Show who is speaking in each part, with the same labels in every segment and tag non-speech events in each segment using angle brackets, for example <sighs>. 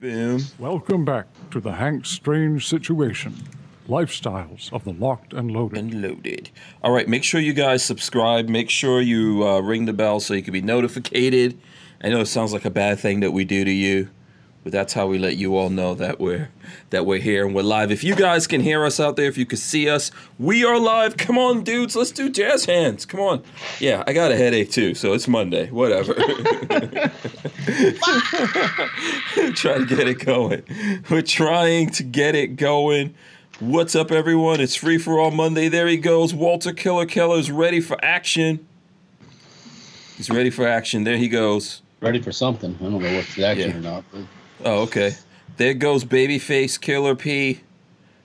Speaker 1: Boom.
Speaker 2: Welcome back to the Hank's Strange Situation Lifestyles of the Locked and Loaded.
Speaker 1: And loaded. All right, make sure you guys subscribe. Make sure you uh, ring the bell so you can be notified. I know it sounds like a bad thing that we do to you, but that's how we let you all know that we're that we're here and we're live. If you guys can hear us out there, if you can see us, we are live. Come on, dudes, let's do jazz hands. Come on. Yeah, I got a headache too, so it's Monday. Whatever. <laughs> Try to get it going. We're trying to get it going. What's up, everyone? It's free for all Monday. There he goes. Walter Killer Keller's ready for action. He's ready for action. There he goes.
Speaker 3: ready for something. I don't know what's the action
Speaker 1: Yeah.
Speaker 3: or not. But
Speaker 1: Oh, okay. There goes Babyface Killer P.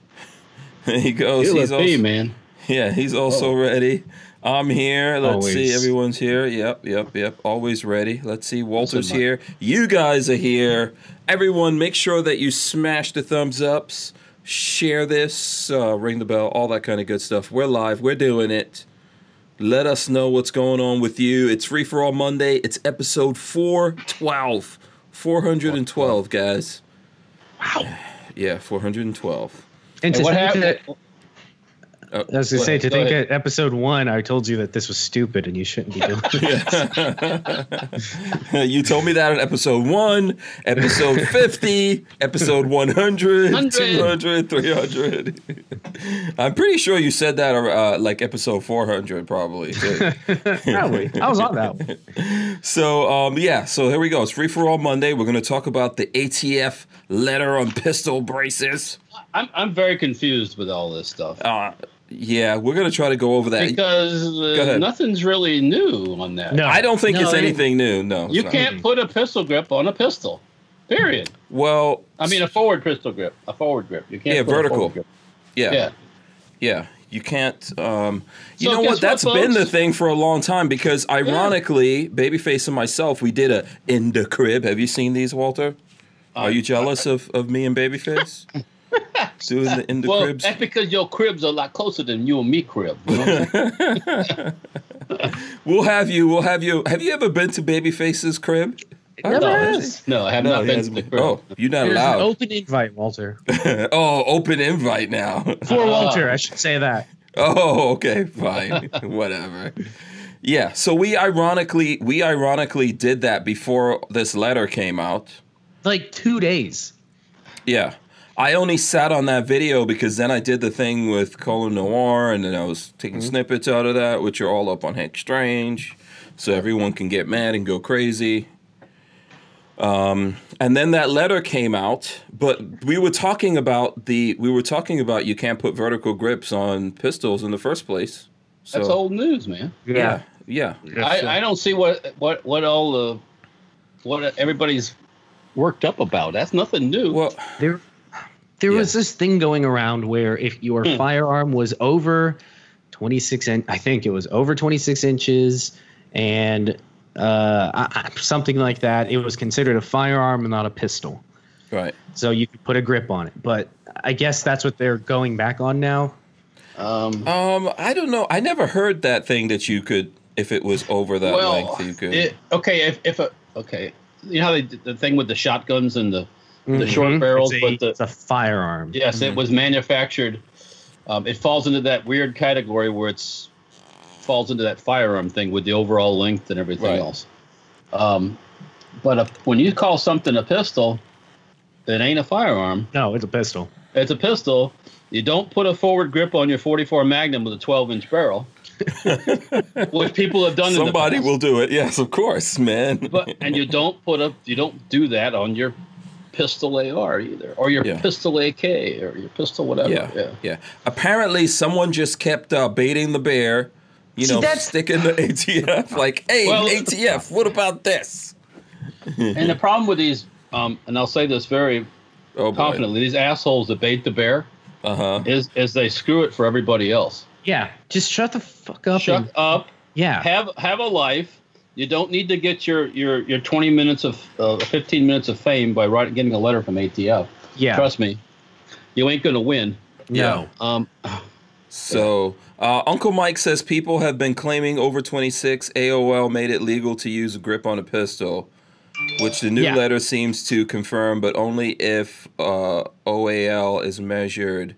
Speaker 1: <laughs> There he goes.
Speaker 3: Killer
Speaker 1: he's
Speaker 3: P,
Speaker 1: also,
Speaker 3: man.
Speaker 1: Yeah, he's also ready. I'm here. Let's see.
Speaker 4: Always.
Speaker 1: Everyone's here. Yep, yep, yep. Always ready. Let's see. Walter's
Speaker 3: That's what my-
Speaker 1: here. You guys are here. Everyone, make sure that you smash the thumbs ups, share this, uh, ring the bell, all that kind of good stuff. We're live. We're doing it. Let us know what's going on with you. It's Free for All Monday. It's episode 412. 412, guys. Wow. Yeah, 412.
Speaker 4: And
Speaker 3: Hey,
Speaker 4: to
Speaker 3: what
Speaker 4: think
Speaker 3: happened?
Speaker 4: that,
Speaker 1: Uh,
Speaker 4: I was gonna say, to
Speaker 3: Go
Speaker 4: think
Speaker 3: ahead.
Speaker 4: at episode one, I told you that this was stupid and you shouldn't
Speaker 1: <laughs>
Speaker 4: be doing it.
Speaker 1: you told me that in episode 1, episode 50, episode 100,
Speaker 3: 100.
Speaker 1: 200, 300. <laughs> I'm pretty sure you said that uh, like episode 400 probably. too.
Speaker 4: Probably. I was on that one.
Speaker 1: so, um, yeah, so here we go. It's free for all Monday. We're going to talk about the ATF letter on pistol braces.
Speaker 3: I'm, I'm very confused with all this stuff
Speaker 1: Uh, yeah, we're going to try to go over that.
Speaker 3: because
Speaker 1: Go
Speaker 3: uh,
Speaker 1: ahead.
Speaker 3: nothing's really new on that.
Speaker 4: No.
Speaker 1: I don't think
Speaker 3: No,
Speaker 1: it's
Speaker 3: it-
Speaker 1: anything new. No. it's
Speaker 3: you
Speaker 1: not.
Speaker 3: can't put a pistol grip on a pistol. Period.
Speaker 1: Well,
Speaker 3: I mean, a forward pistol grip, a forward grip. You can't.
Speaker 1: Yeah,
Speaker 3: put a
Speaker 1: vertical.
Speaker 3: forward grip.
Speaker 1: yeah.
Speaker 3: Yeah.
Speaker 1: Yeah, you can't. Um, you
Speaker 3: So
Speaker 1: know
Speaker 3: guess
Speaker 1: what?
Speaker 3: what,
Speaker 1: That's been
Speaker 3: folks?
Speaker 1: the thing for a long time because, ironically, Babyface and myself, we did a in the crib. Have you seen these, Walter? Are you jealous of, of me and Babyface doing the in the
Speaker 3: Well, eh
Speaker 1: cribs?
Speaker 3: that's because your cribs are a lot closer than you and me crib.
Speaker 1: <laughs>
Speaker 3: you know?
Speaker 1: We'll have you. We'll have you. Have you ever been to Babyface's crib?
Speaker 4: Never
Speaker 3: no,
Speaker 4: has.
Speaker 3: no, I have
Speaker 1: No,
Speaker 3: not
Speaker 1: he
Speaker 3: been to
Speaker 1: hasn't
Speaker 3: the
Speaker 1: been-
Speaker 3: crib.
Speaker 1: Oh, you're not
Speaker 4: There's an
Speaker 1: allowed.
Speaker 4: open invite, Walter.
Speaker 1: oh, open invite now. <laughs>
Speaker 4: For Walter, I should say that.
Speaker 1: Oh, okay, fine, <laughs> whatever. Yeah, so we ironically we ironically did that before this letter came out.
Speaker 4: Like two days.
Speaker 1: Yeah. I only sat on that video because then I did the thing with Colin Noir and then I was taking snippets out of that, which are all up on Hank Strange. So everyone can get mad and go crazy. Um, and then that letter came out, but we were talking about the we were talking about you can't put vertical grips on pistols in the first place. So,
Speaker 3: That's old news, man.
Speaker 1: Yeah. Yeah.
Speaker 4: uh,
Speaker 3: I, I don't see what what what all the what everybody's worked up about. That's nothing new.
Speaker 1: Well,
Speaker 4: There, there
Speaker 1: Yeah.
Speaker 4: was this thing going around where if your
Speaker 1: Hmm.
Speaker 4: firearm was over 26 in, I think it was over 26 inches and uh, I- I- something like that, it was considered a firearm and not a pistol.
Speaker 1: right.
Speaker 4: so you could put a grip on it. But I guess that's what they're going back on now.
Speaker 3: um,
Speaker 1: Um, I don't know. I never heard that thing that you could if it was over that length you could
Speaker 3: it- okay, if if a okay, you know how they did the thing with the shotguns and the the
Speaker 4: Mhm.
Speaker 3: short barrels,
Speaker 4: it's a,
Speaker 3: but the
Speaker 4: it's a firearm.
Speaker 3: yes,
Speaker 1: Mm-hmm.
Speaker 3: it was manufactured. Um, it falls into that weird category where it's falls into that firearm thing with the overall length and everything
Speaker 1: Right.
Speaker 3: else. Um, but a, when you call something a pistol, it ain't a firearm.
Speaker 4: No, it's a pistol.
Speaker 3: It's a pistol. You don't put a forward grip on your 44 Magnum with a 12 inch
Speaker 1: <laughs>
Speaker 3: barrel, which people have done.
Speaker 1: Somebody
Speaker 3: in the past.
Speaker 1: will do it. Yes, of course, man.
Speaker 3: But and you don't put a you don't do that on your pistol AR either, or your
Speaker 1: Yeah.
Speaker 3: pistol AK, or your pistol whatever.
Speaker 1: yeah, yeah, Apparently, someone just kept uh, baiting the bear. You
Speaker 4: See,
Speaker 1: know,
Speaker 4: that's-
Speaker 1: sticking the <laughs> ATF like, hey,
Speaker 3: Well-
Speaker 1: ATF, what about this? Mm-hmm.
Speaker 3: And the problem with these, um, and I'll say this very
Speaker 1: Oh, boy.
Speaker 3: confidently, these assholes that bait the bear
Speaker 1: Uh huh.
Speaker 3: is is they screw it for everybody else.
Speaker 4: Yeah, just shut the fuck up.
Speaker 3: Shut
Speaker 4: and,
Speaker 3: up.
Speaker 4: yeah,
Speaker 3: Have have a life. You don't need to get your your your 20 minutes of uh, 15 minutes of fame by writing getting a letter from ATF.
Speaker 4: yeah.
Speaker 3: Trust me, you ain't gonna win.
Speaker 1: Yeah.
Speaker 4: No.
Speaker 3: Um,
Speaker 1: So, uh, Uncle Mike says people have been claiming over 26 AOL made it legal to use a grip on a pistol. which the new
Speaker 4: Yeah.
Speaker 1: letter seems to confirm, but only if uh, OAL is measured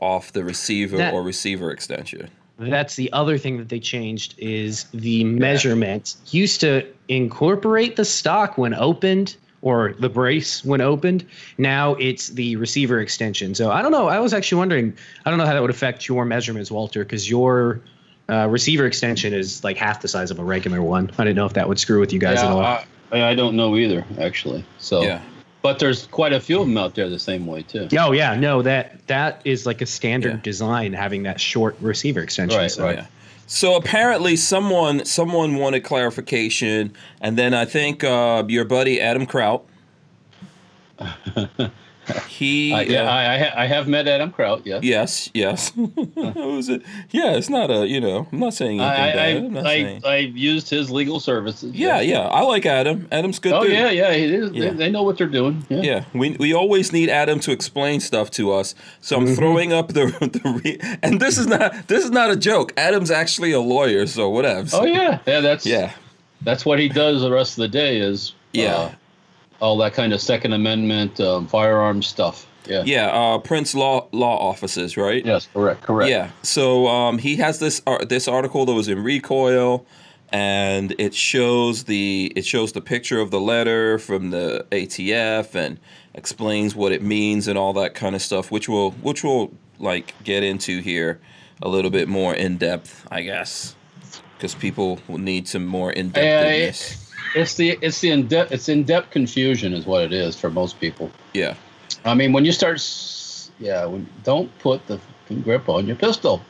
Speaker 1: off the receiver
Speaker 4: That-
Speaker 1: or receiver extension.
Speaker 4: That's the other thing that they changed is the measurement used to incorporate the stock when opened or the brace when opened. Now it's the receiver extension. So I don't know. I was actually wondering. I don't know how that would affect your measurements, Walter, because your uh, receiver extension is like half the size of a regular one. I didn't know if that would screw with you guys at all.
Speaker 3: Yeah, I, I don't know either, actually. So,
Speaker 1: Yeah.
Speaker 3: but there's quite a few of them out there the same way too.
Speaker 4: Oh yeah, no that that is like a standard
Speaker 1: Yeah.
Speaker 4: design having that short receiver extension.
Speaker 3: Right,
Speaker 4: so.
Speaker 3: right.
Speaker 1: Yeah. So apparently someone someone wanted clarification, and then I think uh, your buddy Adam
Speaker 3: <laughs>
Speaker 1: Kraut. he
Speaker 3: I, yeah,
Speaker 1: uh,
Speaker 3: I, I, ha- I have met Adam Kraut. Yeah,
Speaker 1: yes yes. <laughs> Who's it? Yeah, it's not a you know. I'm not saying anything
Speaker 3: I, I,
Speaker 1: bad. I'm not
Speaker 3: I,
Speaker 1: saying-
Speaker 3: I, used his legal services.
Speaker 1: yeah, yeah. I like Adam. Adam's good.
Speaker 3: Oh
Speaker 1: dude.
Speaker 3: yeah, yeah. He is,
Speaker 1: Yeah.
Speaker 3: They, they know what they're doing. Yeah.
Speaker 1: Yeah, we, we always need Adam to explain stuff to us. So I'm throwing up the <laughs> the re- and this is not this is not a joke. Adam's actually a lawyer, so whatever.
Speaker 3: Oh yeah, yeah. That's
Speaker 1: yeah,
Speaker 3: That's what he does the rest of the day is
Speaker 1: Yeah.
Speaker 3: uh, all that kind of Second Amendment um, firearms stuff. Yeah.
Speaker 1: yeah. Uh, Prince Law Law Offices, right?
Speaker 3: Yes. Correct. Correct.
Speaker 1: Yeah. So um, he has this ar- this article that was in Recoil, and it shows the it shows the picture of the letter from the ATF and explains what it means and all that kind of stuff, which we'll which we'll like get into here a little bit more in depth, I guess, because people will need some more in depthness.
Speaker 3: It's the it's the in depth it's in depth confusion is what it is for most people.
Speaker 1: Yeah.
Speaker 3: I mean, when you start, s- yeah, when, don't put the grip on your pistol.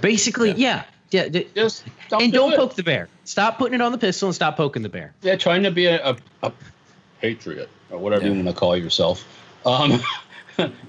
Speaker 4: Basically, yeah, yeah. d-
Speaker 3: Just don't
Speaker 4: and
Speaker 3: do
Speaker 4: don't
Speaker 3: it.
Speaker 4: poke the bear. Stop putting it on the pistol and stop poking the bear.
Speaker 3: Yeah, trying to be a, a, a patriot or whatever
Speaker 1: Yeah.
Speaker 3: you want to call yourself. <laughs>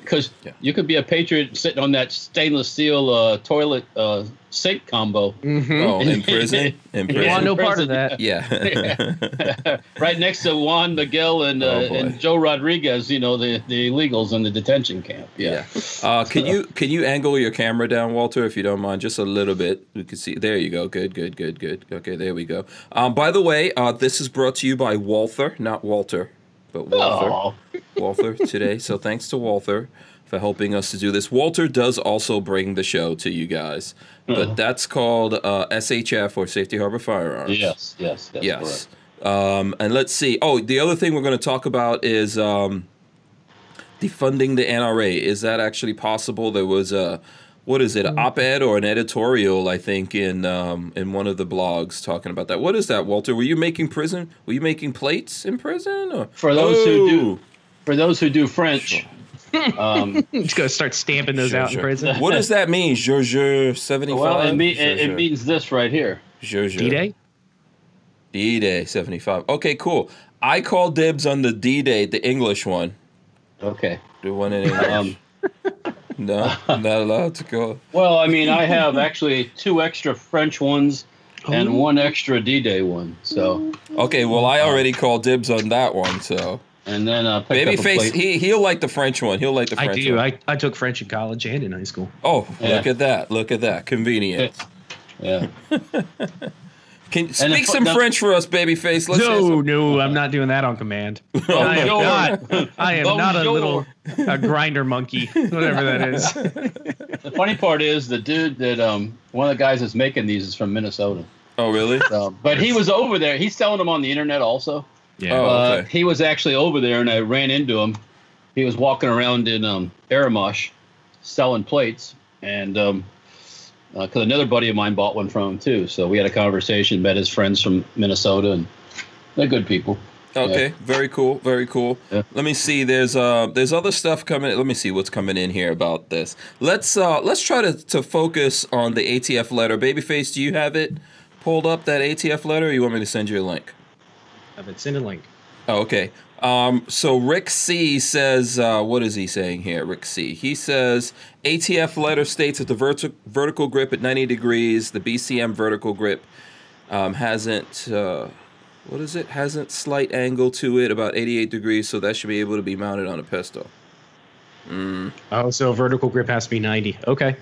Speaker 3: Because
Speaker 1: Yeah.
Speaker 3: you could be a patriot sitting on that stainless steel uh, toilet uh, sink combo.
Speaker 4: Mm-hmm.
Speaker 1: Oh, in
Speaker 3: <laughs>
Speaker 1: prison. In
Speaker 4: Hmm? You
Speaker 1: prison.
Speaker 4: want no part of
Speaker 1: <laughs>
Speaker 4: that.
Speaker 1: Yeah.
Speaker 3: right next to Juan Miguel and, uh,
Speaker 1: Oh, boy.
Speaker 3: and Joe Rodriguez, you know, the, the illegals in the detention camp. Yeah.
Speaker 1: Uh, can you can you angle your camera down, Walter, if you don't mind, just a little bit? We can see. There you go. Good, good, good, good. Okay, there we go. Um, by the way, uh, this is brought to you by Walther, not Walter, but Walther.
Speaker 3: Oh,
Speaker 1: Walther today. So thanks to Walther for helping us to do this. Walter does also bring the show to you guys,
Speaker 3: Hmm.
Speaker 1: but that's called uh, SHF or Safety Harbor Firearms.
Speaker 3: yes, yes, that's
Speaker 1: Yes.
Speaker 3: correct.
Speaker 1: Um, and let's see. Oh, the other thing we're going to talk about is um, defunding the NRA. Is that actually possible? There was a what is it, an op-ed or an editorial? I think in um, in one of the blogs talking about that. What is that, Walter? Were you making prison? Were you making plates in prison? Or?
Speaker 3: For those who do-
Speaker 1: Oh.
Speaker 3: For those who do French, um,
Speaker 4: Just gonna start stamping those
Speaker 1: Sure,
Speaker 4: out
Speaker 1: sure.
Speaker 4: in <laughs> prison.
Speaker 1: What does that mean? Georgia seventy five.
Speaker 3: well, it, me- it, it means this right here.
Speaker 4: D Day?
Speaker 1: D Day seventy five. Okay, cool. I call dibs on the D Day, the English one.
Speaker 3: Okay.
Speaker 1: The one in English.
Speaker 3: <laughs> Um, <laughs>
Speaker 1: No, not allowed to go.
Speaker 3: Well, I mean, I have actually two extra French ones
Speaker 4: Oh.
Speaker 3: and one extra D-Day one. So,
Speaker 1: Okay, well, I already called dibs on that one, so.
Speaker 3: and then uh, picked up a
Speaker 1: Babyface,
Speaker 3: plate.
Speaker 1: he, he'll like the French one. He'll like the
Speaker 4: I
Speaker 1: French
Speaker 4: do.
Speaker 1: one.
Speaker 4: I, I took French in college and in high school.
Speaker 1: oh,
Speaker 3: Yeah.
Speaker 1: look at that. Look at that. Convenient.
Speaker 3: yeah.
Speaker 1: Can Speak
Speaker 3: fu-
Speaker 1: some
Speaker 3: no-
Speaker 1: French for us, Babyface. Let's hear
Speaker 4: No,
Speaker 1: some-
Speaker 4: no, I'm not doing that on <laughs> command. I am
Speaker 3: Bonjour.
Speaker 4: not. I am not a
Speaker 3: Bonjour.
Speaker 4: little a grinder monkey, whatever that <laughs> is.
Speaker 3: The funny part is the dude that um one of the guys that's making these is from Minnesota.
Speaker 1: Oh, really?
Speaker 3: Um, but he was over there. He's selling them on the internet also.
Speaker 4: Yeah.
Speaker 1: Oh.
Speaker 3: Uh,
Speaker 1: okay.
Speaker 3: he was actually over there, and I ran into him. He was walking around in um, Aramosh selling plates, and because another buddy of mine bought one from him too. So we had a conversation, met his friends from Minnesota, and they're good people.
Speaker 1: <laughs> Okay, very cool, very cool.
Speaker 3: Yeah.
Speaker 1: Let me see. There's uh, there's other stuff coming. Let me see what's coming in here about this. Let's uh, let's try to, to focus on the ATF letter. Babyface, do you have it pulled up that ATF letter? Or you want me to send you a link?
Speaker 4: Have it, send a link.
Speaker 1: Oh, okay. Um, so Rick C says, uh, what is he saying here? Rick C. He says ATF letter states that the verti- vertical grip at 90 degrees, the BCM vertical grip um, hasn't, uh, what is it? Hasn't slight angle to it, about 88 degrees, so that should be able to be mounted on a pistol. Mm,
Speaker 4: Oh, so vertical grip has to be 90. Okay.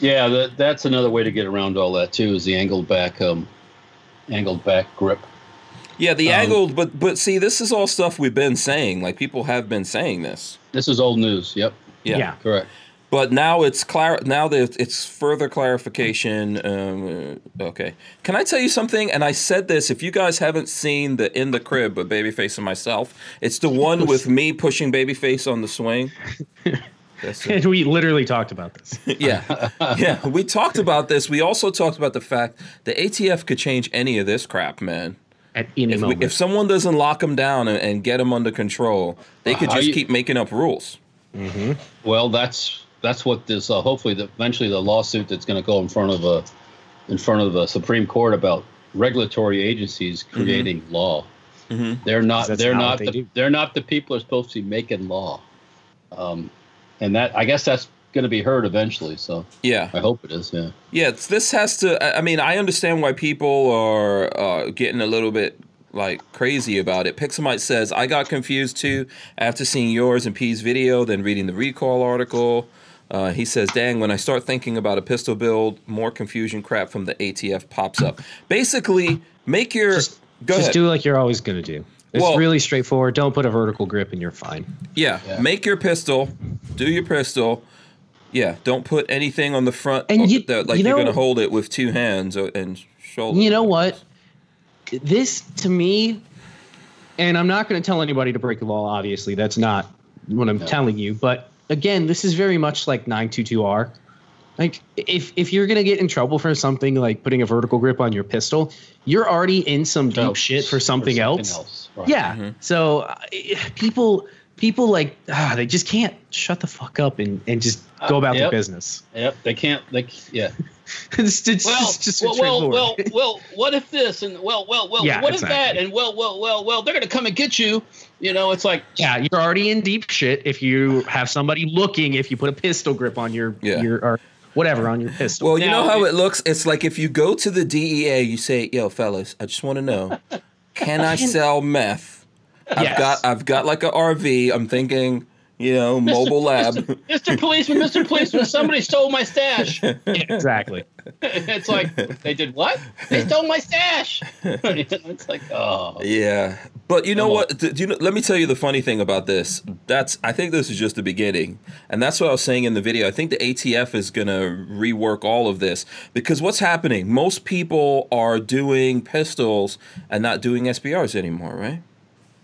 Speaker 3: Yeah, that, that's another way to get around all that too is the angled back um, angled back grip.
Speaker 1: Yeah, the
Speaker 4: Um,
Speaker 1: angled, but but see, this is all stuff we've been saying. Like people have been saying this.
Speaker 3: This is old news. Yep,
Speaker 1: Yeah.
Speaker 4: yeah.
Speaker 3: correct.
Speaker 1: But now it's clar. Now that it's further clarification. Um, uh, okay. Can I tell you something? And I said this. If you guys haven't seen the in the crib with Babyface and myself, it's the one with me pushing Babyface on the
Speaker 3: <laughs>
Speaker 1: swing. That's it.
Speaker 4: And we literally talked about <laughs> this.
Speaker 1: yeah, yeah. We talked about this. We also talked about the fact the ATF could change any of this crap, man.
Speaker 4: at any
Speaker 1: If, we,
Speaker 4: moment.
Speaker 1: if someone doesn't lock them down and, and get them under control, they could
Speaker 3: How
Speaker 1: just
Speaker 3: you-
Speaker 1: keep making up rules.
Speaker 3: Well, that's that's what this. Uh, hopefully, the, eventually, the lawsuit that's going to go in front of a in front of the Supreme Court about regulatory agencies creating law. They're not.
Speaker 4: Mm-hmm. That's
Speaker 3: They're
Speaker 4: not
Speaker 3: not.
Speaker 4: what they
Speaker 3: the,
Speaker 4: do.
Speaker 3: They're not the people who are supposed to be making law. Um, and that I guess that's going to be heard eventually. So
Speaker 1: Yeah.
Speaker 3: I hope it is. Yeah.
Speaker 1: Yeah, it's- this has to. I- I mean, I understand why people are uh, getting a little bit like crazy about it. Pixelmite says I got confused too after seeing yours and P's video, then reading the recall article. Uh, he says, "Dang, when I start thinking about a pistol build, more confusion crap from the ATF pops up." Basically, make your
Speaker 4: just
Speaker 1: go
Speaker 4: just
Speaker 1: ahead.
Speaker 4: do like you're always going to do. It's
Speaker 1: Well-
Speaker 4: really straightforward. Don't put a vertical grip and you're fine.
Speaker 1: yeah,
Speaker 3: Yeah.
Speaker 1: make your pistol, do your pistol. Yeah, don't put anything on the front
Speaker 4: And
Speaker 1: or-
Speaker 4: you-
Speaker 1: that, like
Speaker 4: you
Speaker 1: are
Speaker 4: know-
Speaker 1: gonna hold it with two hands or, and shoulder.
Speaker 4: You know what? This to me, and I'm not going to tell anybody to break the law, obviously. That's not what I'm telling you. But again, this is very much like 922R. Like if if you're gonna get in trouble for something like putting a vertical grip on your pistol, you're already in some deep
Speaker 3: So-
Speaker 4: shit for
Speaker 3: or
Speaker 4: something, else.
Speaker 3: right.
Speaker 4: Yeah. So uh, people people like ah, they just can't shut the fuck up and, and just go
Speaker 3: Uh,
Speaker 4: about their
Speaker 3: yep.
Speaker 4: business. <laughs>
Speaker 3: Yep. They can't. They c- yeah.
Speaker 4: it's <laughs> just,
Speaker 3: well,
Speaker 4: it's just
Speaker 3: well, well,
Speaker 4: straightforward.
Speaker 3: well, well, what if this and well, well, well,
Speaker 4: Yeah,
Speaker 3: what if that
Speaker 4: exactly.
Speaker 3: and well, well, well, well, they're gonna come and get you. You know, it's like
Speaker 4: Yeah, you're already in deep shit if you have somebody looking if you put a pistol grip on your
Speaker 1: Yeah.
Speaker 4: your or whatever on your pistol.
Speaker 1: Well, you know
Speaker 3: Now,
Speaker 1: how
Speaker 3: it-
Speaker 1: it looks? It's like if you go to the DEA, you say, "Yo, fellas, I just want to know, can I sell meth? I've
Speaker 4: Yes.
Speaker 1: got I've got like a RV. I'm thinking, you know, mobile
Speaker 3: <laughs>
Speaker 1: lab.
Speaker 3: Mr. Policeman, Mr. Policeman, somebody stole my stash.
Speaker 4: Yeah,
Speaker 1: <laughs>
Speaker 4: exactly.
Speaker 3: it's like they did what? They stole my stash. <laughs> it's like oh
Speaker 1: yeah. But you know
Speaker 3: Come on.
Speaker 1: what? D- Do you know, let me tell you the funny thing about this. That's I think this is just the beginning. And that's what I was saying in the video. I think the ATF is going to rework all of this because what's happening? Most people are doing pistols and not doing SBRs anymore, right?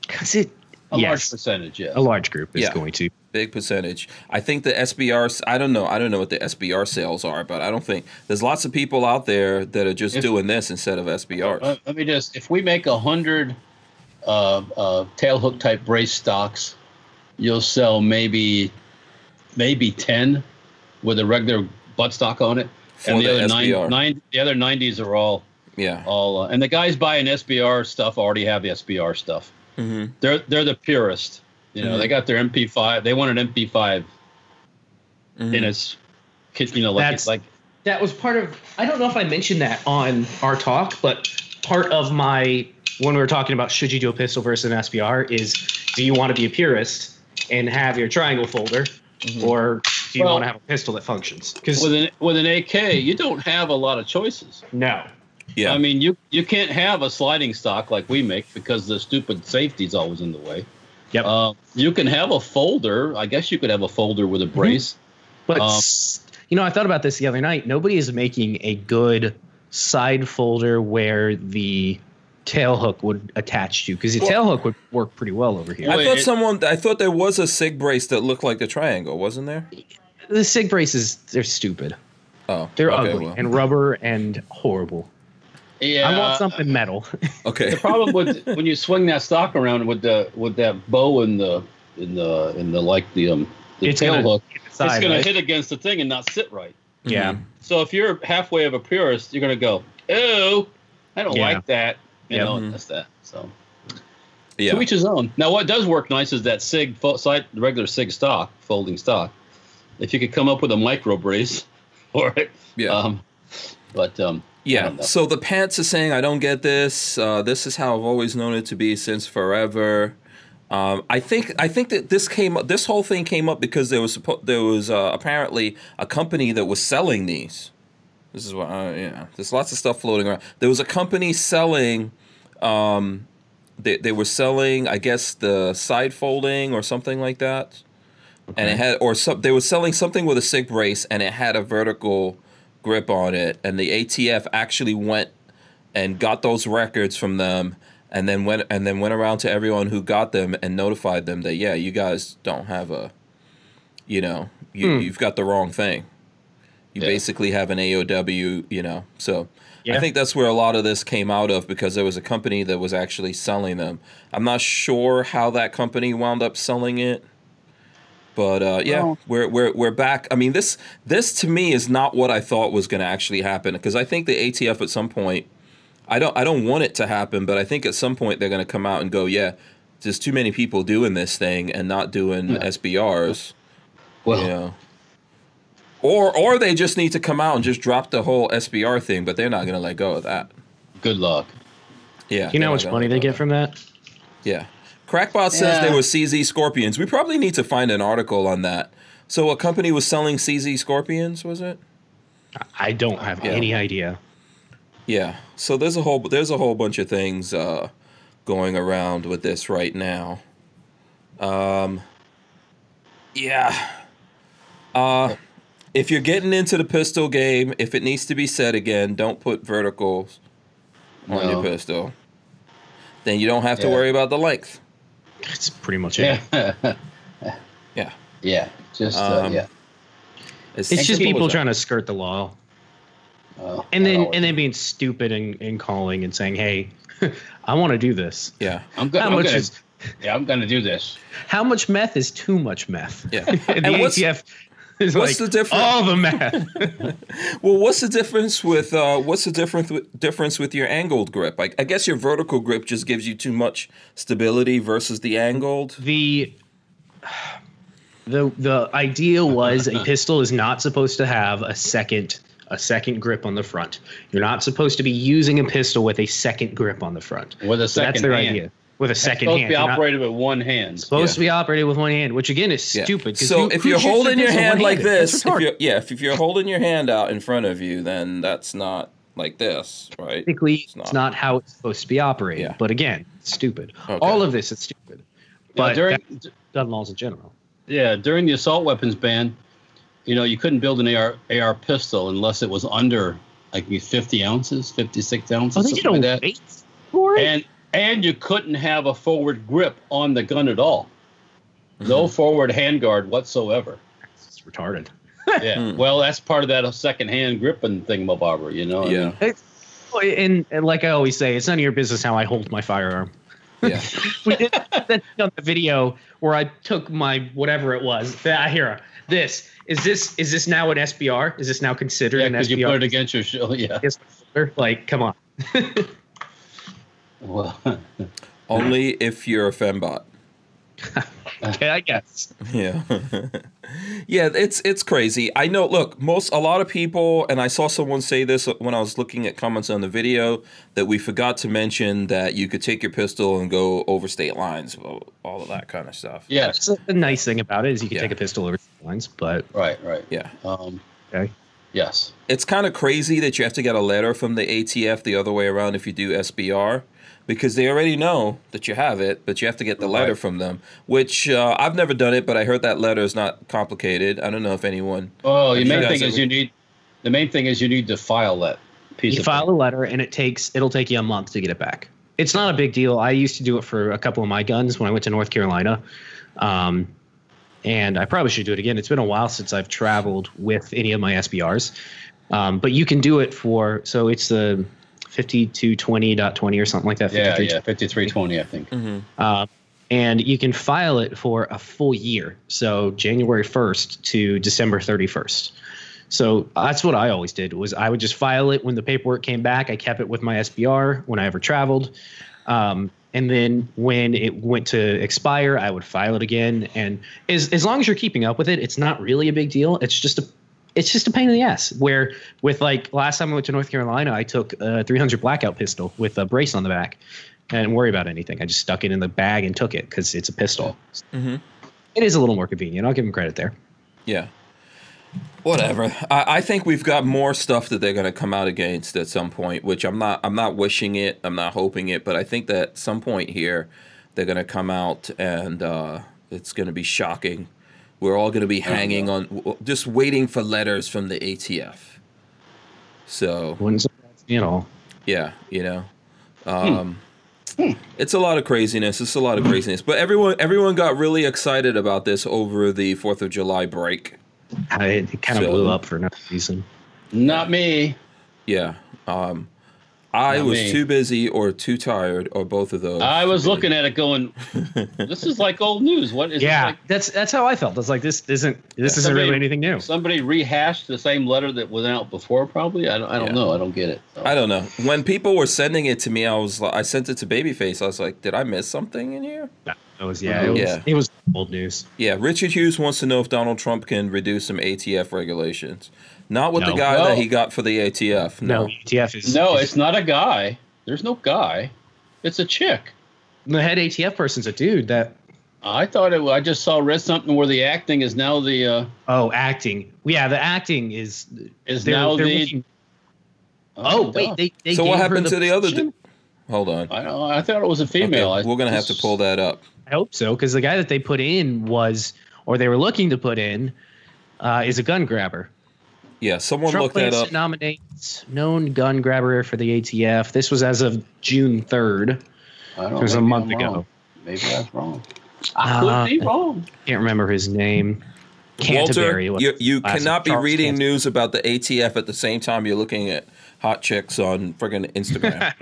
Speaker 4: Cause it
Speaker 3: a large
Speaker 4: yes,
Speaker 3: percentage. Yeah,
Speaker 4: a large group is
Speaker 1: Yeah.
Speaker 4: going to.
Speaker 1: big percentage. I think the SBR. s- I don't know. I don't know what the SBR sales are, but I don't think there's lots of people out there that are just
Speaker 3: If-
Speaker 1: doing this instead of SBRs.
Speaker 3: Uh, let me just if we make a hundred uh, uh, tailhook type brace stocks, you'll sell maybe maybe ten with a regular buttstock on it,
Speaker 1: For
Speaker 3: and the,
Speaker 1: the
Speaker 3: other
Speaker 1: SBR.
Speaker 3: nine, nine the other nineties are all
Speaker 1: yeah.
Speaker 3: all uh, and the guys buying SBR stuff already have the SBR stuff.
Speaker 1: Mhm.
Speaker 3: They're they're the purist. You know,
Speaker 1: Mhm.
Speaker 3: they got their MP5. They want an MP5 in its, kit- you know, like
Speaker 4: That's-
Speaker 3: like
Speaker 4: that was part of i don't know if i mentioned that on our talk but part of my when we were talking about should you do a pistol versus an sbr is do you want to be a purist and have your triangle folder
Speaker 1: Mm-hmm.
Speaker 4: or do you
Speaker 3: Well-
Speaker 4: want to have a pistol that functions because
Speaker 3: with an with an AK, you don't have a lot of choices.
Speaker 4: no
Speaker 1: Yeah.
Speaker 3: I mean, you you can't have a sliding stock like we make because the stupid safety's always in the way.
Speaker 4: yep
Speaker 3: Uh, you can have a folder. I guess you could have a folder with a brace.
Speaker 4: but
Speaker 3: um,
Speaker 4: s- you know i thought about this the other night nobody is making a good side folder where the tail hook would attach to because the tail hook would work pretty well over here
Speaker 1: I
Speaker 3: Wait,
Speaker 1: thought
Speaker 3: it-
Speaker 1: someone. I thought there was a sig brace that looked like the triangle, wasn't there?
Speaker 4: the sig braces they're stupid
Speaker 1: Oh,
Speaker 4: They're
Speaker 1: okay,
Speaker 4: ugly
Speaker 1: well,
Speaker 4: and rubber and horrible.
Speaker 3: Yeah,
Speaker 4: I want something metal. <laughs>
Speaker 3: <laughs>
Speaker 1: okay.
Speaker 3: the problem with when you swing that stock around with the with that bow in the in the in the like the um the
Speaker 4: It's
Speaker 3: tail
Speaker 4: gonna
Speaker 3: hook,
Speaker 4: hit the
Speaker 3: it's
Speaker 4: side,
Speaker 3: going
Speaker 4: right?
Speaker 3: to hit against the thing and not sit right.
Speaker 4: Yeah.
Speaker 1: Mm-hmm.
Speaker 3: So if you're halfway of a purist, you're going to go, "Ew, I don't
Speaker 4: Yeah.
Speaker 3: like that." You
Speaker 4: Yep.
Speaker 3: know,
Speaker 1: Mhm.
Speaker 3: that's that. So
Speaker 1: yeah.
Speaker 3: to each his own. Now, what does work nice is that sig fo- side regular sig stock folding stock. If you could come up with a micro brace <laughs> for it,
Speaker 1: Yeah.
Speaker 3: Um, but um, I don't
Speaker 1: Yeah.
Speaker 3: know.
Speaker 1: So the pants is saying, I don't get this. Uh, this is how I've always known it to be since forever. Um, I think I think that this came up. This whole thing came up because there was suppo- there was uh, apparently a company that was selling these. This is what uh, yeah. There's lots of stuff floating around. There was a company selling um, they, they were selling, I guess, the side folding or something like that. And it had, or some, they were selling something with a sink brace and it had a vertical grip on it. And the ATF actually went and got those records from them and then went, and then went around to everyone who got them and notified them that, yeah, you guys don't have a, you know, you, you've got the wrong thing. You
Speaker 3: Yeah.
Speaker 1: basically have an AOW, you know. So I
Speaker 4: Yeah.
Speaker 1: think that's where a lot of this came out of because there was a company that was actually selling them. I'm not sure how that company wound up selling it. But uh, yeah,
Speaker 2: Well-
Speaker 1: we're, we're, we're back. I mean, this this to me is not what I thought was going to actually happen because I think the ATF at some point, I don't I don't want it to happen, but I think at some point they're going to come out and go, yeah, there's too many people doing this thing and not doing SBRs.
Speaker 3: Well,
Speaker 1: Yeah. Or or they just need to come out and just drop the whole SBR thing, but they're not gonna let go of that.
Speaker 3: good luck.
Speaker 1: Yeah.
Speaker 4: You
Speaker 1: they're
Speaker 4: know how
Speaker 1: not
Speaker 4: much
Speaker 1: gonna
Speaker 4: money
Speaker 1: let
Speaker 4: they
Speaker 1: go
Speaker 4: get
Speaker 1: of
Speaker 4: from that?
Speaker 1: that. Yeah. Crackbot says they
Speaker 3: Yeah.
Speaker 1: were CZ scorpions. We probably need to find an article on that. So a company was selling CZ scorpions, was it?
Speaker 4: I don't have
Speaker 1: Yeah.
Speaker 4: any idea.
Speaker 1: Yeah. So there's a whole there's a whole bunch of things uh, going around with this right now. Um, yeah. Uh, if you're getting into the pistol game, if it needs to be said again, don't put verticals on your
Speaker 3: No.
Speaker 1: pistol. Then you don't have to
Speaker 3: Yeah.
Speaker 1: worry about the length.
Speaker 4: That's pretty much it.
Speaker 3: Yeah.
Speaker 1: Yeah.
Speaker 3: <laughs> yeah. Just, uh,
Speaker 1: Um,
Speaker 3: yeah.
Speaker 4: It's
Speaker 3: And
Speaker 4: just
Speaker 3: people
Speaker 4: people
Speaker 1: was a-
Speaker 4: trying to skirt the law.
Speaker 3: Uh,
Speaker 4: And
Speaker 3: not
Speaker 4: then
Speaker 3: always.
Speaker 4: and then being stupid and, and calling and saying, Hey, <laughs> I want to do this.
Speaker 1: Yeah.
Speaker 3: I'm, go-
Speaker 4: How
Speaker 3: I'm
Speaker 4: much
Speaker 3: gonna,
Speaker 4: is
Speaker 3: yeah, I'm going to do this.
Speaker 4: how much meth is too much meth?
Speaker 1: Yeah.
Speaker 4: <laughs> and the
Speaker 1: And what's-
Speaker 4: ATF is
Speaker 1: what's
Speaker 4: like
Speaker 1: the difference-
Speaker 4: all the meth.
Speaker 1: Well, what's the difference with uh, what's the difference with, difference with your angled grip? I, I guess your vertical grip just gives you too much stability versus the angled.
Speaker 4: the the the idea was a pistol is not supposed to have a second a second grip on the front. You're not supposed to be using a pistol with a second grip on the front.
Speaker 3: With a
Speaker 4: So
Speaker 3: second
Speaker 4: that's their
Speaker 3: hand.
Speaker 4: idea. With a second
Speaker 3: supposed to
Speaker 4: hand.
Speaker 3: be
Speaker 4: You're not
Speaker 3: operated with one hand.
Speaker 4: supposed
Speaker 1: Yeah.
Speaker 4: to be operated with one hand, which again is
Speaker 1: Yeah.
Speaker 4: stupid. 'cause
Speaker 1: So
Speaker 4: who-
Speaker 1: if
Speaker 4: who
Speaker 1: you're
Speaker 4: shoots a
Speaker 1: holding your
Speaker 4: pistol
Speaker 1: hand like
Speaker 4: one-handed? That's
Speaker 1: this, if
Speaker 4: retarded.
Speaker 1: you're, yeah, if, if you're holding your hand out in front of you, then that's not like this, right?
Speaker 4: technically
Speaker 1: It's
Speaker 4: it's
Speaker 1: not.
Speaker 4: not. how it's supposed to be operated.
Speaker 1: Yeah.
Speaker 4: But again, it's stupid.
Speaker 1: Okay.
Speaker 4: All of this is stupid.
Speaker 3: Now,
Speaker 4: But
Speaker 3: during,
Speaker 4: that's gun laws in general.
Speaker 3: Yeah, during the assault weapons ban, you know, you couldn't build an AR AR pistol unless it was under like 50 ounces, 56 ounces,
Speaker 4: Oh, they
Speaker 3: something like
Speaker 4: don't
Speaker 3: that.
Speaker 4: wait for it.
Speaker 3: And and you couldn't have a forward grip on the gun at all.
Speaker 1: Mm-hmm.
Speaker 3: No forward handguard
Speaker 1: <laughs>
Speaker 3: whatsoever.
Speaker 4: It's retarded.
Speaker 3: Yeah.
Speaker 1: Hmm.
Speaker 3: well, that's part of that second hand grip and thingamabobber, you know? I
Speaker 1: Yeah,
Speaker 3: mean,
Speaker 4: It's- and, and like I always say, it's none of your business how I hold my firearm.
Speaker 1: yeah,
Speaker 4: We did <laughs> that on the video where I took my whatever it was. That I hear this. Is this is this now an SBR? Is this now considered
Speaker 3: yeah,
Speaker 4: an
Speaker 3: because
Speaker 4: SBR?
Speaker 3: you put it against your shell. <laughs> Yeah.
Speaker 4: Yes, sir. like, come on.
Speaker 3: Well, <laughs>
Speaker 1: only if you're a fembot.
Speaker 3: Uh.
Speaker 4: Okay, I guess.
Speaker 1: Yeah. <laughs> yeah, it's it's crazy. I know look, most a lot of people and I saw someone say this when I was looking at comments on the video that we forgot to mention that you could take your pistol and go over state lines, all all of that kind of stuff.
Speaker 3: yes.
Speaker 4: That's the nice thing about it is you can
Speaker 1: Yeah.
Speaker 4: take a pistol over the lines, but
Speaker 3: Right, right.
Speaker 1: Yeah.
Speaker 3: Um,
Speaker 4: okay.
Speaker 3: yes.
Speaker 1: It's kind of crazy that you have to get a letter from the ATF the other way around if you do SBR because they already know that you have it, but you have to get the letter
Speaker 3: Right.
Speaker 1: from them, which uh, I've never done it, but I heard that letter is not complicated. I don't know if anyone
Speaker 3: Oh, the
Speaker 1: I'm sure
Speaker 3: main
Speaker 1: that's
Speaker 3: thing is
Speaker 1: every-
Speaker 3: you need. The main thing is you need to file that piece
Speaker 4: You
Speaker 3: of
Speaker 4: file a letter and it takes it'll take you a month to get it back. It's not a big deal. I used to do it for a couple of my guns when I went to North Carolina. Um, and I probably should do it again. It's been a while since I've traveled with any of my SBRs. Um, but you can do it for so it's the 5220.20 or something like that.
Speaker 3: Yeah,
Speaker 4: 5320.
Speaker 3: yeah, fifty-three twenty, I think.
Speaker 1: Mm.
Speaker 4: Uh, and you can file it for a full year. So January 1st to December 31st. So that's what I always did was I would just file it when the paperwork came back. I kept it with my SBR when I ever traveled. Um, and then when it went to expire, I would file it again. And as, as long as you're keeping up with it, it's not really a big deal. It's just a it's just a pain in the ass. Where with like last time I went to North Carolina, I took a 300 blackout pistol with a brace on the back. I didn't worry about anything. I just stuck it in the bag and took it because it's a pistol.
Speaker 3: Mm-hmm.
Speaker 1: Mhm.
Speaker 4: It is a little more convenient. I'll give him credit there.
Speaker 1: Yeah. Whatever. I, I think we've got more stuff that they're going to come out against at some point, which I'm not. I'm not wishing it. I'm not hoping it. But I think that at some point here, they're going to come out and uh, it's going to be shocking. We're all going to be hanging on, w- w- just waiting for letters from the ATF. So
Speaker 4: Wouldn't surprise me at all.
Speaker 1: yeah, you know, um, it's a lot of craziness. It's a lot of craziness. But everyone, everyone got really excited about this over the Fourth of July break.
Speaker 4: I, it kind of
Speaker 1: So-
Speaker 4: blew up for no reason.
Speaker 3: Not me.
Speaker 1: Yeah. Um, I
Speaker 3: Not
Speaker 1: was
Speaker 3: me.
Speaker 1: too busy or too tired or both of those.
Speaker 3: I was looking at it
Speaker 1: <laughs>
Speaker 3: going, this is like old news. What is
Speaker 4: yeah,
Speaker 3: this like?
Speaker 4: that's that's how I felt. It's like this isn't this isn't
Speaker 3: Somebody-
Speaker 4: really anything new.
Speaker 3: Somebody rehashed the same letter that was out before, probably. I don't, I don't
Speaker 1: Yeah.
Speaker 3: know. I don't get it. So,
Speaker 1: I don't know. When people were sending it to me, I was like, I sent it to Babyface. I was like, did I miss something in here?
Speaker 4: It was yeah, it was,
Speaker 1: Mm-hmm. Yeah.
Speaker 4: It was old news.
Speaker 1: Yeah. Richard Hughes wants to know if Donald Trump can reduce some ATF regulations. Not with the
Speaker 4: No.
Speaker 1: guy
Speaker 3: No.
Speaker 1: that he got for the ATF.
Speaker 4: No,
Speaker 1: No.
Speaker 4: ATF is
Speaker 3: no,
Speaker 4: is-
Speaker 3: it's not a guy. There's no guy. It's a chick.
Speaker 4: the head ATF person's a dude that
Speaker 3: I thought it. I just saw read something where the acting is now the uh,
Speaker 4: oh acting. Yeah, the acting is
Speaker 3: is
Speaker 4: they're,
Speaker 3: now
Speaker 4: they're
Speaker 3: the.
Speaker 4: looking- oh wait, they, they
Speaker 1: so what
Speaker 4: gave her
Speaker 1: happened to the other?
Speaker 4: position?
Speaker 1: Du- Hold on.
Speaker 3: I don't. Uh, I thought it was a
Speaker 1: Okay,
Speaker 3: female.
Speaker 1: we're gonna have to pull that up.
Speaker 4: I hope so, because the guy that they put in was, or they were looking to put in, uh, is a gun grabber.
Speaker 1: Yeah, someone
Speaker 4: Trump
Speaker 1: look that
Speaker 4: plans
Speaker 1: up.
Speaker 4: to nominate known gun grabber for the ATF. This was as of June third.
Speaker 3: I don't,
Speaker 4: It was a
Speaker 3: maybe
Speaker 4: month
Speaker 3: I'm
Speaker 4: ago.
Speaker 3: wrong. Maybe that's wrong. I could
Speaker 4: Uh,
Speaker 3: be wrong.
Speaker 4: Can't remember his name.
Speaker 1: Ah, Walter,
Speaker 4: Canterbury. was
Speaker 1: you, you
Speaker 4: last name.
Speaker 1: cannot be
Speaker 4: Charles
Speaker 1: reading
Speaker 4: Canterbury.
Speaker 1: news about the ATF at the same time you're looking at hot chicks on friggin'
Speaker 4: <laughs>
Speaker 1: Instagram.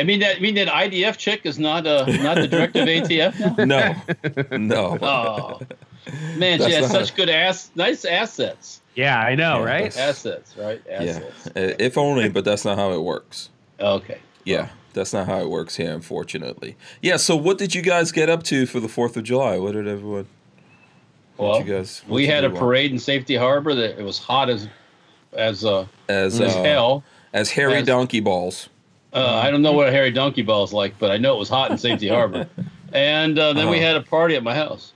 Speaker 3: I mean that. I mean that IDF chick is not uh not the director of
Speaker 1: <laughs>
Speaker 3: ATF now.
Speaker 1: no, no.
Speaker 3: Oh man,
Speaker 1: That's
Speaker 3: she has
Speaker 1: not-
Speaker 3: such good ass, nice assets,
Speaker 4: Yeah, I know,
Speaker 1: Yeah,
Speaker 4: right?
Speaker 1: that's-
Speaker 3: assets, right?
Speaker 1: yeah,
Speaker 3: Assets.
Speaker 1: Uh, if only, but that's not how it works.
Speaker 3: Okay.
Speaker 1: Yeah, that's not how it works here, unfortunately. Yeah. So, what did you guys get up to for the Fourth of July? What did everyone?
Speaker 3: Well,
Speaker 1: you guys- what
Speaker 3: we
Speaker 1: you
Speaker 3: had a
Speaker 1: do, uh,
Speaker 3: parade in Safety Harbor that it was hot as as uh,
Speaker 1: As
Speaker 3: as
Speaker 1: uh, uh-huh.
Speaker 3: hell.
Speaker 1: as hairy
Speaker 3: as-
Speaker 1: donkey balls.
Speaker 3: Uh, I don't know what a hairy donkey ball is like, but I know it was hot
Speaker 1: <laughs>
Speaker 3: in Safety Harbor. And uh, then we
Speaker 1: Uh-huh.
Speaker 3: had a party at my house,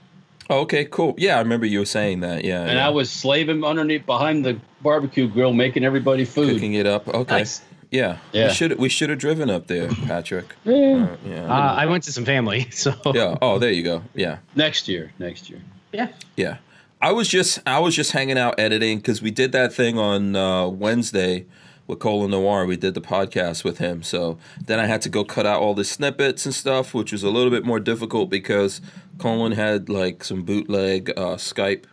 Speaker 1: Oh, okay, cool. Yeah, I remember you were saying that. Yeah,
Speaker 3: and
Speaker 1: yeah.
Speaker 3: I was slaving underneath behind the barbecue grill, making everybody food.
Speaker 1: cooking it up. Okay.
Speaker 4: Nice.
Speaker 1: Yeah.
Speaker 3: Yeah.
Speaker 1: We should we should have driven up there, Patrick.
Speaker 3: Yeah.
Speaker 1: Uh, yeah.
Speaker 4: Uh, I went to some family, <laughs> so
Speaker 1: yeah. Oh, there you go. Yeah.
Speaker 3: Next year, next year.
Speaker 4: yeah.
Speaker 1: Yeah. I was just I was just hanging out editing because we did that thing on uh, Wednesday with Colin Noir. We did the podcast with him. So then I had to go cut out all the snippets and stuff, which was a little bit more difficult because Colin had like some bootleg uh, Skype.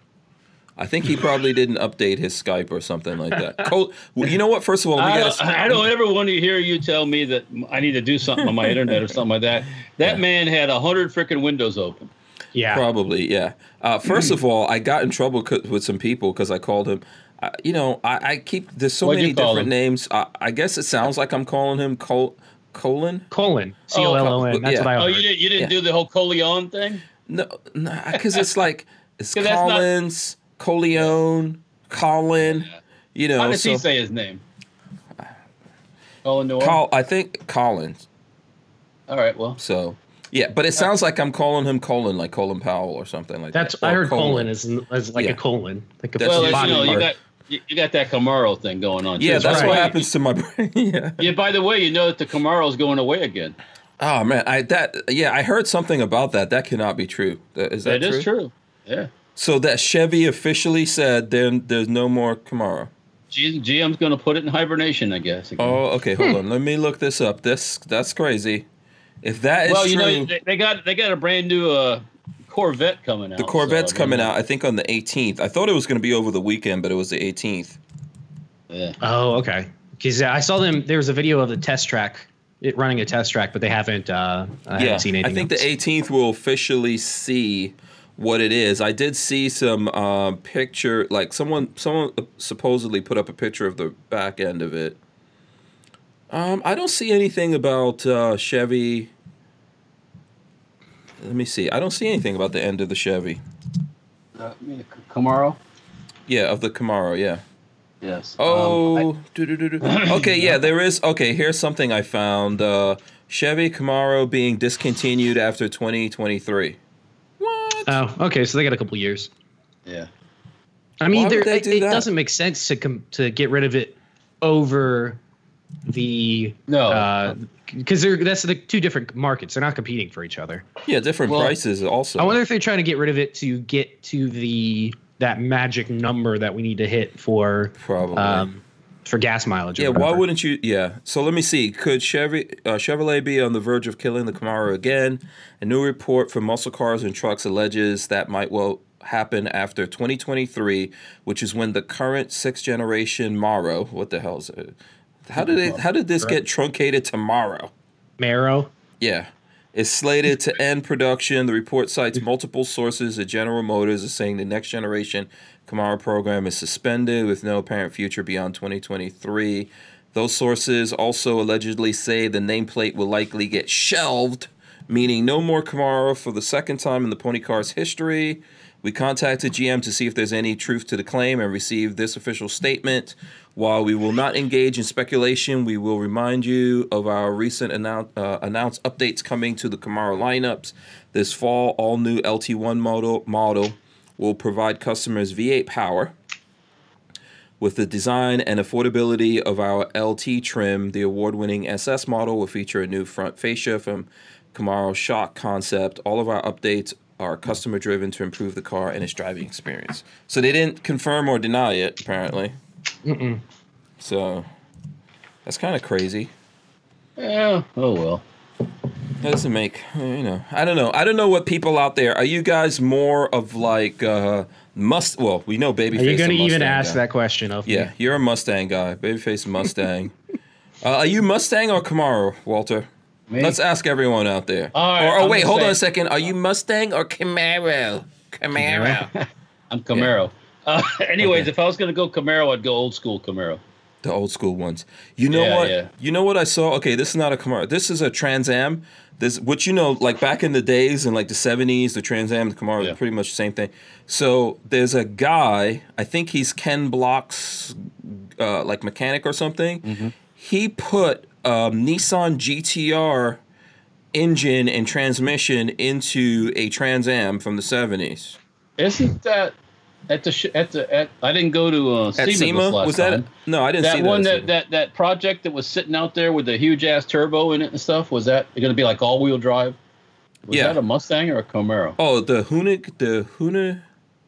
Speaker 1: I think he probably didn't update his Skype or something like
Speaker 3: <laughs>
Speaker 1: that. Col- well, you know what? First of all, we
Speaker 3: I
Speaker 1: got
Speaker 3: don't, I don't ever want to hear you tell me that I need to do
Speaker 1: <laughs>
Speaker 3: something on my internet or something like that. That man had a hundred freaking windows open.
Speaker 4: Yeah.
Speaker 1: Probably, yeah. Uh, first of all, I got in trouble co- with some people because I called him. I, you know, I, I keep there's so
Speaker 3: What'd you
Speaker 1: many
Speaker 3: call
Speaker 1: different
Speaker 3: him?
Speaker 1: names. I, I guess it sounds like I'm calling him Col- Colin.
Speaker 4: Colon. C O L O N. That's
Speaker 1: Oh, yeah.
Speaker 4: what I
Speaker 3: Oh,
Speaker 4: heard.
Speaker 3: you didn't you didn't
Speaker 1: Uh-huh. Yeah.
Speaker 3: do the whole Coleon thing?
Speaker 1: No, no, because it's like it's
Speaker 3: 'Cause that's not-
Speaker 1: Collins, Coleone, Colin. You know,
Speaker 3: How does
Speaker 1: so
Speaker 3: he say his name? Colin Noir.
Speaker 1: Col- I think Collins.
Speaker 3: All right, well,
Speaker 1: So yeah, but it sounds like I'm calling him Colin, like Colin Powell or something like
Speaker 4: That's
Speaker 1: that.
Speaker 4: I
Speaker 1: Or
Speaker 4: heard colon is, is like
Speaker 1: Yeah.
Speaker 4: a colon, like a
Speaker 1: That's
Speaker 3: well,
Speaker 1: his
Speaker 3: you
Speaker 4: body
Speaker 3: know, you
Speaker 4: part.
Speaker 3: got you, you got that Camaro thing going on.
Speaker 1: Yeah,
Speaker 3: too.
Speaker 1: that's
Speaker 4: right.
Speaker 1: what happens to my <laughs> brain. yeah.
Speaker 3: Yeah, by the way, you know that the Camaro's going away again.
Speaker 1: Oh man, I that yeah, I heard something about that. That cannot be true. That- Is that
Speaker 3: That is
Speaker 1: true?
Speaker 3: true. Yeah.
Speaker 1: So that Chevy officially said then there's no more Camaro.
Speaker 3: G- GM's going to put it in hibernation, I guess. again.
Speaker 1: Oh, okay, hold on. Let me look this up. This that's crazy. If that is
Speaker 3: well, you
Speaker 1: true,
Speaker 3: know they, they got they got a brand new uh, Corvette coming out.
Speaker 1: the Corvette's
Speaker 3: so, I mean,
Speaker 1: coming out. I think on the 18th. I thought it was going to be over the weekend, but it was the 18th.
Speaker 3: Yeah.
Speaker 4: Oh, okay. Because I saw them. There was a video of the test track, it running a test track, but they haven't. Uh, I
Speaker 1: yeah,
Speaker 4: haven't seen
Speaker 1: I
Speaker 4: anything.
Speaker 1: think
Speaker 4: else.
Speaker 1: the 18th will officially see what it is. I did see some uh, picture, like someone someone supposedly put up a picture of the back end of it. Um, I don't see anything about uh, Chevy. Let me see. I don't see anything about the end of the Chevy.
Speaker 3: Uh, you mean a Camaro.
Speaker 1: Yeah, of the Camaro. Yeah.
Speaker 3: Yes.
Speaker 4: Um,
Speaker 3: Um,
Speaker 1: Oh,
Speaker 4: <coughs>
Speaker 1: doo-doo-doo-doo. okay, yeah, there is. Okay, here's something I found: uh, Chevy Camaro being discontinued after 2023. What?
Speaker 4: Oh, okay. So they got a couple years.
Speaker 3: yeah.
Speaker 4: I mean,
Speaker 1: Why would
Speaker 4: there,
Speaker 1: they
Speaker 4: it,
Speaker 1: do
Speaker 4: it
Speaker 1: that?
Speaker 4: doesn't make sense to com- to get rid of it over the
Speaker 3: No.
Speaker 4: because they're that's the two different markets. They're not competing for each other.
Speaker 1: Yeah, different
Speaker 3: Well,
Speaker 1: prices also.
Speaker 4: I wonder if they're trying to get rid of it to get to the that magic number that we need to hit for
Speaker 1: Probably.
Speaker 4: um, for gas mileage. or
Speaker 1: yeah, why
Speaker 4: whatever.
Speaker 1: wouldn't you? Yeah. So let me see. Could Chevy, uh, Chevrolet be on the verge of killing the Camaro again? A new report from Muscle Cars and Trucks alleges that might well happen after 2023, which is when the current sixth generation Maro. What the hell is it? How did it, How did this get truncated to Maro?
Speaker 4: Marrow?
Speaker 1: Yeah. Is slated to end production. The report cites multiple sources at General Motors as saying the next generation Camaro program is suspended with no apparent future beyond 2023. Those sources also allegedly say the nameplate will likely get shelved, meaning no more Camaro for the second time in the pony car's history. We contacted GM to see if there's any truth to the claim and received this official statement. While we will not engage in speculation, we will remind you of our recent annou- uh, announced updates coming to the Camaro lineups. This fall, all new LT1 model, model will provide customers V8 power. With the design and affordability of our LT trim, the award winning SS model will feature a new front fascia from Camaro Shock Concept. All of our updates are customer driven to improve the car and its driving experience. So they didn't confirm or deny it, apparently. So that's kind of crazy.
Speaker 3: yeah. Oh well.
Speaker 1: That doesn't make you know. I don't know. I don't know what people out there are. You guys more of like uh must? Well, we know babyface.
Speaker 4: Are you going to
Speaker 1: and
Speaker 4: even
Speaker 1: Mustang
Speaker 4: ask
Speaker 1: guy.
Speaker 4: that question of me?
Speaker 1: Yeah, you're a Mustang guy. Babyface Mustang. <laughs> uh, are you Mustang or Camaro, Walter?
Speaker 3: Me?
Speaker 1: Let's ask everyone out there.
Speaker 3: All right,
Speaker 1: or oh
Speaker 3: I'm
Speaker 1: wait,
Speaker 3: gonna
Speaker 1: hold on
Speaker 3: say-
Speaker 1: a second. Are you Mustang or Camaro? Camaro.
Speaker 3: I'm Camaro. Uh, <laughs> anyways,
Speaker 1: Okay.
Speaker 3: if I was gonna go Camaro, I'd go old school Camaro.
Speaker 1: the old school ones. You know
Speaker 3: Yeah,
Speaker 1: what?
Speaker 3: yeah.
Speaker 1: You know what I saw? Okay, this is not a Camaro. This is a Trans Am. This, which you know, like back in the days in like the '70s, the Trans Am, the Camaro,
Speaker 3: Yeah.
Speaker 1: are pretty much the same thing. So there's a guy. I think he's Ken Block's uh, like mechanic or something.
Speaker 3: Mm-hmm.
Speaker 1: He put um, Nissan GTR engine and transmission into a Trans Am from the '70s.
Speaker 3: Isn't that at the sh- at the at? I didn't go to uh,
Speaker 1: At
Speaker 3: SEMA this
Speaker 1: SEMA,
Speaker 3: last
Speaker 1: was that?
Speaker 3: time.
Speaker 1: No, I didn't see
Speaker 3: That
Speaker 1: that.
Speaker 3: one
Speaker 1: at
Speaker 3: that,
Speaker 1: SEMA.
Speaker 3: that that project that was sitting out there with the huge ass turbo in it and stuff was that going to be like all wheel drive? Was
Speaker 1: Yeah.
Speaker 3: that a Mustang or a Camaro?
Speaker 1: oh, the Hunig, the Huna,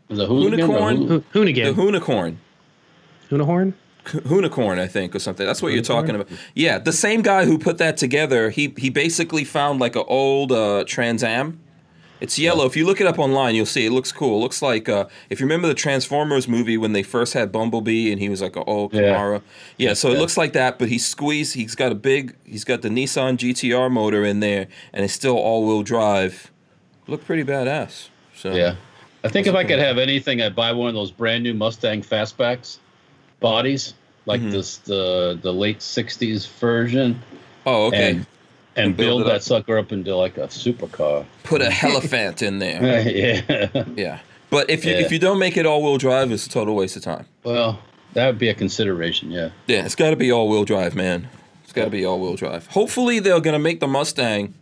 Speaker 3: Was it a hooligan or a
Speaker 1: Unicorn?
Speaker 3: Hool-
Speaker 4: Ho- Hoonigan.
Speaker 1: the Hunicorn.
Speaker 4: Hoonahorn?
Speaker 1: Hunicorn, I think, or something. That's what you're talking about. Yeah, the same guy who put that together. He he basically found like an old uh, Trans Am. It's yellow. If you look it up online, you'll see it looks cool. It looks like uh, if you remember the Transformers movie when they first had Bumblebee and he was like an old
Speaker 3: Yeah.
Speaker 1: Camaro. Yeah, so it looks like that, but he's squeezed. He's got a big. He's got the Nissan GTR motor in there, and it's still all-wheel drive. Look pretty badass. So
Speaker 3: Yeah, I think if I could have anything, I'd buy one of those brand new Mustang fastbacks bodies, like
Speaker 1: Mm-hmm.
Speaker 3: this the the late '60s version,
Speaker 1: Oh, okay.
Speaker 3: and and
Speaker 1: build
Speaker 3: build,
Speaker 1: it
Speaker 3: that
Speaker 1: up.
Speaker 3: sucker up into like a supercar. <laughs>
Speaker 1: Put a <laughs> Heliphant in there.
Speaker 3: yeah.
Speaker 1: Yeah. But if you
Speaker 3: Yeah.
Speaker 1: if you don't make it all wheel drive, it's a total waste of time.
Speaker 3: Well, that would be a consideration. Yeah.
Speaker 1: Yeah, it's got to be all wheel drive, man. It's got to be all wheel drive. Hopefully, they're gonna make the Mustang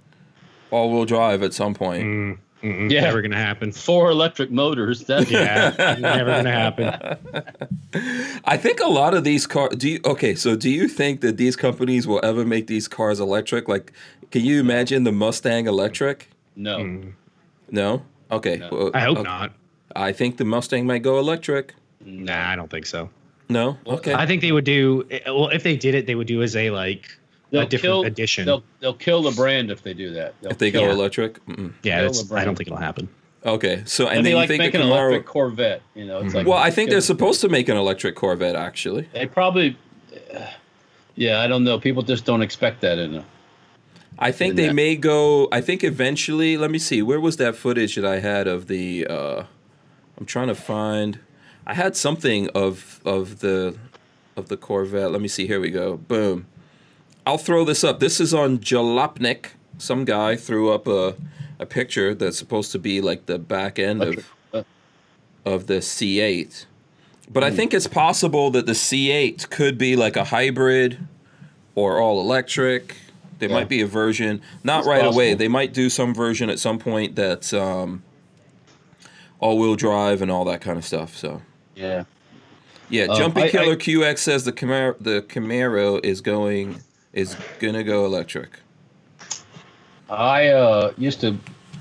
Speaker 1: all wheel drive at some point.
Speaker 4: Mm-mm,
Speaker 3: Yeah.
Speaker 4: Mm, Never going to happen.
Speaker 3: Four electric motors. That,
Speaker 4: Yeah. never going to happen.
Speaker 1: I think a lot of these cars. Do you okay? So do you think that these companies will ever make these cars electric? Like, can you imagine the Mustang electric?
Speaker 3: No.
Speaker 4: Hmm.
Speaker 1: No. Okay. well,
Speaker 4: I hope
Speaker 1: okay.
Speaker 4: not.
Speaker 1: I think the Mustang might go electric.
Speaker 4: Nah, I don't think so.
Speaker 1: No. Okay.
Speaker 4: I think they would do well if they did it. They would do as a like a different edition.
Speaker 3: They'll, they'll kill the brand if they do that. They'll
Speaker 1: if they go
Speaker 4: Yeah.
Speaker 1: electric. Mm-mm.
Speaker 4: Yeah,
Speaker 3: kill
Speaker 4: that's,
Speaker 3: the
Speaker 4: I don't
Speaker 3: brand.
Speaker 4: think it'll happen.
Speaker 1: Okay. So and
Speaker 3: It'd be
Speaker 1: then you
Speaker 3: like
Speaker 1: think the
Speaker 3: making an
Speaker 1: Camaro-
Speaker 3: electric Corvette. You know,
Speaker 4: Hmm.
Speaker 3: it's like.
Speaker 1: Well, I think
Speaker 3: kill-
Speaker 1: they're supposed to make an electric Corvette, actually.
Speaker 3: They probably. <sighs> Yeah, I don't know. People just don't expect that in them.
Speaker 1: I think
Speaker 3: in
Speaker 1: they
Speaker 3: that.
Speaker 1: may go. I think eventually. Let me see. Where was that footage that I had of the? Uh, I'm trying to find. I had something of of the of the Corvette. Let me see. Here we go. Boom. I'll throw this up. This is on Jalopnik. Some guy threw up a a picture that's supposed to be like the back end of
Speaker 3: Electric. Uh,
Speaker 1: of the C8. But
Speaker 3: Hmm.
Speaker 1: I think it's possible that the C8 could be like a hybrid or all electric. There
Speaker 3: Yeah.
Speaker 1: might be a version, not
Speaker 3: It's
Speaker 1: right away.
Speaker 3: possible.
Speaker 1: They might do some version at some point that's um, all-wheel drive and all that kind of stuff. So
Speaker 3: Yeah.
Speaker 1: Yeah,
Speaker 3: Um,
Speaker 1: Jumpy
Speaker 3: I- I-
Speaker 1: Killer QX says the Camaro the Camaro is going is gonna go electric.
Speaker 3: I uh, used to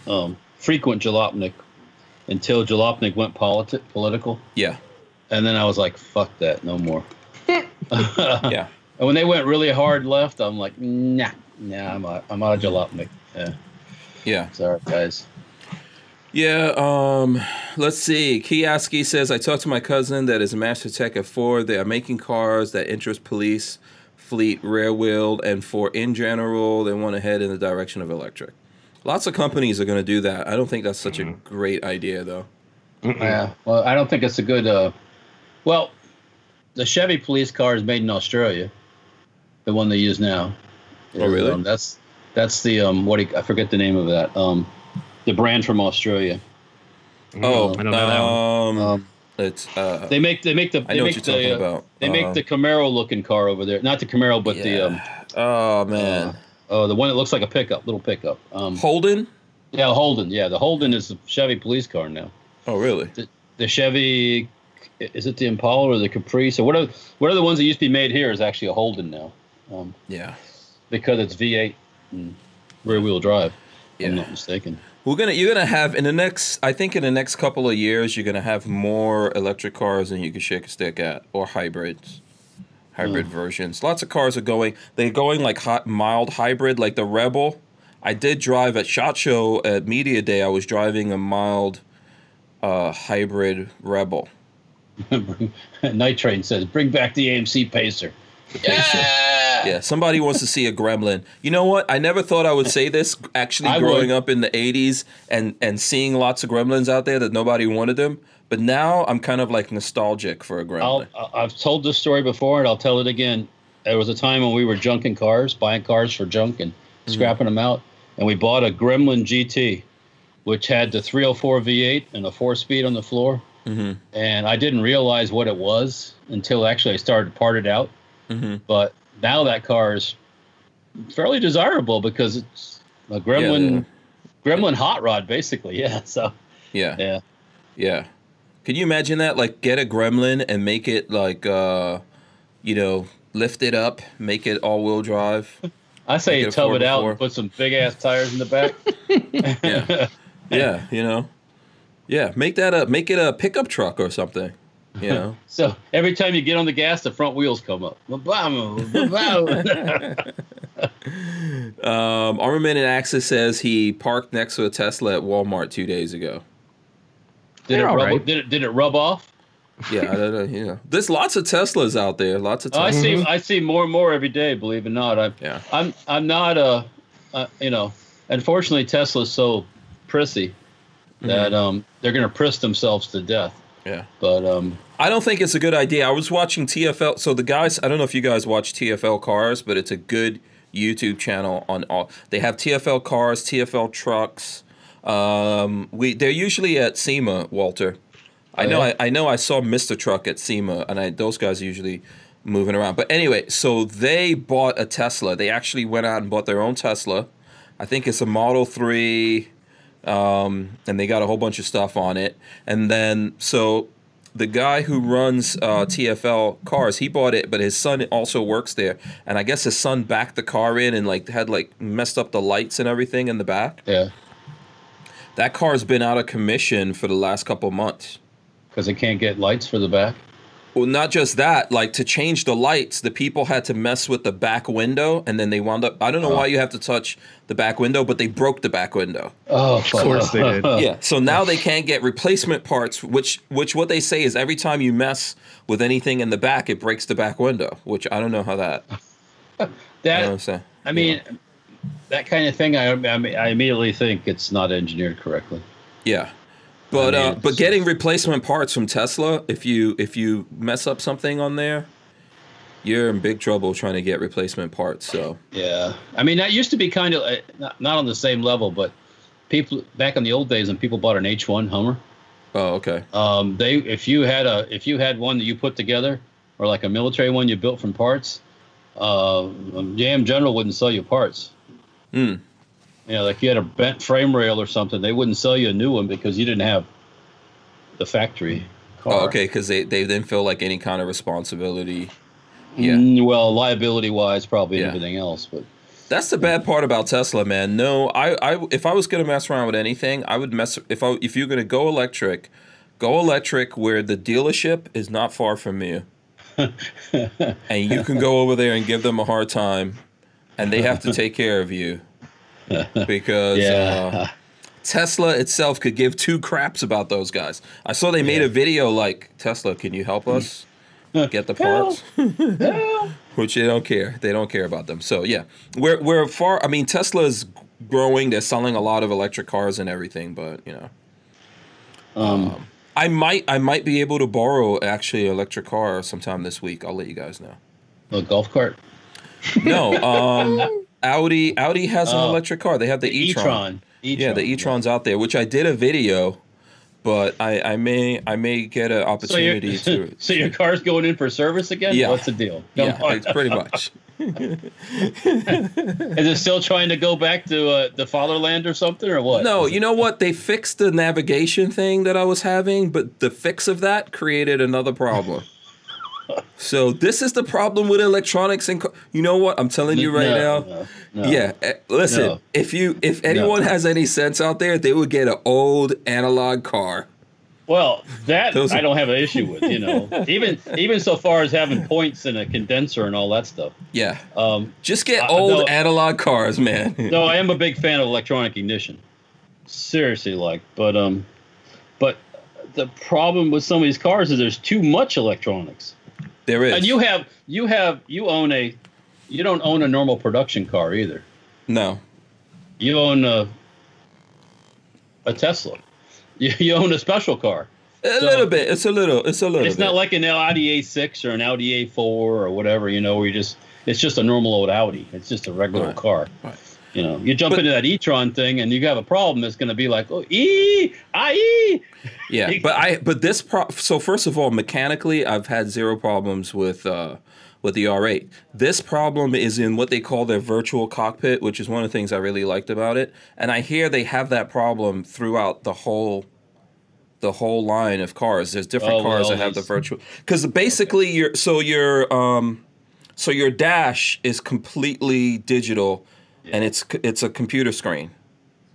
Speaker 3: um, frequent Jalopnik until Jalopnik went politi- political, <laughs>
Speaker 1: Yeah,
Speaker 3: and then I was like, "Fuck that, no more." and
Speaker 1: yeah.
Speaker 3: when they went really hard left, I'm like, "Nah, nah, I'm out, I'm out of Jalopnik." Yeah,
Speaker 1: Yeah.
Speaker 3: sorry guys.
Speaker 1: Yeah, um let's see. Kioski says I talked to my cousin that is a master tech at Ford. They are making cars that interest police, fleet, rare wheeled, and for in general, they want to head in the direction of electric. Lots of companies are gonna do that. I don't think that's such
Speaker 4: Mm-hmm.
Speaker 1: a great idea though.
Speaker 3: Yeah. Well, I don't think it's a good. Uh, well, the Chevy police car is made in Australia, the one they use now.
Speaker 1: Oh, really?
Speaker 3: Um, that's that's the um what do you, I forget the name of that um the brand from Australia.
Speaker 1: Oh,
Speaker 4: I don't know that
Speaker 1: um,
Speaker 4: one.
Speaker 3: Um,
Speaker 1: it's uh
Speaker 3: they make they make the
Speaker 1: I
Speaker 3: they
Speaker 1: know
Speaker 3: make
Speaker 1: what you're talking
Speaker 3: the uh,
Speaker 1: about.
Speaker 3: they make
Speaker 1: Um,
Speaker 3: the Camaro looking car over there. Not the Camaro, but the um
Speaker 1: yeah. Oh man.
Speaker 3: uh, oh the one that looks like a pickup, little pickup. Um
Speaker 1: Holden?
Speaker 3: yeah, Holden. Yeah, the Holden is the Chevy police car now.
Speaker 1: Oh really?
Speaker 3: the Chevy, is it the Impala or the Caprice or what are what are the ones that used to be made here is actually a Holden now, um,
Speaker 1: Yeah.
Speaker 3: because it's V8 and rear wheel drive. if
Speaker 1: Yeah.
Speaker 3: I'm not mistaken. <laughs>
Speaker 1: We're gonna you're gonna have in the next I think in the next couple of years you're gonna have more electric cars than you can shake a stick at or hybrids. Hybrid versions. Lots of cars are going they're going like hot mild hybrid, like the Rebel. I did drive at SHOT Show at Media Day, I was driving a mild uh, hybrid rebel.
Speaker 3: Night Train says, "Bring back the AMC Pacer." Yeah.
Speaker 1: Yeah, somebody wants to see a gremlin. You know what? I never thought I would say this. Actually,
Speaker 3: I
Speaker 1: growing
Speaker 3: would.
Speaker 1: up in the '80s and and seeing lots of gremlins out there that nobody wanted them, but now I'm kind of like nostalgic for a
Speaker 3: I'll,
Speaker 1: gremlin.
Speaker 3: I- I've told this story before, and I'll tell it again. There was a time when we were junking cars, buying cars for junk and scrapping them out, and we bought a Gremlin GT, which had the 304 V8 and a four-speed on the floor.
Speaker 1: hmm
Speaker 3: and I didn't realize what it was until actually I started to part it out.
Speaker 1: hmm
Speaker 3: But now that car is fairly desirable because it's a Gremlin, Gremlin hot rod basically. <laughs> Yeah. So
Speaker 1: Yeah, yeah,
Speaker 3: yeah,
Speaker 1: Can you imagine that? Like, get a gremlin and make it like, uh, you know, lift it up, make it all-wheel
Speaker 3: <laughs>
Speaker 1: drive.
Speaker 3: I say
Speaker 1: Make
Speaker 3: you
Speaker 1: it a
Speaker 3: tow
Speaker 1: four
Speaker 3: it out
Speaker 1: before.
Speaker 3: and put some big ass tires in the back.
Speaker 1: Yeah, yeah, you know, yeah. Make that a make it a pickup truck or something. You
Speaker 3: <laughs>
Speaker 1: know.
Speaker 3: so every time you get on the gas, the front wheels come up. Ba-bam,
Speaker 4: <laughs>
Speaker 3: ba-bam.
Speaker 1: Um, Armament and Axis says he parked next to a Tesla at Walmart two days ago.
Speaker 3: did, it
Speaker 4: They're all
Speaker 3: rub,
Speaker 4: right.
Speaker 3: did it did it rub off?
Speaker 1: Yeah, I don't know. You know, there's lots of Teslas out there. Lots of
Speaker 3: Oh, I
Speaker 1: Teslas.
Speaker 4: Mm-hmm.
Speaker 3: see. I see more and more every day. Believe it or not, I'm.
Speaker 1: Yeah.
Speaker 3: I'm. I'm not a. Uh, you know, unfortunately, Tesla's so prissy
Speaker 4: Mm-hmm.
Speaker 3: that um they're gonna priss themselves to death.
Speaker 1: Yeah.
Speaker 3: But um
Speaker 1: I don't think it's a good idea. I was watching TFL. So the guys, I don't know if you guys watch TFL Cars, but it's a good YouTube channel on all. They have TFL Cars, TFL Trucks. Um, we they're usually at SEMA, Walter. I know.
Speaker 3: Oh, yeah?
Speaker 1: I, I know. I saw Mr. Truck at SEMA, and I, those guys are usually moving around. But anyway, so they bought a Tesla. They actually went out and bought their own Tesla. I think it's a Model Three and they got a whole bunch of stuff on it. And then so the guy who runs uh, TFL cars, he bought it, but his son also works there. And I guess his son backed the car in and like had like messed up the lights and everything in the back.
Speaker 3: yeah,
Speaker 1: That car's been out of commission for the last couple months.
Speaker 3: because they can't get lights for the back.
Speaker 1: Well, not just that, like to change the lights, the people had to mess with the back window and then they wound up. I don't know why you have to touch the back window, but they broke the back window.
Speaker 3: Oh, of
Speaker 4: course they did.
Speaker 3: <laughs>
Speaker 1: yeah so now they can't get replacement parts which which what they say is every time you mess with anything in the back it breaks the back window which i don't know how that i don't
Speaker 3: That
Speaker 1: understand
Speaker 3: I mean, that kind of thing. I, I mean, I immediately think it's not engineered correctly.
Speaker 1: yeah but
Speaker 3: I mean,
Speaker 1: uh but
Speaker 3: it's-
Speaker 1: getting replacement parts from tesla if you if you mess up something on there you're in big trouble trying to get replacement parts so
Speaker 3: Yeah, I mean that used to be kind of uh, not, not on the same level, but people back in the old days when people bought an H1 Hummer,
Speaker 1: oh okay
Speaker 3: um, they if you had a if you had one that you put together or like a military one you built from parts, uh, um, JM General wouldn't sell you parts.
Speaker 1: Hmm.
Speaker 3: You know, like you had a bent frame rail or something, they wouldn't sell you a new one because you didn't have the factory car.
Speaker 1: Oh, okay, because they, they didn't feel like any kind of responsibility. Yeah.
Speaker 3: Mm, well, liability wise, probably and
Speaker 1: Yeah.
Speaker 3: everything else, but
Speaker 1: That's the bad part about Tesla, man. No, I, I if I was gonna mess around with anything, I would mess if I if you're gonna go electric, go electric where the dealership is not far from you. and you can go over there and give them a hard time and they have to take care of you. Because uh,
Speaker 3: yeah,
Speaker 1: Tesla itself could give two craps about those guys. I saw they made a video like Tesla, can you help us get the parts? Which they don't care. They don't care about them. So yeah, we're we're far. I mean, Tesla is growing. They're selling a lot of electric cars and everything. But you know,
Speaker 3: um,
Speaker 1: I might I might be able to borrow actually an electric car sometime this week. I'll let you guys know.
Speaker 3: a golf cart,
Speaker 1: No,
Speaker 3: <laughs>
Speaker 1: um, Audi Audi has an
Speaker 3: Oh.
Speaker 1: electric car. They have the e-tron.
Speaker 3: e-tron.
Speaker 1: Yeah, the e-tron's out there, which I did a video, but I, I may I may get an
Speaker 3: So, your- <laughs>
Speaker 1: opportunity to.
Speaker 3: so your car's going in for service again?
Speaker 1: Yeah.
Speaker 3: What's the deal? Come
Speaker 1: yeah,
Speaker 3: on.
Speaker 1: it's pretty much.
Speaker 3: Is it still trying to go back to uh, the fatherland or something or what?
Speaker 1: No, you know what? They fixed the navigation thing that I was having, but the fix of that created another
Speaker 3: <laughs>
Speaker 1: problem. so this is the problem with electronics and co- you know what? I'm telling you right now.
Speaker 3: no, no.
Speaker 1: Yeah, eh, listen.
Speaker 3: No.
Speaker 1: If you if anyone has any sense out there, they would get an old analog car.
Speaker 3: Well, that
Speaker 1: Those
Speaker 3: I
Speaker 1: are-
Speaker 3: don't have an issue with, you
Speaker 1: <laughs>
Speaker 3: know. even even so far as having points and a condenser and all that stuff.
Speaker 1: Yeah,
Speaker 3: Um,
Speaker 1: just get
Speaker 3: Uh,
Speaker 1: old
Speaker 3: no.
Speaker 1: analog cars, man.
Speaker 3: no, I am a big fan of electronic ignition. Seriously, like, but um, but the problem with some of these cars is there's too much electronics.
Speaker 1: There is.
Speaker 3: And you have you have you own a you don't own a normal production car either.
Speaker 1: no.
Speaker 3: You own a a Tesla. <laughs> You, you own a special car.
Speaker 1: A
Speaker 3: So-
Speaker 1: little bit. It's a little. It's a little.
Speaker 3: It's not
Speaker 1: bit.
Speaker 3: like an Audi A6 or an Audi A4 or whatever, you know, where you just it's just a normal old Audi. It's just a regular
Speaker 1: Right.
Speaker 3: car.
Speaker 1: Right.
Speaker 3: You know, you jump
Speaker 1: But-
Speaker 3: into that e-tron thing and you have a problem that's going to be like, "Oh, e, I
Speaker 1: Yeah, but I but this pro- so first of all, mechanically, I've had zero problems with uh, with the R8. This problem is in what they call their virtual cockpit, which is one of the things I really liked about it. And I hear they have that problem throughout the whole the whole line of cars. There's different
Speaker 3: Oh,
Speaker 1: cars
Speaker 3: well,
Speaker 1: that have the
Speaker 3: these-
Speaker 1: virtual because basically your so your um so your dash is completely digital, and it's c- it's a computer screen.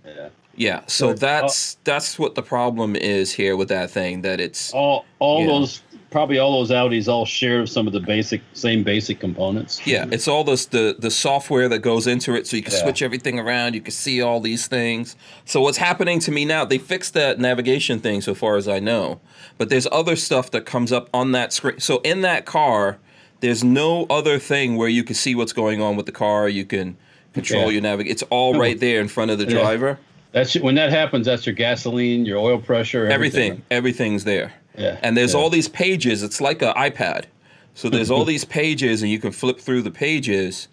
Speaker 3: Yeah.
Speaker 1: Yeah, so
Speaker 3: Uh,
Speaker 1: that's that's what the problem is here with that thing that it's
Speaker 3: All all
Speaker 1: Yeah.
Speaker 3: those probably all those Audis all share some of the basic same basic components.
Speaker 1: yeah, it's all this the the software that goes into it so you can
Speaker 3: Yeah.
Speaker 1: switch everything around, you can see all these things. So what's happening to me now, they fixed that navigation thing so far as I know, but there's other stuff that comes up on that screen. So in that car, there's no other thing where you can see what's going on with the car, you can control
Speaker 3: Yeah.
Speaker 1: your navig it's all right there in front of the
Speaker 3: Yeah.
Speaker 1: driver.
Speaker 3: That's when that happens that's your gasoline, your oil pressure,
Speaker 1: Everything, everything's there.
Speaker 3: Yeah.
Speaker 1: and there's
Speaker 3: yeah.
Speaker 1: all these pages. It's like an iPad. So there's
Speaker 3: <laughs>
Speaker 1: all these pages, and you can flip through the pages.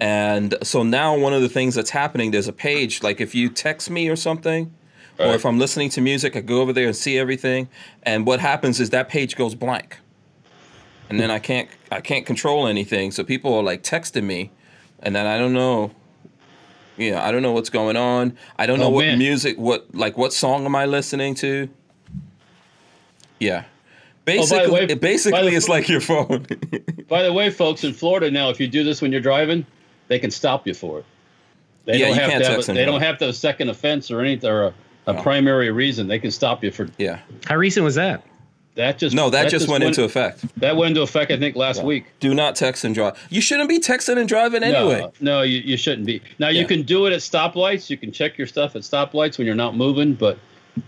Speaker 1: And so now one of the things that's happening, there's a page like if you text me or something, or
Speaker 3: Right.
Speaker 1: if I'm listening to music, I go over there and see everything. And what happens is that page goes blank, and then I can't I can't control anything. So people are like texting me, and then I don't know. You know, I don't know what's going on. I don't know
Speaker 3: Oh,
Speaker 1: what
Speaker 3: man.
Speaker 1: music, what like what song am I listening to? Yeah. Basically,
Speaker 3: Oh, way-
Speaker 1: it basically,
Speaker 3: by the-
Speaker 1: it's like your phone. <laughs>
Speaker 3: By the way, folks in Florida now, if you do this when you're driving, they can stop you for it. They
Speaker 1: Yeah,
Speaker 3: don't
Speaker 1: you
Speaker 3: have
Speaker 1: can't
Speaker 3: to have
Speaker 1: text
Speaker 3: a, they
Speaker 1: anymore.
Speaker 3: don't have to have a second offense or anything or a, a
Speaker 1: No.
Speaker 3: primary reason. They can stop you for
Speaker 1: yeah.
Speaker 4: How recent was that?
Speaker 3: that. Just
Speaker 1: No, that, just, went, into effect.
Speaker 3: that went into effect. I think last week.
Speaker 1: Do not text and drive. You shouldn't be texting and driving anyway.
Speaker 3: No, no, you, you shouldn't be. Now
Speaker 1: Yeah.
Speaker 3: you can do it at stoplights. You can check your stuff at stoplights when you're not moving, but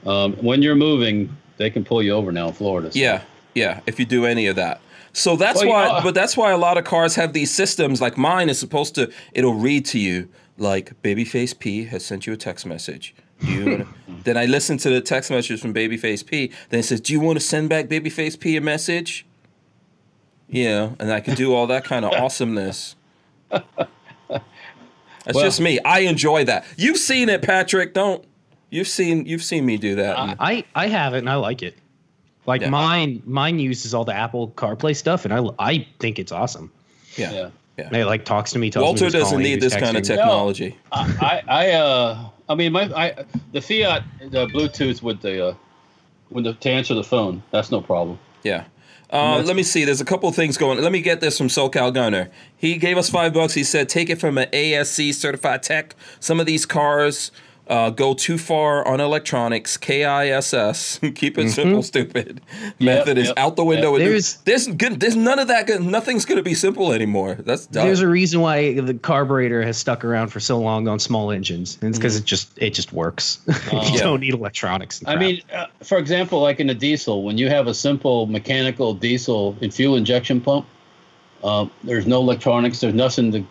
Speaker 3: um, when you're moving, they can pull you over now in Florida. so-
Speaker 1: Yeah, yeah. If you do any of that, so that's
Speaker 3: Well, you
Speaker 1: why.
Speaker 3: know, I-
Speaker 1: but that's why a lot of cars have these systems. Like mine is supposed to. It'll read to you like Babyface P has sent you a text message. Do you
Speaker 3: <laughs>
Speaker 1: wanna, then I listen to the text message from Babyface P. Then it says, "Do you want to send back Babyface P a message?" You know, and I can do all that kind
Speaker 3: <laughs>
Speaker 1: of awesomeness. That's
Speaker 3: Well-
Speaker 1: just me. I enjoy that. You've seen it, Patrick. Don't you've seen you've seen me do that. and-
Speaker 4: I I have it and I like it. Like
Speaker 1: Yeah.
Speaker 4: mine mine uses all the Apple CarPlay stuff and I I think it's awesome.
Speaker 1: yeah.
Speaker 3: Yeah.
Speaker 4: And it like talks to me. Tells me
Speaker 1: Walter
Speaker 4: who's
Speaker 1: doesn't
Speaker 4: calling,
Speaker 1: need
Speaker 4: who's
Speaker 1: this kind of
Speaker 4: texting.
Speaker 1: technology.
Speaker 3: I, I, uh, I mean, my, I, the Fiat, the Bluetooth with the, uh, when the, to answer the phone. That's no problem.
Speaker 1: Yeah. Uh, let me see. There's a couple of things going. Let me get this from SoCal Gunner. He gave us five bucks. He said, "Take it from an ASC certified tech. Some of these cars uh, go too far on electronics. KISS. <laughs> Keep it simple, stupid. Method is
Speaker 3: yep,
Speaker 1: out the window. with
Speaker 4: Mm-hmm. There's-
Speaker 1: this. There's good. There's none of that. Good. Nothing's gonna be simple anymore. That's done.
Speaker 4: There's a reason why the carburetor has stuck around for so long on small engines. And it's because it just it just works. <laughs> you
Speaker 1: Yeah.
Speaker 4: don't need electronics. and
Speaker 3: Mm-hmm. Uh, I
Speaker 4: crap.
Speaker 3: mean, uh, for example, like in a diesel, when you have a simple mechanical diesel and fuel injection pump, uh, there's no electronics. There's nothing to.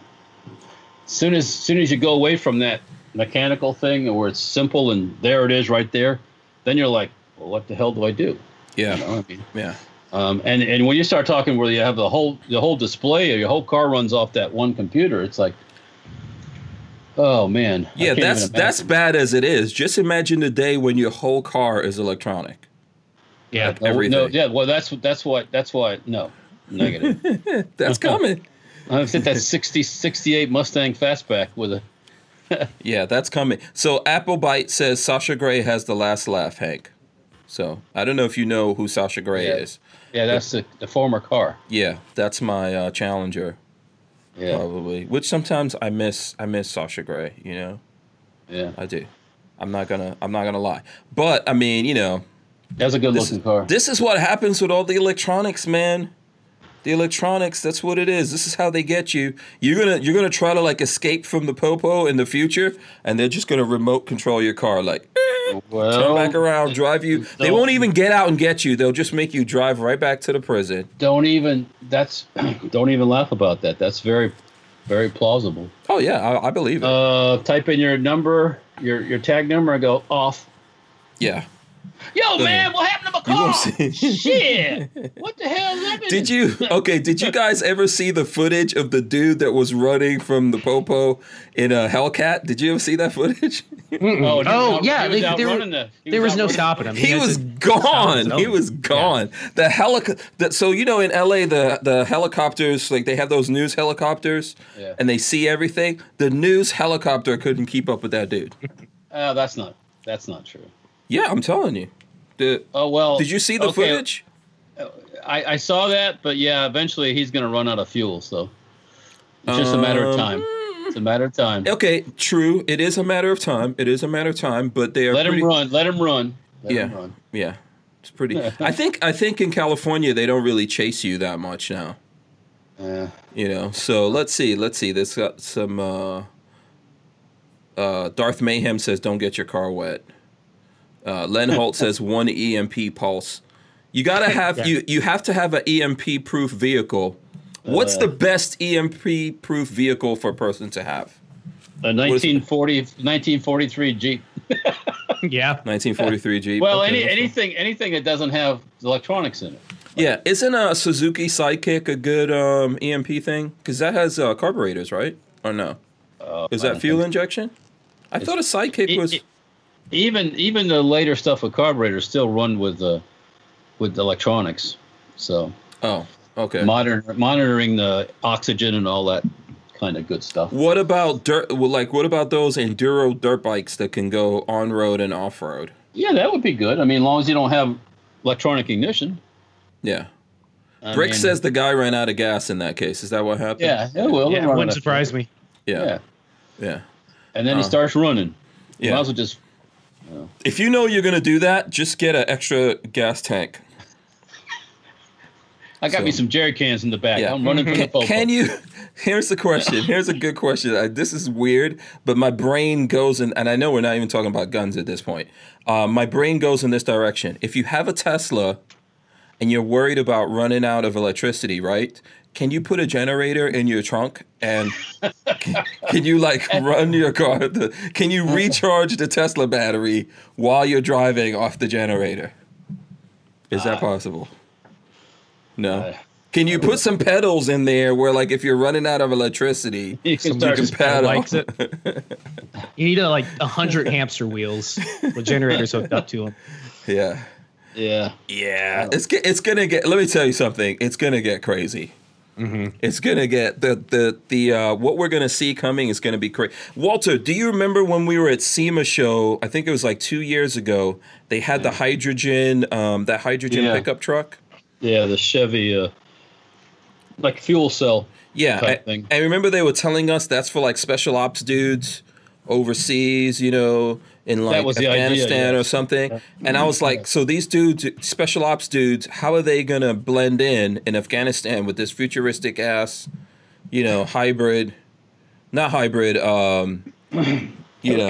Speaker 3: Soon as soon as you go away from that mechanical thing, where it's simple and there it is right there, then you're like, well, what the hell do I do? You
Speaker 1: yeah.
Speaker 3: know, I mean,
Speaker 1: Yeah.
Speaker 3: um, and and when you start talking where you have the whole the whole display or your whole car runs off that one computer, it's like, oh man.
Speaker 1: Yeah.
Speaker 3: I can't even
Speaker 1: That's that's
Speaker 3: imagine.
Speaker 1: bad as it is. Just imagine the day when your whole car is electronic.
Speaker 4: yeah.
Speaker 3: No, No,
Speaker 1: everything.
Speaker 3: yeah. Well, that's that's what that's why no
Speaker 1: <laughs>
Speaker 3: negative. <laughs>
Speaker 1: That's coming.
Speaker 3: I was at that 60, 68 Mustang fastback with a
Speaker 1: Yeah, that's coming. So Applebite says Sasha Grey has the last laugh, Hank. So I don't know if you know who Sasha Grey
Speaker 3: Yeah.
Speaker 1: is.
Speaker 3: yeah. That's the, the former car.
Speaker 1: Yeah, that's my uh, challenger
Speaker 3: Yeah,
Speaker 1: probably. Which sometimes I miss. I miss Sasha Grey. You know,
Speaker 3: yeah.
Speaker 1: I do. I'm not gonna. I'm not gonna lie. But I mean, you know,
Speaker 3: That's a good looking car.
Speaker 1: this is what happens with all the electronics, man. The electronics, that's what it is. This is how they get you. You're gonna you're gonna try to like escape from the popo in the future, and they're just gonna remote control your car, like turn
Speaker 3: well,
Speaker 1: back around, drive you. They won't even get out and get you. They'll just make you drive right back to the prison.
Speaker 3: don't even. That's <clears throat> don't even laugh about that. That's very, very plausible.
Speaker 1: Oh yeah, I, I believe it.
Speaker 3: Uh, type in your number, your your tag number, and go off.
Speaker 1: yeah.
Speaker 3: Yo, man, what happened to my
Speaker 1: You
Speaker 3: car?
Speaker 1: won't see- <laughs>
Speaker 3: Shit! What the hell happened?
Speaker 1: Did
Speaker 3: <laughs>
Speaker 1: you okay? Did you guys ever see the footage of the dude that was running from the popo in a Hellcat? Did you ever see that footage?
Speaker 3: Oh, he was
Speaker 4: Oh,
Speaker 3: out-
Speaker 4: yeah,
Speaker 3: he was
Speaker 4: they-
Speaker 3: out
Speaker 4: they were-
Speaker 3: running the- <laughs> he
Speaker 4: there was
Speaker 3: out
Speaker 4: no
Speaker 3: running-
Speaker 4: stopping him.
Speaker 1: he
Speaker 4: had
Speaker 1: was
Speaker 4: to-
Speaker 1: gone.
Speaker 4: his
Speaker 1: He
Speaker 4: own.
Speaker 1: was gone. The helicopter. So you know, in LA, the the helicopters like they have those news helicopters,
Speaker 3: Yeah.
Speaker 1: and they see everything. The news helicopter couldn't keep up with that dude.
Speaker 3: Oh, that's not. That's not true.
Speaker 1: yeah, I'm telling you. The,
Speaker 3: Oh well.
Speaker 1: did you see the
Speaker 3: okay,
Speaker 1: footage?
Speaker 3: I, I saw that, but yeah, eventually he's going to run out of fuel. So it's just a matter of
Speaker 1: Um,
Speaker 3: time. It's a matter of time.
Speaker 1: Okay, true. It is a matter of time. It is a matter of time, but they are
Speaker 3: Let
Speaker 1: pretty,
Speaker 3: him run. Let him run. Let
Speaker 1: Yeah,
Speaker 3: him run.
Speaker 1: yeah. It's
Speaker 3: <laughs>
Speaker 1: pretty. I think I think in California they don't really chase you that much now.
Speaker 3: Yeah.
Speaker 1: You know, so let's see, let's see. This got some. Uh, uh, Darth Mayhem says, "Don't get your car wet." Uh, Len Holt
Speaker 3: <laughs>
Speaker 1: says, "One EMP pulse." You gotta have you you have to have an EMP proof vehicle.
Speaker 3: Uh.
Speaker 1: What's the best EMP proof vehicle for a person to have?
Speaker 3: A 1940, 1943 Jeep.
Speaker 4: Yeah.
Speaker 1: 1943 Jeep.
Speaker 3: Well,
Speaker 1: Okay,
Speaker 3: any
Speaker 1: that's fine.
Speaker 3: anything anything that doesn't have electronics in it.
Speaker 1: Yeah, isn't a Suzuki Sidekick a good um, EMP thing? Because that has uh, carburetors, right? Or no?
Speaker 3: Uh,
Speaker 1: Is
Speaker 3: I
Speaker 1: that
Speaker 3: don't
Speaker 1: fuel
Speaker 3: think-
Speaker 1: injection? I thought a Sidekick
Speaker 3: E-
Speaker 1: was.
Speaker 3: e- even even the later stuff with carburetors still run with uh, with electronics. So
Speaker 1: Oh, okay.
Speaker 3: monitor, monitoring the oxygen and all that kind of good stuff.
Speaker 1: What about dirt? Well, like, what about those enduro dirt bikes that can go on road and off road?
Speaker 3: Yeah, that would be good. I mean, as long as you don't have electronic ignition.
Speaker 1: Yeah.
Speaker 3: I
Speaker 1: Brick
Speaker 3: mean,
Speaker 1: says the guy ran out of gas in that case. Is that what happened?
Speaker 3: Yeah, it will. It'll
Speaker 4: Yeah, it
Speaker 3: run
Speaker 4: wouldn't
Speaker 3: out of
Speaker 4: surprise me.
Speaker 1: Yeah.
Speaker 3: fuel.
Speaker 1: Yeah.
Speaker 3: Yeah. And then he starts running.
Speaker 1: Uh, Yeah.
Speaker 3: Yeah. Might as well just.
Speaker 1: If you know you're going to do that, just get an extra gas tank.
Speaker 3: I got
Speaker 1: So-
Speaker 3: me some jerry cans in the back.
Speaker 1: Yeah.
Speaker 3: I'm running from the
Speaker 1: Can,
Speaker 3: popo.
Speaker 1: can you? Here's the question. Here's a
Speaker 3: <laughs>
Speaker 1: good question. Uh, this is weird, but my brain goes in, and I know we're not even talking about guns at this point. Uh, my brain goes in this direction. If you have a Tesla and you're worried about running out of electricity, right? Can you put a generator in your trunk and can, can you like run your car? The, can you recharge the Tesla battery while you're driving off the generator? Is that possible? No.
Speaker 3: Uh,
Speaker 1: Can you put some pedals in there where, like, if you're running out of electricity,
Speaker 3: You can start
Speaker 1: can
Speaker 3: just
Speaker 1: pedal?
Speaker 4: Likes it. <laughs> You need uh, like a hundred hamster wheels with generators hooked up to them.
Speaker 1: Yeah,
Speaker 3: Yeah.
Speaker 1: yeah. It's ge- it's gonna get. Let me tell you something. It's gonna get crazy. It's gonna get the the the uh, what we're gonna see coming is gonna be crazy. Walter, do you remember when we were at SEMA show? I think it was like two years ago. They had the hydrogen, um, that hydrogen
Speaker 3: Yeah.
Speaker 1: pickup truck.
Speaker 3: Yeah, the Chevy, uh, like fuel cell.
Speaker 1: Yeah,
Speaker 3: type
Speaker 1: I-
Speaker 3: thing.
Speaker 1: I remember they were telling us that's for like special ops dudes overseas, you know, in like
Speaker 3: was the idea,
Speaker 1: Afghanistan
Speaker 3: yeah.
Speaker 1: or something. And I was like, so these dudes, special ops dudes, how are they gonna blend in in Afghanistan with this futuristic ass, you know, hybrid, not hybrid, um, you
Speaker 3: <coughs>
Speaker 1: know,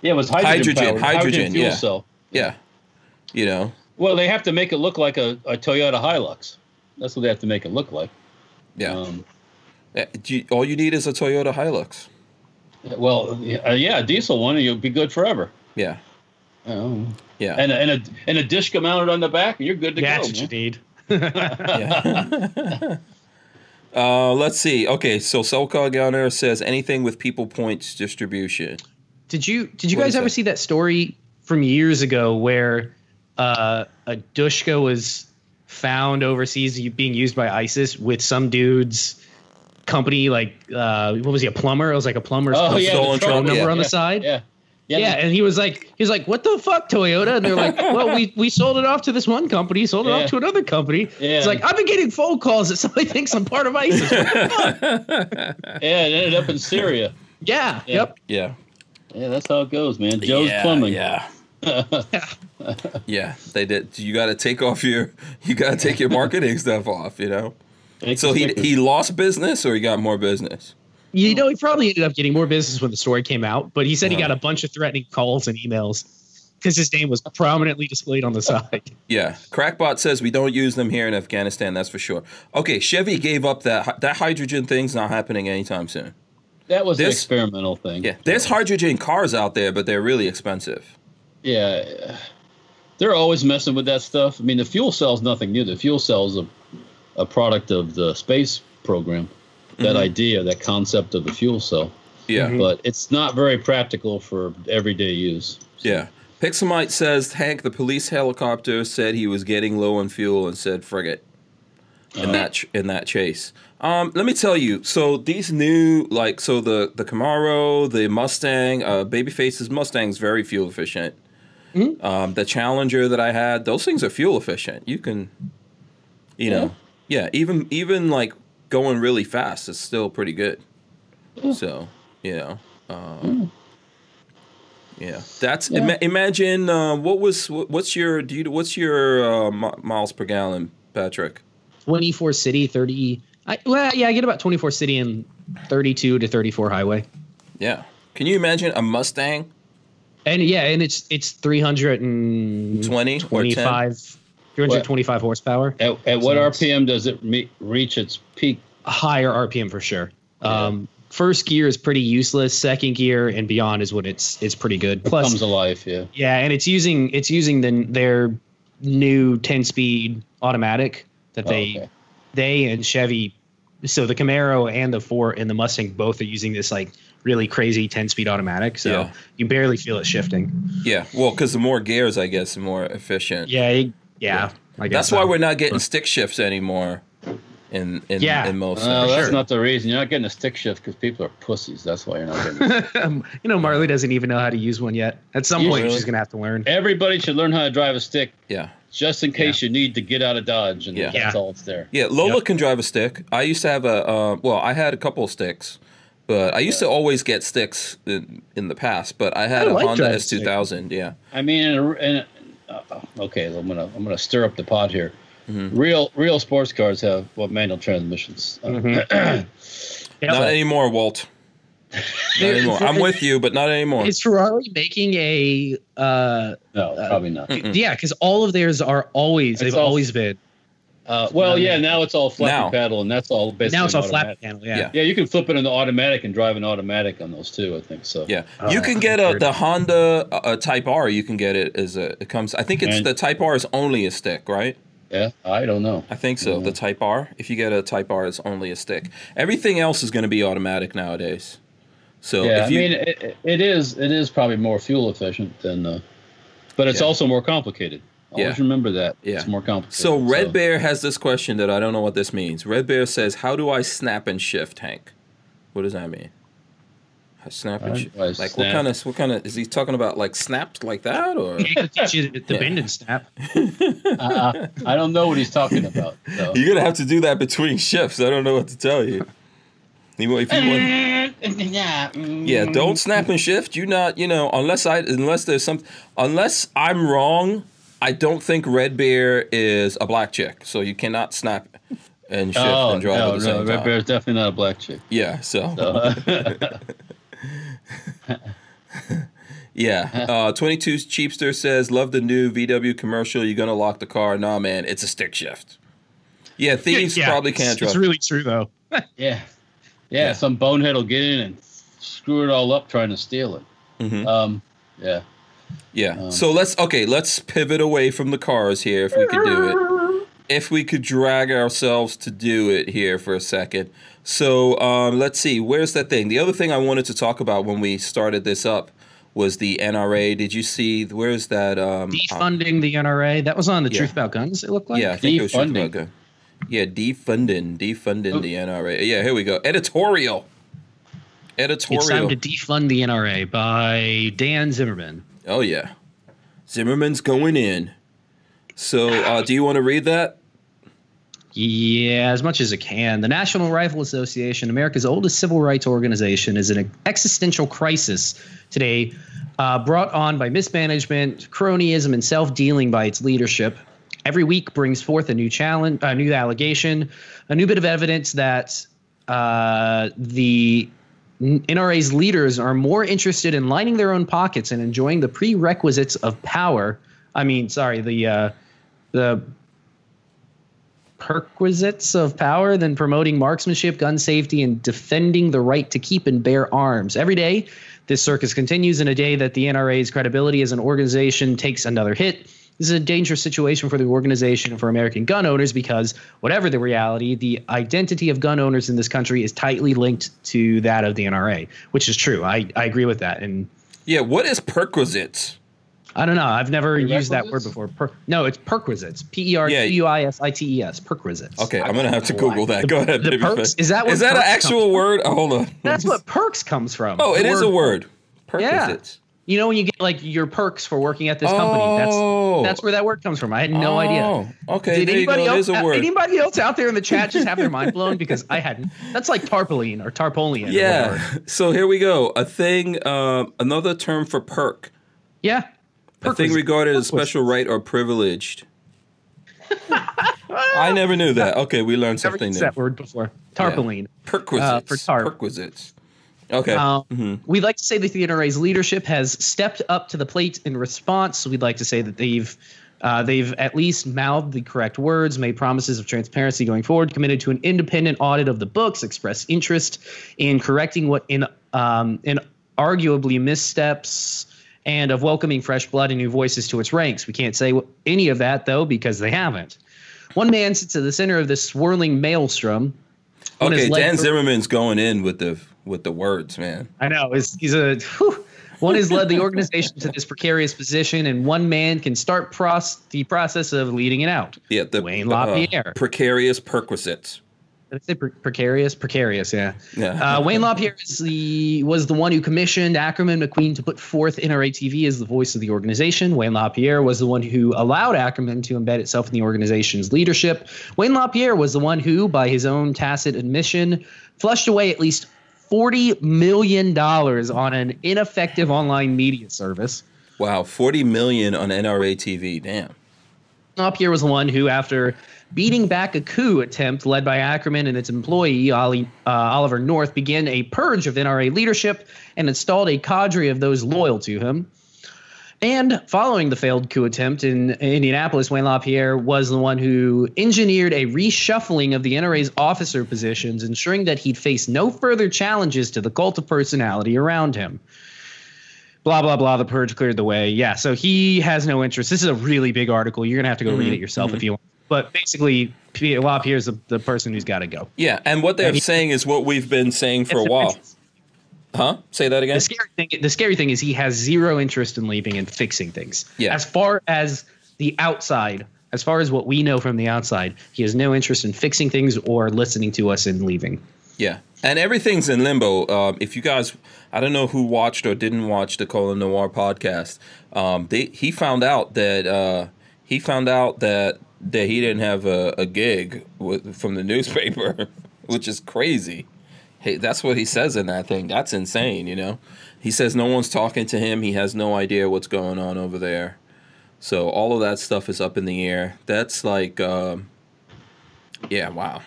Speaker 3: Yeah, it was hydrogen.
Speaker 1: Hydrogen,
Speaker 3: powered,
Speaker 1: hydrogen,
Speaker 3: fuel
Speaker 1: yeah.
Speaker 3: cell.
Speaker 1: yeah, you know,
Speaker 3: Well, they have to make it look like a, a Toyota Hilux. That's what they have to make it look like.
Speaker 1: yeah.
Speaker 3: Um,
Speaker 1: Uh, do you- all you need is a Toyota Hilux.
Speaker 3: well, yeah, uh, yeah, a diesel one, and you'll be good forever.
Speaker 1: Yeah,
Speaker 3: Oh.
Speaker 1: yeah,
Speaker 3: And, a, and, a, and a dish mounted on the back, and you're good to
Speaker 4: That's
Speaker 3: go.
Speaker 4: what
Speaker 3: man.
Speaker 4: you need.
Speaker 1: Yeah. uh, let's see. Okay, so Selka Gunner says anything with people points distribution.
Speaker 4: Did you did you
Speaker 1: What is
Speaker 4: guys ever
Speaker 1: that?
Speaker 4: see that story from years ago where uh, a dushka was found overseas u- being used by ISIS with some dude's company like uh, what was he a plumber? It was like a plumber's
Speaker 3: Oh,
Speaker 4: company.
Speaker 3: yeah.
Speaker 1: Stolen
Speaker 3: the truck,
Speaker 1: phone
Speaker 4: number
Speaker 3: yeah,
Speaker 4: on the
Speaker 3: yeah,
Speaker 4: side.
Speaker 3: Yeah.
Speaker 4: Yeah, and he was like, he was like, "What the fuck, Toyota?" And they're like, "Well, we we sold it off to this one company, sold it
Speaker 3: Yeah.
Speaker 4: off to another company."
Speaker 3: Yeah.
Speaker 4: It's like I've been getting phone calls that somebody <laughs> thinks I'm part of ISIS.
Speaker 3: Yeah, it ended up in Syria.
Speaker 4: yeah, yep.
Speaker 1: Yeah.
Speaker 3: Yeah, that's how it goes, man. Joe's
Speaker 1: yeah,
Speaker 3: plumbing. <laughs>
Speaker 1: Yeah. yeah, they did. You got to take off your, you got to take your marketing <laughs> stuff off, you know.
Speaker 3: Make
Speaker 1: So
Speaker 3: the
Speaker 1: he
Speaker 3: stickers.
Speaker 1: he lost business or he got more business.
Speaker 4: You know, he probably ended up getting more business when the story came out, but he said he got a bunch of threatening calls and emails because his name was prominently displayed on the side. <laughs>
Speaker 1: Yeah, Crackbot says we don't use them here in Afghanistan. That's for sure. Okay, Chevy gave up that hy- that hydrogen thing's not happening anytime soon.
Speaker 3: that was an
Speaker 1: this-
Speaker 3: experimental thing.
Speaker 1: Yeah, there's hydrogen cars out there, but they're really expensive.
Speaker 3: Yeah. They're always messing with that stuff. I mean, the fuel cell's nothing new. The fuel cell is a, a product of the space program,
Speaker 1: Mm-hmm.
Speaker 3: that idea, that concept of the fuel cell.
Speaker 1: Yeah.
Speaker 3: But it's not very practical for everyday use.
Speaker 1: Yeah. Pixelmite says Hank, the police helicopter, said he was getting low on fuel and said frigate in that ch- in that chase. Um, let me tell you. So these new like so the the Camaro, the Mustang, uh, Babyface's Mustang's very fuel efficient. Um, the Challenger that I had, those things are fuel efficient. You can, you know, yeah. Even even like going really fast is still pretty good. So you know. Yeah, that's ima- imagine uh, what was wh- what's your do you, what's your uh, mi- miles per gallon, Patrick?
Speaker 4: 24 city, 30. I, well, yeah, I get about 24 city and 32 to 34 highway.
Speaker 1: Yeah, can you imagine a Mustang
Speaker 4: And yeah, and it's it's 325
Speaker 1: twenty or ten?
Speaker 4: 325 horsepower.
Speaker 3: At, at what
Speaker 4: Sounds-
Speaker 3: RPM does it me- reach its peak?
Speaker 4: A higher RPM for sure. Um, first gear is pretty useless. Second gear and beyond is when it's it's pretty good. Plus,
Speaker 3: Comes alive, yeah.
Speaker 4: Yeah, and it's using it's using the, their new 10 speed
Speaker 1: Oh,
Speaker 4: automatic that they
Speaker 3: okay.
Speaker 4: they and Chevy so the Camaro and the Ford and the Mustang both are using this like really crazy 10 speed automatic. So
Speaker 1: Yeah.
Speaker 4: you barely feel it shifting.
Speaker 1: Yeah, well, because the more gears, I guess, the more efficient.
Speaker 4: Yeah, it- yeah. I guess
Speaker 1: that's why we're not getting stick shifts anymore. In in,
Speaker 4: Yeah. Uh,
Speaker 1: in most
Speaker 3: No, that's
Speaker 1: things.
Speaker 3: not the reason. You're not getting a stick shift because people are pussies. That's why you're
Speaker 1: <laughs>
Speaker 3: not getting. it.
Speaker 4: um, <laughs> you know Marley doesn't even know how to use one yet. At some point
Speaker 1: Usually.
Speaker 4: she's going to have to learn.
Speaker 3: Everybody should learn how to drive a stick,
Speaker 1: yeah.
Speaker 3: just in case you need to get out of dodge, and
Speaker 1: Yeah.
Speaker 3: that's
Speaker 4: Yeah.
Speaker 3: all it's there.
Speaker 1: Yeah, Lola can drive a stick. I used to have a uh, well, I had a couple of sticks, but I used to always get sticks in, in the past. But I had
Speaker 4: I
Speaker 1: a
Speaker 4: like
Speaker 1: Honda
Speaker 4: driving
Speaker 1: S two thousand. Yeah,
Speaker 3: I mean, in a, in a, uh, okay, I'm gonna I'm gonna stir up the pot here.
Speaker 1: Mm-hmm.
Speaker 3: Real real sports cars have what manual transmissions. Uh,
Speaker 1: not
Speaker 4: Mm-hmm. Yeah.
Speaker 1: anymore, Walt. Not
Speaker 4: There-
Speaker 1: anymore. I'm with you, but not anymore.
Speaker 4: Is Ferrari making a uh
Speaker 3: <clears throat> No, probably not.
Speaker 4: yeah, cuz all of theirs are always they've
Speaker 3: all-
Speaker 4: always been
Speaker 3: Uh, well, yeah, now it's all flappy
Speaker 1: Now.
Speaker 3: paddle, and that's all basically.
Speaker 4: now it's all
Speaker 3: an
Speaker 4: flat
Speaker 3: automatic.
Speaker 4: panel,
Speaker 1: Yeah.
Speaker 4: yeah.
Speaker 3: Yeah, you can flip it into automatic and drive an automatic on those too. I think so.
Speaker 1: Yeah, you can get a the Honda uh, uh, Type R. You can get it as a it comes. I think it's
Speaker 3: And-
Speaker 1: the Type R is only a stick, right?
Speaker 3: Yeah, I don't know.
Speaker 1: I think so. The Type R. If you get a Type R, it's only a stick. Everything else is going to be automatic nowadays. So
Speaker 3: Yeah,
Speaker 1: if
Speaker 3: I
Speaker 1: you,
Speaker 3: mean, it, it is it is probably more fuel efficient than, uh, but it's
Speaker 1: Yeah.
Speaker 3: also more complicated. Always
Speaker 1: Yeah.
Speaker 3: remember that.
Speaker 1: Yeah.
Speaker 3: It's more complicated.
Speaker 1: So Red Bear has this question that I don't know what this means. Red Bear says, "How do I snap and shift, Hank? What does that mean? I snap and
Speaker 3: I-
Speaker 1: shift.
Speaker 3: I
Speaker 1: Like what
Speaker 3: snap.
Speaker 1: kind of what kind of is he talking about? Like snapped like that or?
Speaker 4: It could teach you the
Speaker 1: Yeah.
Speaker 4: bend and snap.
Speaker 3: I, I, I don't know what he's talking
Speaker 1: <laughs>
Speaker 3: about. So.
Speaker 1: You're gonna have to do that between shifts. I don't know what to tell you. You- if you want- yeah,
Speaker 3: yeah,
Speaker 1: don't snap and shift. You not, you know, unless I unless there's some unless I'm wrong. I don't think Red Bear is a black chick, so you cannot snap and shift
Speaker 3: Oh,
Speaker 1: and drive
Speaker 3: no,
Speaker 1: at the
Speaker 3: no,
Speaker 1: same
Speaker 3: Red
Speaker 1: time.
Speaker 3: Bear's definitely not a black chick.
Speaker 1: Yeah, so.
Speaker 3: <laughs> So.
Speaker 1: <laughs> Yeah. Uh, 22 Cheapster says, Love the new VW commercial. You're going to lock the car. Nah, man, it's a stick shift. Yeah, thieves
Speaker 4: Yeah,
Speaker 1: probably
Speaker 4: it's-
Speaker 1: can't drive.
Speaker 4: It's really true though.
Speaker 3: Yeah. yeah.
Speaker 1: Yeah.
Speaker 3: some bonehead will get in and screw it all up trying to steal it.
Speaker 1: Mhm.
Speaker 3: Um, yeah.
Speaker 1: yeah.
Speaker 3: um,
Speaker 1: so let's, okay, let's pivot away from the cars here if we could do it. If we could drag ourselves to do it here for a second. So um, let's see, where's that thing? The other thing I wanted to talk about when we started this up was the NRA. Did you see, where's that? Um, uh,
Speaker 4: Defunding the NRA. That was on the
Speaker 1: Yeah.
Speaker 4: Truth About Guns. It looked like.
Speaker 1: Yeah, I think it was Truth
Speaker 3: defunding.
Speaker 1: About Gun. Yeah, defunding,
Speaker 4: Oh.
Speaker 1: defunding the NRA. Yeah, here we go. Editorial.
Speaker 4: It's time
Speaker 1: Editorial.
Speaker 4: to defund the NRA by Dan Zimmerman.
Speaker 1: oh yeah, Zimmerman's going in. So, uh, do you want to read that?
Speaker 4: Yeah, as much as it can. The National Rifle Association, America's oldest civil rights organization, is in an existential crisis today, uh, brought on by mismanagement, cronyism, and self-dealing by its leadership. Every week brings forth a new challenge, a new allegation, a new bit of evidence that uh, the NRA's leaders are more interested in lining their own pockets and enjoying the prerequisites of power. I mean, sorry, the uh, the perquisites of power than promoting marksmanship, gun safety, and defending the right to keep and bear arms. Every day, this circus continues in a day that the NRA's credibility as an organization takes another hit. This is a dangerous situation for the organization and for American gun owners because, whatever the reality, the identity of gun owners in this country is tightly linked to that of the NRA, which is true. I, I agree with that. And
Speaker 1: Yeah. What is perquisites?
Speaker 4: I don't know. I've never used that word
Speaker 3: Prerequisites?
Speaker 4: before. Per, no, it's perquisites. P E R Q U I S I T E S. Perquisites.
Speaker 1: Okay, I'm gonna have to Google that. Go ahead.
Speaker 4: the
Speaker 1: baby
Speaker 4: perks-
Speaker 1: face.
Speaker 4: is that what
Speaker 1: is that an
Speaker 4: perks
Speaker 1: actual
Speaker 4: come-
Speaker 1: word? Oh, hold on.
Speaker 4: That's what perks comes from.
Speaker 1: Oh, it
Speaker 4: The
Speaker 1: is a word.
Speaker 4: Yeah.
Speaker 1: Perquisites.
Speaker 4: You know when you get like your perks for working at this company.
Speaker 1: Oh.
Speaker 4: That's that's where that word comes from. I had no idea.
Speaker 1: Oh, okay. there you go. It
Speaker 4: else?
Speaker 1: is a
Speaker 4: uh,
Speaker 1: word.
Speaker 4: Anybody else out there in the chat just have
Speaker 1: <laughs>
Speaker 4: their mind blown because I hadn't. That's like tarpaulin or tarpaulin. or whatever.
Speaker 1: yeah. So here we go. A thing. Um, another term for perk.
Speaker 4: Yeah.
Speaker 1: A thing
Speaker 4: Perquisites.
Speaker 1: regarded as special right or
Speaker 4: <laughs>
Speaker 1: privileged. I never knew that. Okay, we learned
Speaker 4: Never
Speaker 1: something
Speaker 4: used
Speaker 1: new.
Speaker 4: that word before. Tarpaulin. Uh, for
Speaker 1: Perquisites.
Speaker 4: tarp.
Speaker 1: perquisites. Okay.
Speaker 4: Um, We'd like to say that the NRA's leadership has stepped up to the plate in response. We'd like to say that they've uh, they've at least mouthed the correct words, made promises of transparency going forward, committed to an independent audit of the books, expressed interest in correcting what in um, in arguably missteps. And of welcoming fresh blood and new voices to its ranks. We can't say any of that, though, because they haven't. One man sits at the center of this swirling maelstrom, one
Speaker 1: okay.
Speaker 4: is led
Speaker 1: Dan
Speaker 4: through-
Speaker 1: Zimmerman's going in with the with the words, man.
Speaker 4: I know. He's, he's a whew. one has led the organization to this precarious position, and one man can start pros- the process of leading it out.
Speaker 1: Yeah. The
Speaker 4: Wayne
Speaker 1: the, uh,
Speaker 4: LaPierre.
Speaker 1: precarious perquisites.
Speaker 4: Did I say pre- precarious? Precarious, yeah.
Speaker 1: Yeah.
Speaker 4: Uh, Wayne LaPierre is the, was the one who commissioned Ackerman McQueen to put forth NRA TV as the voice of the organization. Wayne LaPierre was the one who allowed Ackerman to embed itself in the organization's leadership. Wayne LaPierre was the one who, by his own tacit admission, flushed away at least $40 million on an ineffective online media service.
Speaker 1: wow. Forty million on NRA TV. Damn.
Speaker 4: Napier was the one who, after beating back a coup attempt led by Ackerman and its employee, Ollie, uh, Oliver North, began a purge of NRA leadership and installed a cadre of those loyal to him. And following the failed coup attempt in Indianapolis, Wayne LaPierre was the one who engineered a reshuffling of the NRA's officer positions, ensuring that he'd face no further challenges to the cult of personality around him blah blah blah the purge cleared the way yeah so he has no interest this is a really big article you're gonna have to go
Speaker 1: Mm-hmm.
Speaker 4: read it yourself if you want but basically P- lapierre's the, the person who's got to go
Speaker 1: Yeah. And what they're saying is what we've been saying for a while. Huh? Say that again.
Speaker 4: the scary thing the scary thing is he has zero interest in leaving and fixing things
Speaker 1: Yeah.
Speaker 4: as far as the outside, as far as what we know from the outside, he has no interest in fixing things or listening to us and leaving.
Speaker 1: Yeah, and everything's in limbo. Um, if you guys, I don't know who watched or didn't watch the Colin Noir podcast. Um, they, he found out that uh, he found out that that he didn't have a, a gig with, from the newspaper, <laughs> which is crazy. Hey, that's what he says in that thing. That's insane. You know, he says no one's talking to him. He has no idea what's going on over there. So all of that stuff is up in the air. That's like, um, yeah, wow.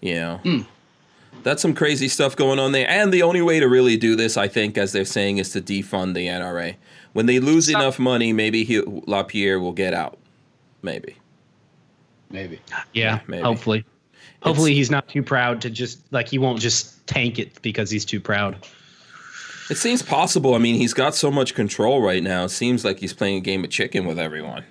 Speaker 1: Yeah. That's some crazy stuff going on there. And the only way to really do this, I think, as they're saying, is to defund the NRA. When they lose enough money, maybe he, Lapierre will get out. Maybe.
Speaker 3: Maybe.
Speaker 4: Yeah,
Speaker 1: maybe.
Speaker 4: hopefully. Hopefully he's not too proud to just like he won't just tank it because he's too proud.
Speaker 1: It seems possible. I mean, he's got so much control right now. It seems like he's playing a game of chicken with everyone.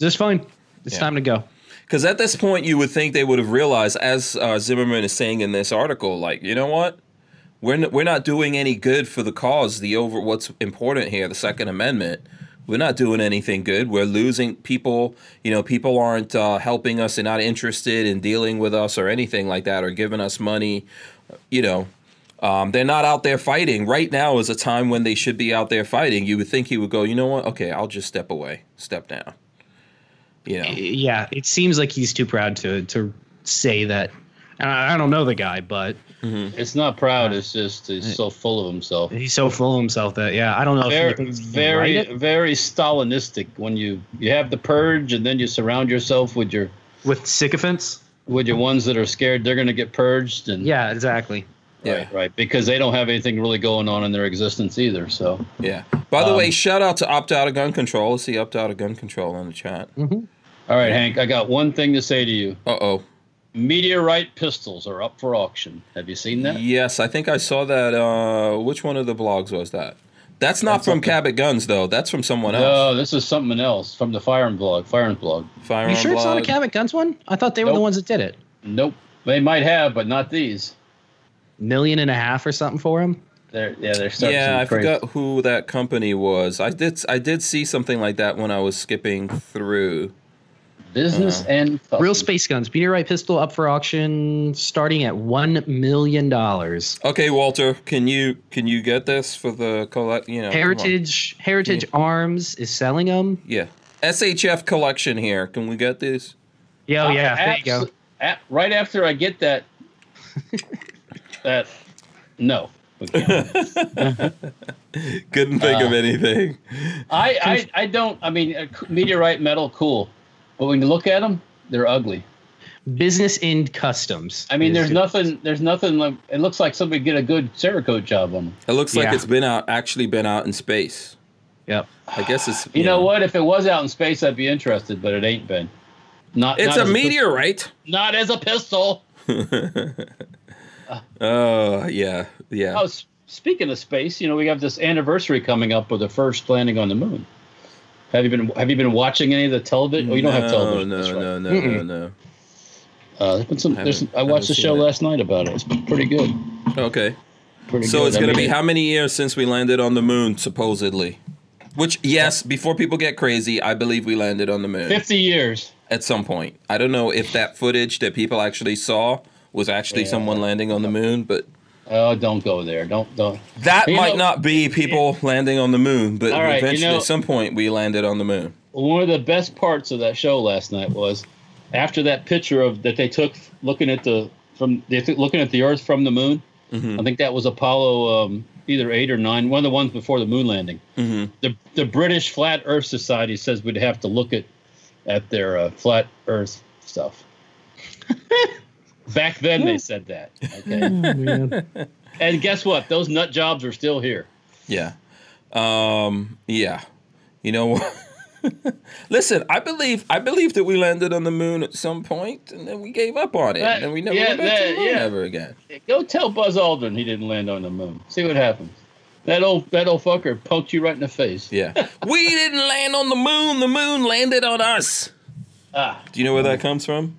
Speaker 4: Just fine. It's
Speaker 1: Yeah.
Speaker 4: time to go.
Speaker 1: Because at this point, you would think they would have realized, as uh, Zimmerman is saying in this article, like you know what, we're n- we're not doing any good for the cause. The over what's important here, the Second Amendment. We're not doing anything good. We're losing people. You know, people aren't uh, helping us. They're not interested in dealing with us or anything like that, or giving us money. You know, um, they're not out there fighting. Right now is a time when they should be out there fighting. You would think he would go, you know what? Okay, I'll just step away, step down. You know.
Speaker 4: Yeah, it seems like he's too proud to to say that. And I, I don't know the guy, but
Speaker 3: It's not proud. It's just he's so full of himself.
Speaker 4: he's so full of himself that yeah, I don't know
Speaker 3: Very,
Speaker 4: if anything's gonna right
Speaker 3: very,
Speaker 4: it
Speaker 3: very Stalinistic. When you you have the purge, and then you surround yourself with your
Speaker 4: with sycophants.
Speaker 3: with your ones that are scared, they're going to get purged. And
Speaker 4: Yeah, exactly.
Speaker 1: Yeah.
Speaker 3: right, because they don't have anything really going on in their existence either. So
Speaker 1: Yeah. By the
Speaker 3: Um,
Speaker 1: way, shout out to opt out of gun control. Let's see opt out of gun control in the chat.
Speaker 4: Mm-hmm.
Speaker 3: All right, Hank, I got one thing to say to you.
Speaker 1: Uh oh.
Speaker 3: Meteorite pistols are up for auction. Have you seen that?
Speaker 1: Yes, I think I saw that. Uh, which one of the blogs was that? That's not from Cabot Guns though. That's from someone else.
Speaker 3: No, Oh, this is something else from the Firearm blog. Firearm blog.
Speaker 1: Firearm
Speaker 4: you sure it's not a
Speaker 1: blog.
Speaker 4: Cabot Guns one? I thought they were the
Speaker 3: uh, Nope.
Speaker 4: ones that did it.
Speaker 3: Nope, they might have, but not these.
Speaker 4: Million and a half or something for him.
Speaker 3: They're yeah, they're starting
Speaker 1: Yeah, I
Speaker 3: to be crazy.
Speaker 1: forgot who that company was. I did. I did see something like that when I was skipping through. Uh-huh.
Speaker 3: Business and fucking-
Speaker 4: Real space guns, meteorite pistol up for auction, starting at one million dollars.
Speaker 1: Okay, Walter, can you can you get this for the collect? You know,
Speaker 3: Oh,
Speaker 1: come on.
Speaker 4: Heritage Heritage Arms is selling them.
Speaker 1: Yeah, SHF collection here. Can we get these?
Speaker 4: Yeah, oh,
Speaker 3: Uh,
Speaker 4: yeah, there you
Speaker 3: abs-
Speaker 4: go.
Speaker 3: a- right after I get
Speaker 1: <laughs>
Speaker 3: that, that no, we can't.
Speaker 1: Couldn't think of anything.
Speaker 3: I, I I don't. I mean, uh, c- meteorite metal, cool, but when you look at them, they're ugly.
Speaker 4: Business End Customs.
Speaker 3: I mean,
Speaker 4: is
Speaker 3: there's
Speaker 4: it.
Speaker 3: nothing. There's nothing. Like, it looks like somebody did a good Cerakote job on them.
Speaker 1: It looks like
Speaker 4: Yeah.
Speaker 1: it's been out, actually been out in space.
Speaker 4: Yep.
Speaker 1: I guess it's.
Speaker 3: You know what? If it was out in space, I'd be interested, but it ain't been. Not.
Speaker 1: It's
Speaker 3: not
Speaker 1: a
Speaker 3: as pis-
Speaker 1: meteorite.
Speaker 3: not as a pistol.
Speaker 1: Oh yeah, yeah.
Speaker 3: Oh, s- speaking of space, you know, we have this anniversary coming up with the first landing on the moon. Have you been Have you been watching any of the television? Oh, you don't have television.
Speaker 1: No,
Speaker 3: that's right.
Speaker 1: no, no, no, no,
Speaker 3: Uh, there's been some. There's, some- I
Speaker 1: Haven't-
Speaker 3: watched the
Speaker 1: haven't
Speaker 3: show
Speaker 1: seen it.
Speaker 3: last night about it. It's pretty good.
Speaker 1: no. Okay.
Speaker 3: Pretty
Speaker 1: So
Speaker 3: good.
Speaker 1: it's
Speaker 3: I
Speaker 1: gonna
Speaker 3: mean,
Speaker 1: be how many years since we landed on the moon, supposedly? Which yes, before people get crazy, I believe we landed on the moon
Speaker 3: Fifty years.
Speaker 1: at some point. I don't know if that footage that people actually saw was actually
Speaker 3: Yeah.
Speaker 1: someone landing on the moon, but
Speaker 3: Oh, don't go there. Don't don't.
Speaker 1: that
Speaker 3: You
Speaker 1: might
Speaker 3: know-
Speaker 1: not be people landing on the moon. But
Speaker 3: All right, you
Speaker 1: eventually,
Speaker 3: know-
Speaker 1: at some point, we landed on the moon.
Speaker 3: One of the best parts of that show last night was after that picture of that they took looking at the from they took- looking at the Earth from the moon. I think that was Apollo um, either eight or nine, one of the ones before the moon landing.
Speaker 1: Mm-hmm.
Speaker 3: The the British Flat Earth Society says we'd have to look at at their uh, flat Earth stuff. Back then they said that. Okay. and guess what? Those nut jobs are still here.
Speaker 1: Yeah. Um, yeah. You know what? <laughs> Listen, I believe I believe that we landed on the moon at some point, and then we gave up on it,
Speaker 3: That-
Speaker 1: and we never
Speaker 3: yeah,
Speaker 1: went back to
Speaker 3: that-
Speaker 1: the moon
Speaker 3: yeah.
Speaker 1: ever again.
Speaker 3: Go tell Buzz Aldrin he didn't land on the moon. See what happens. That old that old fucker poked you right in the face.
Speaker 1: Yeah, we didn't land on the moon. The moon landed on us.
Speaker 3: Ah,
Speaker 1: Do you know where that comes from?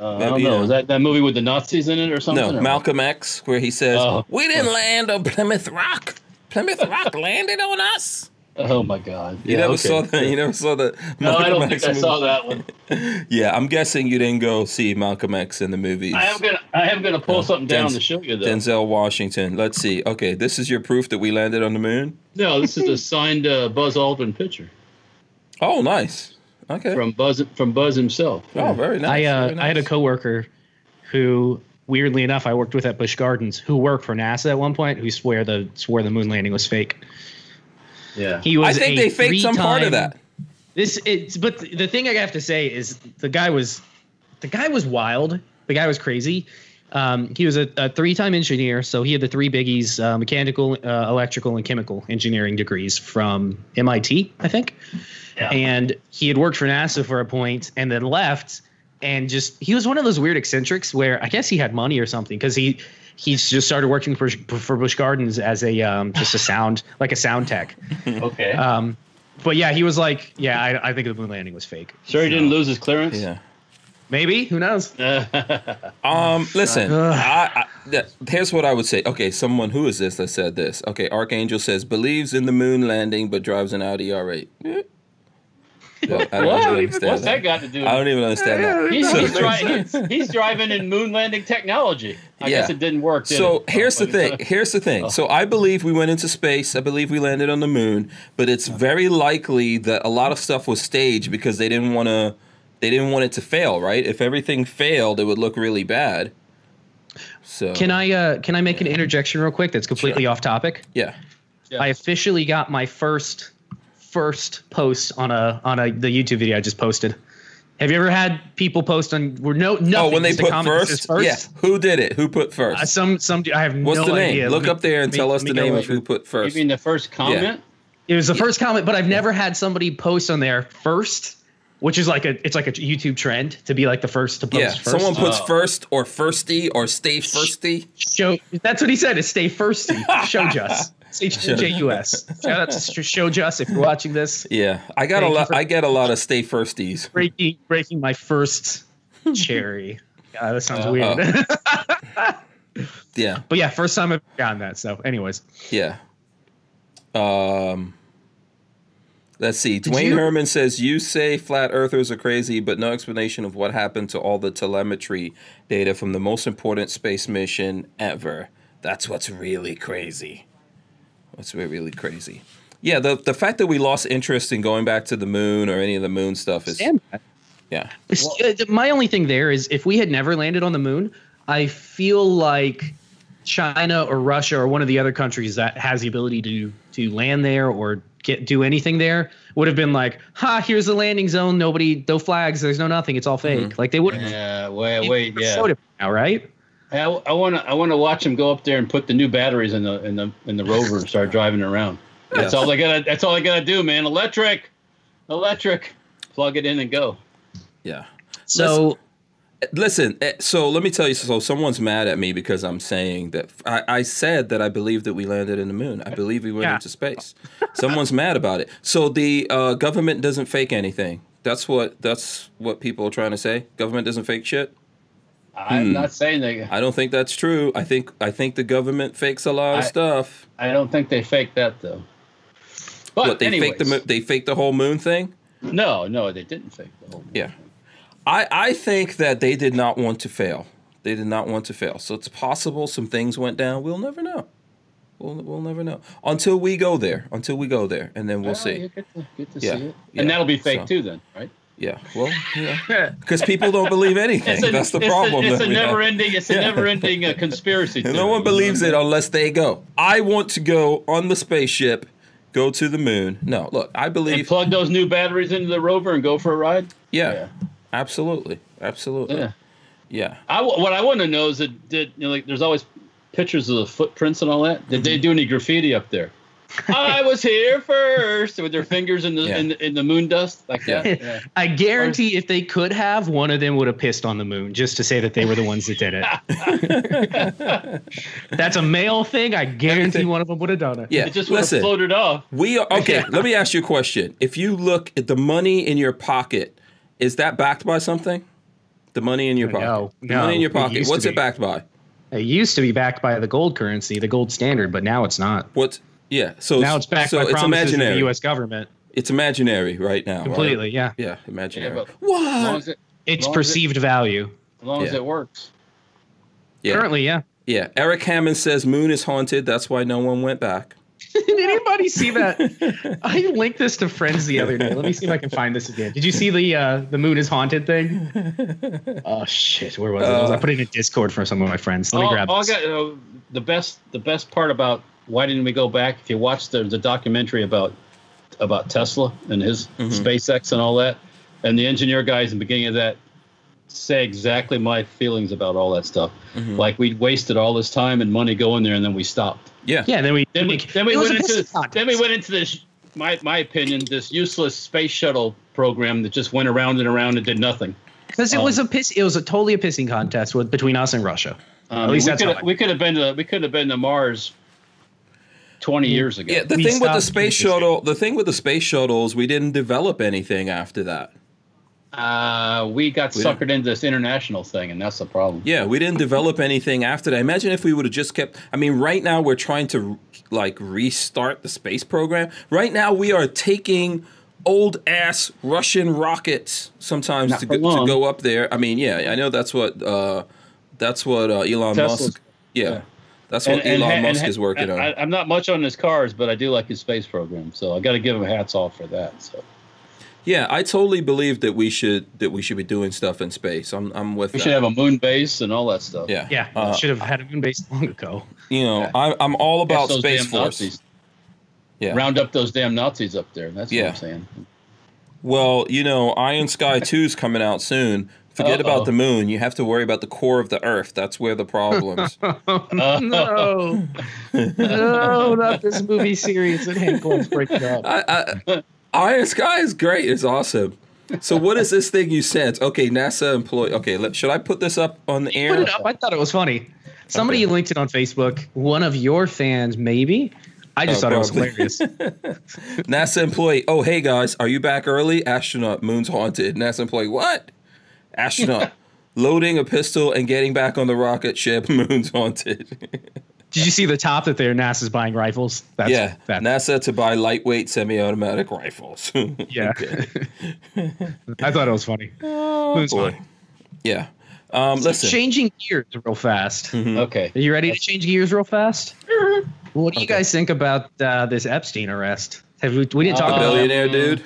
Speaker 3: uh, I
Speaker 1: Maybe,
Speaker 3: don't know.
Speaker 1: uh,
Speaker 3: Is that that movie with the Nazis in it or something?
Speaker 1: No,
Speaker 3: or-
Speaker 1: Malcolm X, where he says,
Speaker 3: Oh.
Speaker 1: "We didn't land on Plymouth Rock. Plymouth Rock landed on us."
Speaker 3: Oh my God!
Speaker 1: You
Speaker 3: Yeah,
Speaker 1: never
Speaker 3: okay.
Speaker 1: saw that. You never saw that.
Speaker 3: No, I don't
Speaker 1: Malcolm
Speaker 3: think
Speaker 1: X
Speaker 3: I saw
Speaker 1: movie?
Speaker 3: that one.
Speaker 1: Yeah, I'm guessing you didn't go see Malcolm X in the movies.
Speaker 3: I am gonna I am gonna pull
Speaker 1: Yeah.
Speaker 3: something down
Speaker 1: Denz-
Speaker 3: to show you though.
Speaker 1: Denzel Washington. Let's see. Okay, this is your proof that we landed on the moon.
Speaker 3: No, this is a signed uh, Buzz Aldrin picture
Speaker 1: Oh, nice. Okay.
Speaker 3: from Buzz from Buzz himself.
Speaker 1: oh, very nice.
Speaker 4: I uh,
Speaker 1: very
Speaker 4: I had a
Speaker 1: nice.
Speaker 4: coworker who, weirdly enough, I worked with at Busch Gardens, who worked for NASA at one point, who swore the swore the moon landing was fake.
Speaker 3: Yeah.
Speaker 4: He was.
Speaker 1: I think
Speaker 4: a
Speaker 1: they faked some part of
Speaker 4: three-time-
Speaker 1: that.
Speaker 4: This it's but the thing I have to say is the guy was the guy was wild. The guy was crazy. Um, he was a, a three-time engineer, so he had the three biggies: uh, mechanical, uh, electrical, and chemical engineering degrees from MIT, I think.
Speaker 3: Yeah.
Speaker 4: And he had worked for NASA for a point, and then left. And just he was one of those weird eccentrics where I guess he had money or something because he he's just started working for for Busch Gardens as a um, just a sound like a sound tech.
Speaker 3: okay.
Speaker 4: Um, but yeah, he was like, yeah, I, I think the moon landing was fake.
Speaker 3: sure, he didn't lose his clearance.
Speaker 1: Yeah.
Speaker 4: Maybe who knows?
Speaker 1: Um, listen,
Speaker 4: Ugh.
Speaker 1: I, I, th- here's what I would say. Okay, someone who is this that said this? Okay, Archangel says believes in the moon landing but drives an Audi
Speaker 3: <laughs>
Speaker 1: R8. Eh. Well, I don't really
Speaker 3: what?
Speaker 1: understand
Speaker 3: What's that got to do?
Speaker 1: I don't even understand that.
Speaker 3: He's,
Speaker 1: So-
Speaker 3: he's, dri- he's,
Speaker 1: <laughs>
Speaker 3: he's driving in moon landing technology. I
Speaker 1: Yeah.
Speaker 3: guess it didn't work. Did
Speaker 1: So
Speaker 3: it?
Speaker 1: here's the
Speaker 3: Oh, my
Speaker 1: thing.
Speaker 3: God.
Speaker 1: Here's the thing. So I believe we went into space. I believe we landed on the moon, but it's very likely that a lot of stuff was staged because they didn't want to. They didn't want it to fail, right? If everything failed, it would look really bad. So
Speaker 4: Can I uh, can I make an interjection real quick? That's completely off topic.
Speaker 1: Yeah.
Speaker 3: Yeah.
Speaker 4: I officially got my first first post on a on a the YouTube video I just posted. Have you ever had people post on were no no
Speaker 1: oh, when they put first, yeah. Who did it? Who put first?
Speaker 4: Uh, some some I have
Speaker 1: What's
Speaker 4: no
Speaker 1: the name?
Speaker 4: idea.
Speaker 1: Look
Speaker 4: Let me-
Speaker 1: up there and
Speaker 4: let me-
Speaker 1: tell us
Speaker 4: let
Speaker 1: the
Speaker 4: me go
Speaker 1: name of
Speaker 4: over.
Speaker 1: who put
Speaker 3: You
Speaker 1: first.
Speaker 3: mean the first comment?
Speaker 4: It was the first comment, but I've never had somebody post on there first, which is like a it's like a YouTube trend to be like the first to post.
Speaker 1: yeah,
Speaker 4: first.
Speaker 1: someone puts
Speaker 3: Oh.
Speaker 1: first or firsty or stay firsty.
Speaker 4: show that's what he said is stay thirsty
Speaker 1: <laughs>
Speaker 4: show just h-j-u-s shout out to show just if you're watching this
Speaker 1: Yeah, I got
Speaker 4: Thank
Speaker 1: a
Speaker 4: you
Speaker 1: lot.
Speaker 4: for-
Speaker 1: I get a lot of stay firsties.
Speaker 4: breaking breaking my first
Speaker 3: <laughs>
Speaker 4: cherry God, that sounds
Speaker 3: Uh,
Speaker 4: weird <laughs>
Speaker 1: Yeah,
Speaker 4: but yeah first time i've gotten that so anyways
Speaker 1: yeah. Um, let's see. Dwayne
Speaker 4: you-
Speaker 1: Herman says you say flat earthers are crazy, but no explanation of what happened to all the telemetry data from the most important space mission ever. That's what's really crazy. That's really, really crazy. Yeah, the the fact that we lost interest in going back to the moon or any of the moon stuff is
Speaker 4: Damn.
Speaker 1: yeah.
Speaker 4: uh, my only thing there is if we had never landed on the moon i feel like china or russia or one of the other countries that has the ability to to land there or get do anything there would have been like ha here's the landing zone nobody no flags there's no nothing it's all fake like they would have
Speaker 3: Yeah. Wait.
Speaker 4: You
Speaker 3: Mm-hmm. Wait.
Speaker 4: would've
Speaker 3: Yeah.
Speaker 4: showed it now right
Speaker 3: Hey, I, I want to. I want to watch him go up there and put the new batteries in the in the in the rover and start driving around. That's all they gotta. That's all they gotta do, man. Electric, electric. Plug it in and go.
Speaker 1: Yeah.
Speaker 4: so
Speaker 1: Listen, eh, so let me tell you. So someone's mad at me because I'm saying that I, I said that I believe that we landed in the moon. I believe we went
Speaker 4: Yeah.
Speaker 1: into space. Someone's mad about it. So the uh, government doesn't fake anything. That's what that's what people are trying to say. Government doesn't fake shit.
Speaker 3: I'm
Speaker 1: Hmm.
Speaker 3: not saying they.
Speaker 1: I don't think that's true. I think I think the government fakes a lot of
Speaker 3: I-
Speaker 1: stuff.
Speaker 3: I don't think they faked that though. But
Speaker 1: What they
Speaker 3: anyways,
Speaker 1: fake the mo- they fake the whole moon thing.
Speaker 3: No, no, they didn't fake the whole.
Speaker 1: Yeah. I, I think that they did not want to fail. They did not want to fail. So it's possible some things went down. We'll never know. We'll, we'll never know until we go there. Until we go there, and then we'll
Speaker 3: Well,
Speaker 1: see.
Speaker 3: you get to, get to
Speaker 1: Yeah,
Speaker 3: see it.
Speaker 1: yeah,
Speaker 3: and that'll be fake
Speaker 1: so.
Speaker 3: too, then, right?
Speaker 1: Yeah. Well,
Speaker 3: <laughs>
Speaker 1: yeah. Because people don't believe anything. <laughs> That's the
Speaker 3: it's
Speaker 1: problem.
Speaker 3: A, it's
Speaker 1: that
Speaker 3: a
Speaker 1: we have.
Speaker 3: never-ending. It's a never-ending uh, conspiracy.
Speaker 1: <laughs> No
Speaker 3: theory,
Speaker 1: one
Speaker 3: you
Speaker 1: believes
Speaker 3: know?
Speaker 1: it unless they go. I want to go on the spaceship, go to the moon. No, look, I
Speaker 3: And
Speaker 1: believe.
Speaker 3: plug those new batteries into the rover and go for a ride.
Speaker 1: Yeah,
Speaker 3: yeah.
Speaker 1: absolutely, absolutely.
Speaker 3: Yeah.
Speaker 1: Yeah.
Speaker 3: I w what I want to know is that did you know, like there's always pictures of the footprints and all that. Did they do any graffiti up
Speaker 1: <laughs>
Speaker 3: there? I was here first with their fingers in the
Speaker 1: Yeah.
Speaker 3: in, the, in the moon dust like
Speaker 1: Yeah.
Speaker 3: that. Yeah.
Speaker 4: <laughs> I guarantee if they could have, one of them would have pissed on the moon just to say that they were the ones that did it.
Speaker 3: <laughs>
Speaker 4: That's a male thing. I guarantee one of them would have done it.
Speaker 1: Yeah.
Speaker 3: It just would have
Speaker 1: Listen,
Speaker 3: floated off.
Speaker 1: We
Speaker 4: <laughs>
Speaker 1: are okay. Let me ask you a question. If you look at the money in your pocket, is that backed by something? The money in your pocket.
Speaker 4: No,
Speaker 1: the
Speaker 4: no,
Speaker 1: money in your
Speaker 4: it
Speaker 1: pocket.
Speaker 4: used to
Speaker 1: What's
Speaker 4: be.
Speaker 1: it backed by?
Speaker 4: It used to be backed by the gold currency, the gold standard, but now it's not.
Speaker 1: What's Yeah. So
Speaker 4: now it's backed
Speaker 1: so
Speaker 4: by
Speaker 1: it's
Speaker 4: promises of the
Speaker 1: imaginary.
Speaker 4: U.S. government.
Speaker 1: It's imaginary right now. right?
Speaker 4: Completely, yeah.
Speaker 1: Yeah, imaginary.
Speaker 3: Yeah, but- As long
Speaker 1: what?
Speaker 3: as it,
Speaker 4: It's
Speaker 3: Well,
Speaker 4: perceived value.
Speaker 3: as long as
Speaker 1: Uh, Yeah.
Speaker 3: it works.
Speaker 1: Yeah.
Speaker 4: Currently, yeah.
Speaker 1: yeah. Eric Hammond says Moon is haunted. That's why no one went back.
Speaker 4: Did anybody see that? I linked this to friends the other day. Let me see if I can find this again. Did you see the uh, the moon is haunted thing? Oh shit, where was it? I, was- I put it in a Discord for some of my friends. Let me
Speaker 3: All-
Speaker 4: grab
Speaker 3: all
Speaker 4: this.
Speaker 3: I got, uh, the best the best part about why didn't we go back? If you watch the, the documentary about about Tesla and his SpaceX and all that, and the engineer guys in the beginning of that say exactly my feelings about all that stuff. Like we wasted all this time and money going there, and then we stopped.
Speaker 1: Yeah.
Speaker 4: Yeah, then we
Speaker 3: Then we then we
Speaker 4: it was
Speaker 3: went
Speaker 4: a
Speaker 3: into
Speaker 4: pissing contest.
Speaker 3: then we went into this my my opinion this useless space shuttle program that just went around and around and did nothing.
Speaker 4: because
Speaker 3: oh.
Speaker 4: it was a piss. It was a totally a pissing contest with, between us and Russia.
Speaker 3: Um,
Speaker 4: At least
Speaker 3: we
Speaker 4: that's
Speaker 3: could
Speaker 4: how I-
Speaker 3: we could have been to we could have been to Mars twenty years ago.
Speaker 1: Mm, Yeah, the
Speaker 4: We
Speaker 1: thing with the
Speaker 4: stopped
Speaker 1: space
Speaker 4: doing this.
Speaker 1: shuttle, the thing with the space shuttle is we didn't develop anything after that.
Speaker 3: Uh, we got
Speaker 1: We
Speaker 3: suckered into this international thing, and that's the problem.
Speaker 1: Yeah, we didn't develop anything after that. Imagine if we would have just kept. I mean, right now we're trying to like restart the space program. Right now we are taking old ass Russian rockets sometimes to go,
Speaker 3: for
Speaker 1: to
Speaker 3: long.
Speaker 1: go up there. I mean, yeah, I know that's what uh, that's what uh, Elon
Speaker 3: Tesla's-
Speaker 1: Musk. Yeah, that's what Elon
Speaker 3: ha-
Speaker 1: Musk
Speaker 3: ha-
Speaker 1: is working on.
Speaker 3: I, I'm not much on his cars, but I do like his space program, so I got to give him hats off for that. So
Speaker 1: yeah, I totally believe that we should that we should be doing stuff in space. I'm I'm with
Speaker 3: we
Speaker 1: that.
Speaker 3: should have a moon base and all that stuff.
Speaker 1: yeah,
Speaker 4: Yeah,
Speaker 1: Uh,
Speaker 4: should have had a moon base long ago. <laughs>
Speaker 1: you know, I, I'm all
Speaker 3: Catch
Speaker 1: about
Speaker 3: those
Speaker 1: space
Speaker 3: damn
Speaker 1: force.
Speaker 3: Nazis.
Speaker 1: Yeah.
Speaker 3: Round up those damn Nazis up there. That's
Speaker 1: Yeah.
Speaker 3: what I'm saying.
Speaker 1: Well, you know, Iron Sky 2 is coming out soon. Forget
Speaker 3: Uh-oh.
Speaker 1: about the moon. You have to worry about the core of the Earth. That's where the
Speaker 4: <laughs>
Speaker 1: problems.
Speaker 4: no,
Speaker 3: <laughs>
Speaker 4: no, not this movie series that Hank Glenn's breaking up.
Speaker 1: I, I, Iron Sky is great. It's awesome. So what is this thing you sent? Okay, NASA employee. Okay, let, should I put this up on the
Speaker 4: Put
Speaker 1: air?
Speaker 4: it up. I thought it was funny. Somebody linked it on Facebook. One of your fans, maybe. I just
Speaker 1: Oh,
Speaker 4: thought it
Speaker 1: probably. <laughs>
Speaker 4: was hilarious.
Speaker 1: NASA employee. Oh, hey guys, are you back early? Astronaut. Moon's haunted. NASA employee. What?
Speaker 4: <laughs>
Speaker 1: Astronaut. Loading a pistol and getting back on the rocket ship. <laughs> Moon's haunted.
Speaker 4: Did you see the top that there? NASA's buying rifles. That's,
Speaker 1: yeah,
Speaker 4: That's,
Speaker 1: NASA to buy lightweight semi-automatic rifles. <laughs>
Speaker 4: yeah. <laughs> I thought it was funny. Moon's
Speaker 1: Oh, boy.
Speaker 4: funny.
Speaker 1: Yeah. Um, listen. Mm-hmm.
Speaker 4: Changing gears real fast.
Speaker 3: Okay.
Speaker 4: Are you ready to change gears real fast? What do you guys think about uh, this Epstein arrest? Have we, we didn't talk
Speaker 3: Uh,
Speaker 4: about it.
Speaker 1: billionaire dude.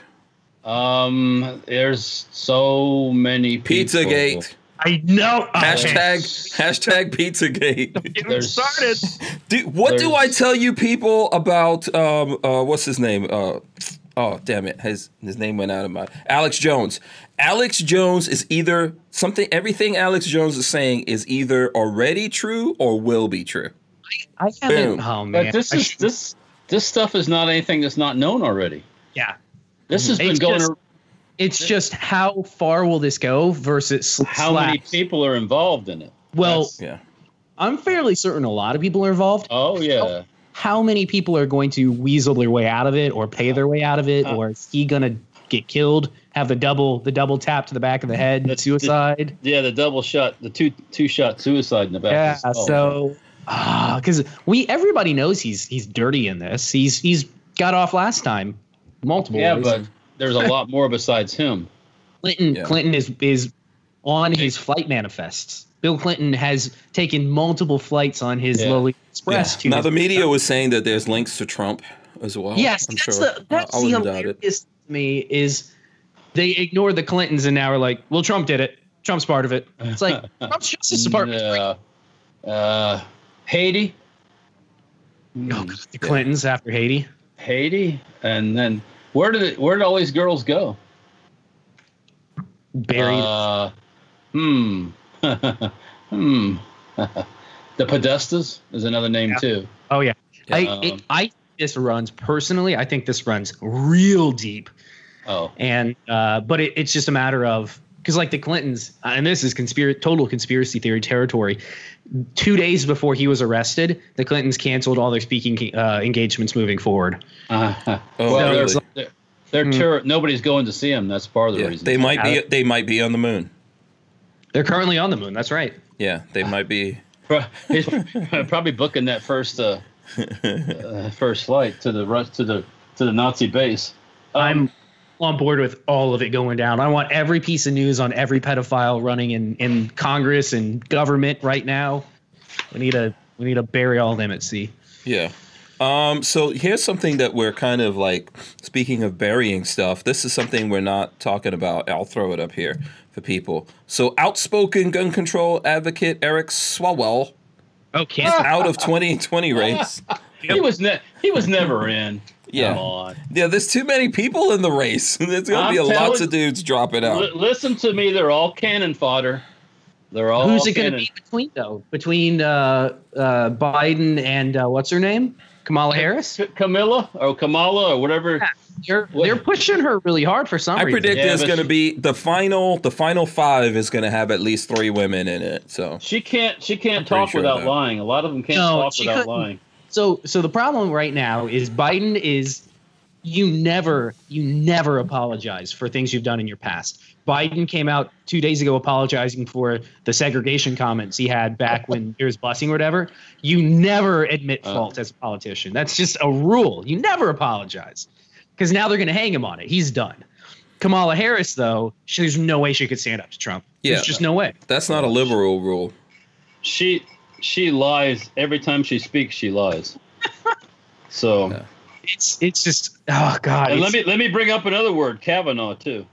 Speaker 3: Um, there's so many people.
Speaker 1: Pizzagate.
Speaker 4: I know.
Speaker 1: Hashtag hashtag Pizzagate.
Speaker 3: <laughs>
Speaker 4: It
Speaker 3: There's-
Speaker 4: started.
Speaker 1: Dude, what do I
Speaker 3: There's-
Speaker 1: tell you people about um uh what's his name? Uh oh damn it. His his name went out of my Alex Jones. Alex Jones is either something everything Alex Jones is saying is either already true or will be true.
Speaker 4: I haven't.
Speaker 1: Boom.
Speaker 4: Oh, man.
Speaker 3: But this
Speaker 4: I
Speaker 3: is
Speaker 4: should-
Speaker 3: this this stuff is not anything that's not known already.
Speaker 4: Yeah.
Speaker 3: This has been
Speaker 4: Mm-hmm. It's
Speaker 3: going.
Speaker 4: just-
Speaker 3: ar-
Speaker 4: It's just how far will this go versus sl-
Speaker 3: how many
Speaker 4: slaps.
Speaker 3: people are involved in it?
Speaker 4: Well,
Speaker 3: That's-
Speaker 1: Yeah.
Speaker 4: I'm fairly certain a lot of people are involved.
Speaker 3: oh yeah.
Speaker 4: How many people are going to weasel their way out of it, or pay their way out of
Speaker 3: Uh-huh.
Speaker 4: it, or is he gonna get killed? Have the double the double tap to the back of the head,
Speaker 3: That's-
Speaker 4: suicide.
Speaker 3: Yeah, the double shot, the two two shot suicide in the back. oh.
Speaker 4: Yeah.
Speaker 3: of his skull.
Speaker 4: So, because we everybody knows he's he's dirty in this. He's he's got off last time, multiple.
Speaker 3: yeah,
Speaker 4: ways.
Speaker 3: but there's a lot more besides
Speaker 4: <laughs>
Speaker 3: him.
Speaker 4: Clinton
Speaker 1: Yeah.
Speaker 4: Clinton is is on his flight manifests. Bill Clinton has taken multiple flights on his
Speaker 3: Yeah.
Speaker 4: Lowly Express. to
Speaker 1: Now
Speaker 4: his-
Speaker 1: the media was saying that there's links to Trump as well. Oh,
Speaker 4: yes,
Speaker 1: I'm
Speaker 4: that's
Speaker 1: sure.
Speaker 4: the that's
Speaker 1: I- I
Speaker 4: the
Speaker 1: wouldn't doubt it.
Speaker 4: hilarious thing to me is they ignore the Clintons and now are like, well, Trump did it. Trump's part of it.
Speaker 3: <laughs>
Speaker 4: It's like Trump's Justice Department.
Speaker 3: Yeah. Uh, Haiti,
Speaker 4: Oh, God, the Clintons after Haiti.
Speaker 3: Haiti, and then where did it, where did all these girls go?
Speaker 4: Buried.
Speaker 3: Uh, hmm. <laughs> hmm. <laughs> the Podestas is another name
Speaker 4: Yeah.
Speaker 3: too.
Speaker 4: oh yeah. I
Speaker 3: Yeah. um,
Speaker 4: it, I this runs personally. I think this runs real deep.
Speaker 3: Oh,
Speaker 4: and uh, but it, it's just a matter of because like the clintons uh, and this is conspira- total conspiracy theory territory two days before he was arrested the clintons canceled all their speaking uh, engagements moving forward
Speaker 3: uh,
Speaker 1: Oh,
Speaker 3: well,
Speaker 1: really? Hmm.
Speaker 3: they're, they're, they're tour- nobody's going to see him. That's part of the
Speaker 1: Yeah,
Speaker 3: reason. <laughs>
Speaker 1: they might be they might be on the moon.
Speaker 4: they're currently on the moon that's right
Speaker 1: Yeah, they might be.
Speaker 3: <laughs>
Speaker 1: <laughs>
Speaker 3: Pro- He's probably booking that first uh, uh, first flight to the Rus- to the to the Nazi base.
Speaker 4: I'm on board with all of it going down. I want every piece of news on every pedophile running in, in Congress and government right now. We need to we need to bury all of them at sea.
Speaker 1: Yeah. Um, so here's something that we're kind of like speaking of burying stuff. This is something we're not talking about. I'll throw it up here for people. So outspoken gun control advocate Eric Swalwell
Speaker 4: Oh, can't
Speaker 1: out of 2020 race.
Speaker 3: He was ne- he was never in.
Speaker 1: Yeah.
Speaker 3: Come on.
Speaker 1: Yeah, there's too many people in the race. <laughs> There's gonna
Speaker 3: I'm
Speaker 1: be a lots
Speaker 3: telling-
Speaker 1: of dudes dropping out.
Speaker 3: L- listen to me. They're all cannon fodder. They're all
Speaker 4: Who's it going to
Speaker 3: cannon-
Speaker 4: be between though? Between uh, uh, Biden and uh, what's her name, Kamala Harris?
Speaker 3: K- Camilla or Kamala or whatever.
Speaker 4: They're, they're pushing her really hard for some
Speaker 1: I
Speaker 4: reason.
Speaker 1: predict
Speaker 3: Yeah,
Speaker 1: there's
Speaker 3: but
Speaker 1: gonna
Speaker 3: she-
Speaker 1: be the final. The final five is gonna have at least three women in it. So
Speaker 3: She can't she
Speaker 1: I'm
Speaker 3: can't
Speaker 1: pretty
Speaker 3: talk
Speaker 1: sure
Speaker 3: without
Speaker 1: that-
Speaker 3: lying. A lot of them can't
Speaker 4: No,
Speaker 3: talk
Speaker 4: she
Speaker 3: without
Speaker 4: couldn't.
Speaker 3: lying.
Speaker 4: So so the problem right now is Biden is you never you never apologize for things you've done in your past. Biden came out two days ago apologizing for the segregation comments he had back when there was busing or whatever. You never admit
Speaker 3: Uh.
Speaker 4: fault as a politician. That's just a rule. You never apologize because now they're going to hang him on it. He's done. Kamala Harris, though, she, there's no way she could stand up to Trump.
Speaker 1: Yeah.
Speaker 4: There's just no way.
Speaker 1: that's not a liberal rule.
Speaker 3: She she lies every time she speaks. She
Speaker 4: <laughs>
Speaker 3: lies. so
Speaker 1: Yeah.
Speaker 4: It's it's just oh god.
Speaker 3: and
Speaker 4: it's-
Speaker 3: let me let me bring up another word, Kavanaugh too.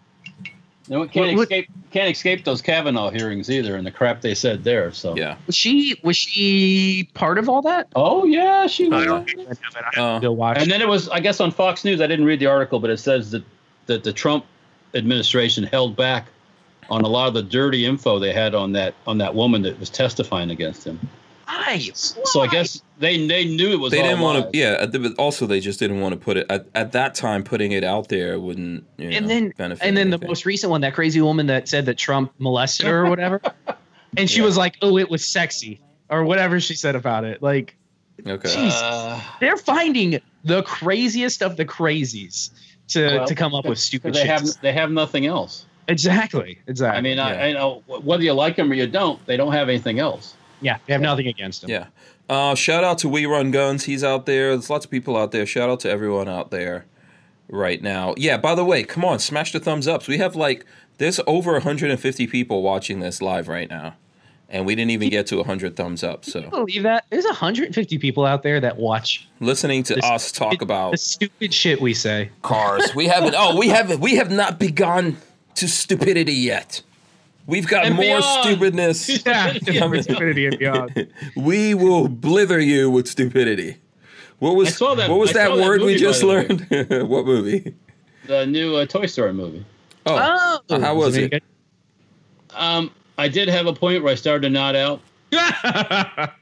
Speaker 3: No, it can't
Speaker 4: What- what-
Speaker 3: escape can't escape those Kavanaugh hearings either, and the crap they said there. So
Speaker 1: Yeah.
Speaker 4: was she was she part of all that?
Speaker 3: Oh yeah, she
Speaker 4: I
Speaker 3: was.
Speaker 4: don't I haven't- I
Speaker 1: Uh,
Speaker 4: haven't watch.
Speaker 3: And then it was, I guess, on Fox News. I didn't read the article, but it says that that the Trump administration held back on a lot of the dirty info they had on that on that woman that was testifying against him.
Speaker 4: Why?
Speaker 3: So I guess they they knew it was.
Speaker 1: they
Speaker 3: all
Speaker 1: didn't
Speaker 3: lies.
Speaker 1: want to. Yeah. uh, th- but Also, they just didn't want to put it at, at that time. Putting it out there wouldn't. You know,
Speaker 4: And then-
Speaker 1: benefit
Speaker 4: And then the
Speaker 1: anything.
Speaker 4: most recent one, that crazy woman that said that Trump molested her or whatever, and she
Speaker 1: Yeah.
Speaker 4: was like, "Oh, it was sexy" or whatever she said about it. Like
Speaker 1: Okay. uh,
Speaker 4: Jeez.
Speaker 3: Uh,
Speaker 4: they're finding the craziest of the crazies to
Speaker 3: Well,
Speaker 4: to come up with stupid
Speaker 3: they
Speaker 4: shit.
Speaker 3: have they have nothing else.
Speaker 4: exactly. Exactly.
Speaker 3: I mean,
Speaker 1: Yeah.
Speaker 3: I, I know wh- whether you like them or you don't, they don't have anything else.
Speaker 4: yeah, they have nothing against him.
Speaker 1: Yeah. Uh, shout out to We Run Guns. He's out there. There's lots of people out there. Shout out to everyone out there right now. Yeah, by the way, come on, smash the thumbs ups. We have like, there's over 150 people watching this live right now. And we didn't even get to 100 thumbs up.
Speaker 4: Can
Speaker 1: So
Speaker 4: you Believe that there's 150 people out there that watch
Speaker 1: listening to
Speaker 4: This-
Speaker 1: us talk
Speaker 4: the
Speaker 1: about
Speaker 4: stupid shit
Speaker 1: <laughs>
Speaker 4: we say.
Speaker 1: cars, we haven't, oh, we haven't, we have not begun to stupidity yet. We've got
Speaker 3: And
Speaker 1: more
Speaker 3: beyond. <laughs>
Speaker 1: stupidness.
Speaker 4: Yeah, stupidity and beyond.
Speaker 1: we will blither you with stupidity. What was
Speaker 3: I saw that-
Speaker 1: what was
Speaker 3: I
Speaker 1: that
Speaker 3: saw that
Speaker 1: word we
Speaker 3: movie,
Speaker 1: just
Speaker 3: by the way.
Speaker 1: learned? <laughs> what movie?
Speaker 3: The new uh, Toy Story movie.
Speaker 1: Oh,
Speaker 4: Oh,
Speaker 1: Uh, how was
Speaker 4: Is
Speaker 1: it?
Speaker 3: Um, I did have a point where I started to nod out,
Speaker 4: good? <laughs>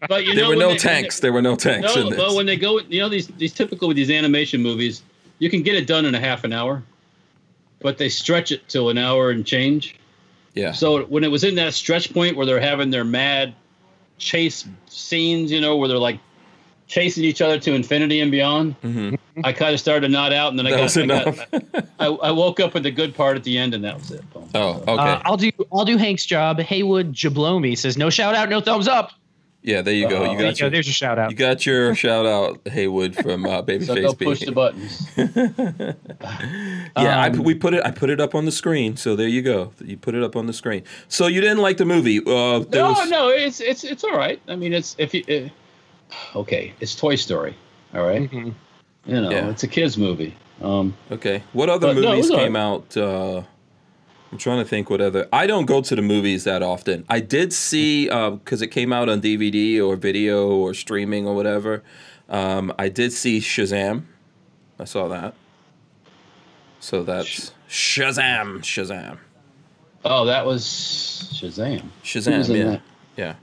Speaker 3: but you
Speaker 1: there
Speaker 3: know
Speaker 1: were
Speaker 3: when
Speaker 1: no
Speaker 3: they-
Speaker 1: tanks. There were no tanks
Speaker 3: No,
Speaker 1: in this.
Speaker 3: but when they go, you know, these these typical with these animation movies, you can get it done in a half an hour, but they stretch it to an hour and change.
Speaker 1: yeah,
Speaker 3: So when it was in that stretch point where they're having their mad chase scenes, you know, where they're like chasing each other to infinity and beyond,
Speaker 1: hmm
Speaker 3: I kind of started to nod out, and then I
Speaker 1: that
Speaker 3: got,
Speaker 1: was
Speaker 3: I, got-
Speaker 1: enough.
Speaker 3: I, I woke up with the good part at the end, and that was it. Boom.
Speaker 1: <laughs> oh, okay.
Speaker 4: Uh, I'll do I'll do Hank's job. Haywood Jablomi says no shout out, no thumbs up.
Speaker 1: yeah, there you go.
Speaker 3: uh,
Speaker 1: you
Speaker 4: There you
Speaker 1: got
Speaker 4: go,
Speaker 1: your,
Speaker 4: There's your shout out.
Speaker 1: you got
Speaker 3: <laughs>
Speaker 1: your shout out, Haywood from uh,
Speaker 3: So go
Speaker 1: Babyface
Speaker 3: push the
Speaker 1: B. <laughs>
Speaker 3: buttons.
Speaker 1: Yeah, I,
Speaker 4: Um,
Speaker 1: we put it. I put it up on the screen. So there you go. You put it up on the screen. So you didn't like the movie? Uh, there
Speaker 3: No,
Speaker 1: was,
Speaker 3: no, it's it's it's all right. I mean, it's if you eh, okay, it's Toy Story, all right.
Speaker 4: Mhm.
Speaker 3: You know,
Speaker 1: Yeah.
Speaker 3: it's a kids movie. Um,
Speaker 1: Okay. What other
Speaker 3: But no, it
Speaker 1: movies
Speaker 3: was all
Speaker 1: came out? Uh, I'm trying to think what other. I don't go to the movies that often. I did see because it came out on DVD or video or streaming or whatever. Um, I did see Shazam. I saw that. So that's Shazam! Shazam!
Speaker 3: oh, that was Shazam. Who was
Speaker 1: Shazam!
Speaker 3: in
Speaker 1: Yeah,
Speaker 3: that?
Speaker 1: yeah.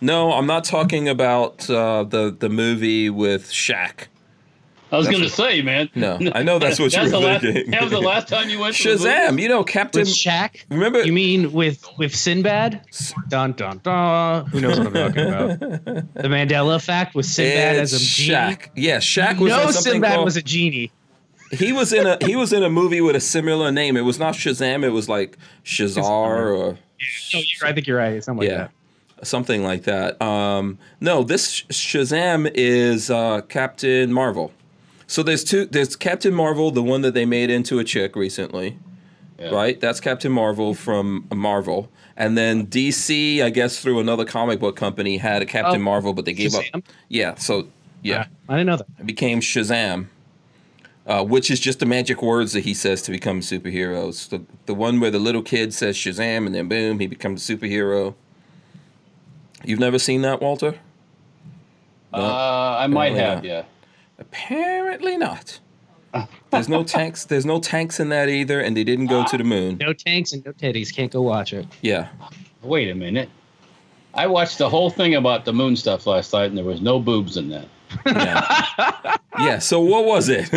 Speaker 1: No, I'm not talking about uh, the the movie with Shaq.
Speaker 3: I was
Speaker 1: That's
Speaker 3: gonna
Speaker 1: what-
Speaker 3: say, man. <laughs>
Speaker 1: No, I know Oh, that's what you were
Speaker 3: the last,
Speaker 1: thinking.
Speaker 3: <laughs> That was the last time you went. To the
Speaker 1: Shazam!
Speaker 3: movies?
Speaker 1: You know, Captain.
Speaker 4: With Shaq?
Speaker 1: remember?
Speaker 4: You mean with with Sinbad? Dun dun dun. Who knows what I'm talking about? The Mandela effect with Sinbad as a
Speaker 1: It's
Speaker 4: genie.
Speaker 1: Shaq. Yeah, Shaq was
Speaker 4: No,
Speaker 1: in something
Speaker 4: Sinbad
Speaker 1: called-
Speaker 4: was a genie.
Speaker 1: he was in a he was in a movie with a similar name. It was not Shazam. It was like Shazar or
Speaker 4: No, you're, I think you're right. Something like
Speaker 1: yeah.
Speaker 4: that.
Speaker 1: something like that. Um, no, this Sh- Shazam is uh, Captain Marvel. So there's two. There's Captain Marvel, the one that they made into a chick recently,
Speaker 3: Yeah.
Speaker 1: right? That's Captain Marvel from Marvel, and then DC, I guess through another comic book company, had a Captain
Speaker 4: Oh,
Speaker 1: Marvel, but they gave up.
Speaker 4: Shazam?
Speaker 1: Yeah, so yeah,
Speaker 4: I didn't know that.
Speaker 1: it became Shazam, uh, which is just the magic words that he says to become superheroes. The the one where the little kid says Shazam, and then boom, he becomes a superhero. You've never seen that, Walter?
Speaker 3: Uh, I might
Speaker 1: Apparently
Speaker 3: have,
Speaker 1: not.
Speaker 3: yeah.
Speaker 1: Apparently not. There's no tanks. There's no tanks in that either, and they didn't go to the moon.
Speaker 4: No tanks and no titties. Can't go watch it.
Speaker 1: Yeah,
Speaker 3: Wait a minute. I watched the whole thing about the moon stuff last night, and there was no boobs in that.
Speaker 1: yeah. yeah. So what was it?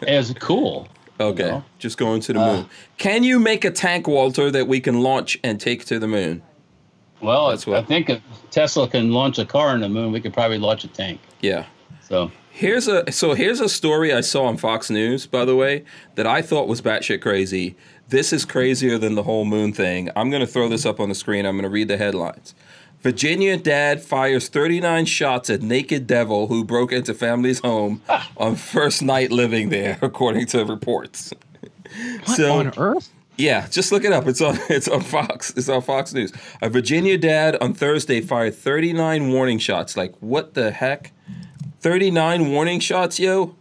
Speaker 1: <laughs>
Speaker 3: It was cool.
Speaker 1: okay,
Speaker 3: No.
Speaker 1: just going to the moon. Can you make a tank, Walter, that we can launch and take to the moon?
Speaker 3: Well,
Speaker 1: That's
Speaker 3: it's,
Speaker 1: what-
Speaker 3: I think if Tesla can launch a car on the moon, we could probably launch a tank.
Speaker 1: Yeah.
Speaker 3: So
Speaker 1: Here's a so here's a story I saw on Fox News, by the way, that I thought was batshit crazy. This is crazier than the whole moon thing. I'm gonna throw this up on the screen. I'm gonna read the headlines. Virginia dad fires 39 shots at naked devil who broke into family's home
Speaker 4: Ah.
Speaker 1: on first night living there, <laughs> according to reports.
Speaker 4: What on earth?
Speaker 1: Yeah, just look it up. It's on it's on Fox. It's on Fox News. A Virginia dad on Thursday fired 39 warning shots. Like what the heck? 39 warning shots, yo.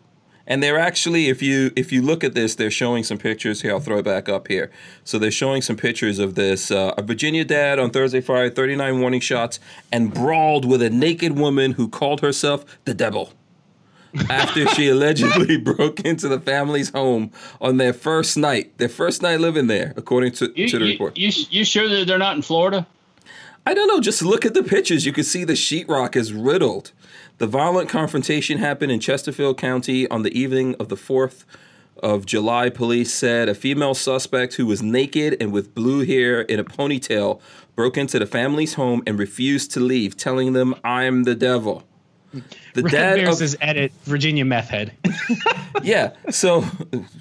Speaker 1: And they're actually if you if you look at this, they're showing some pictures here. I'll throw it back up here. So they're showing some pictures of this. Uh, a Virginia dad on Thursday fired 39 warning shots and brawled with a naked woman who called herself the devil after
Speaker 3: <laughs>
Speaker 1: she allegedly <laughs> broke into the family's home on their first night, their first night living there, according to,
Speaker 3: you,
Speaker 1: to the
Speaker 3: you,
Speaker 1: report.
Speaker 3: you, you sure that they're not in Florida?
Speaker 1: I don't know, just look at the pictures. You can see the sheetrock is riddled. The violent confrontation happened in Chesterfield County on the evening of the 4th of July. Police said a female suspect who was naked and with blue hair in a ponytail broke into the family's home and refused to leave, telling them, I'm the devil. The
Speaker 4: Red
Speaker 1: dad
Speaker 4: Bears
Speaker 1: of-
Speaker 4: is edit Virginia meth head. <laughs>
Speaker 1: yeah. So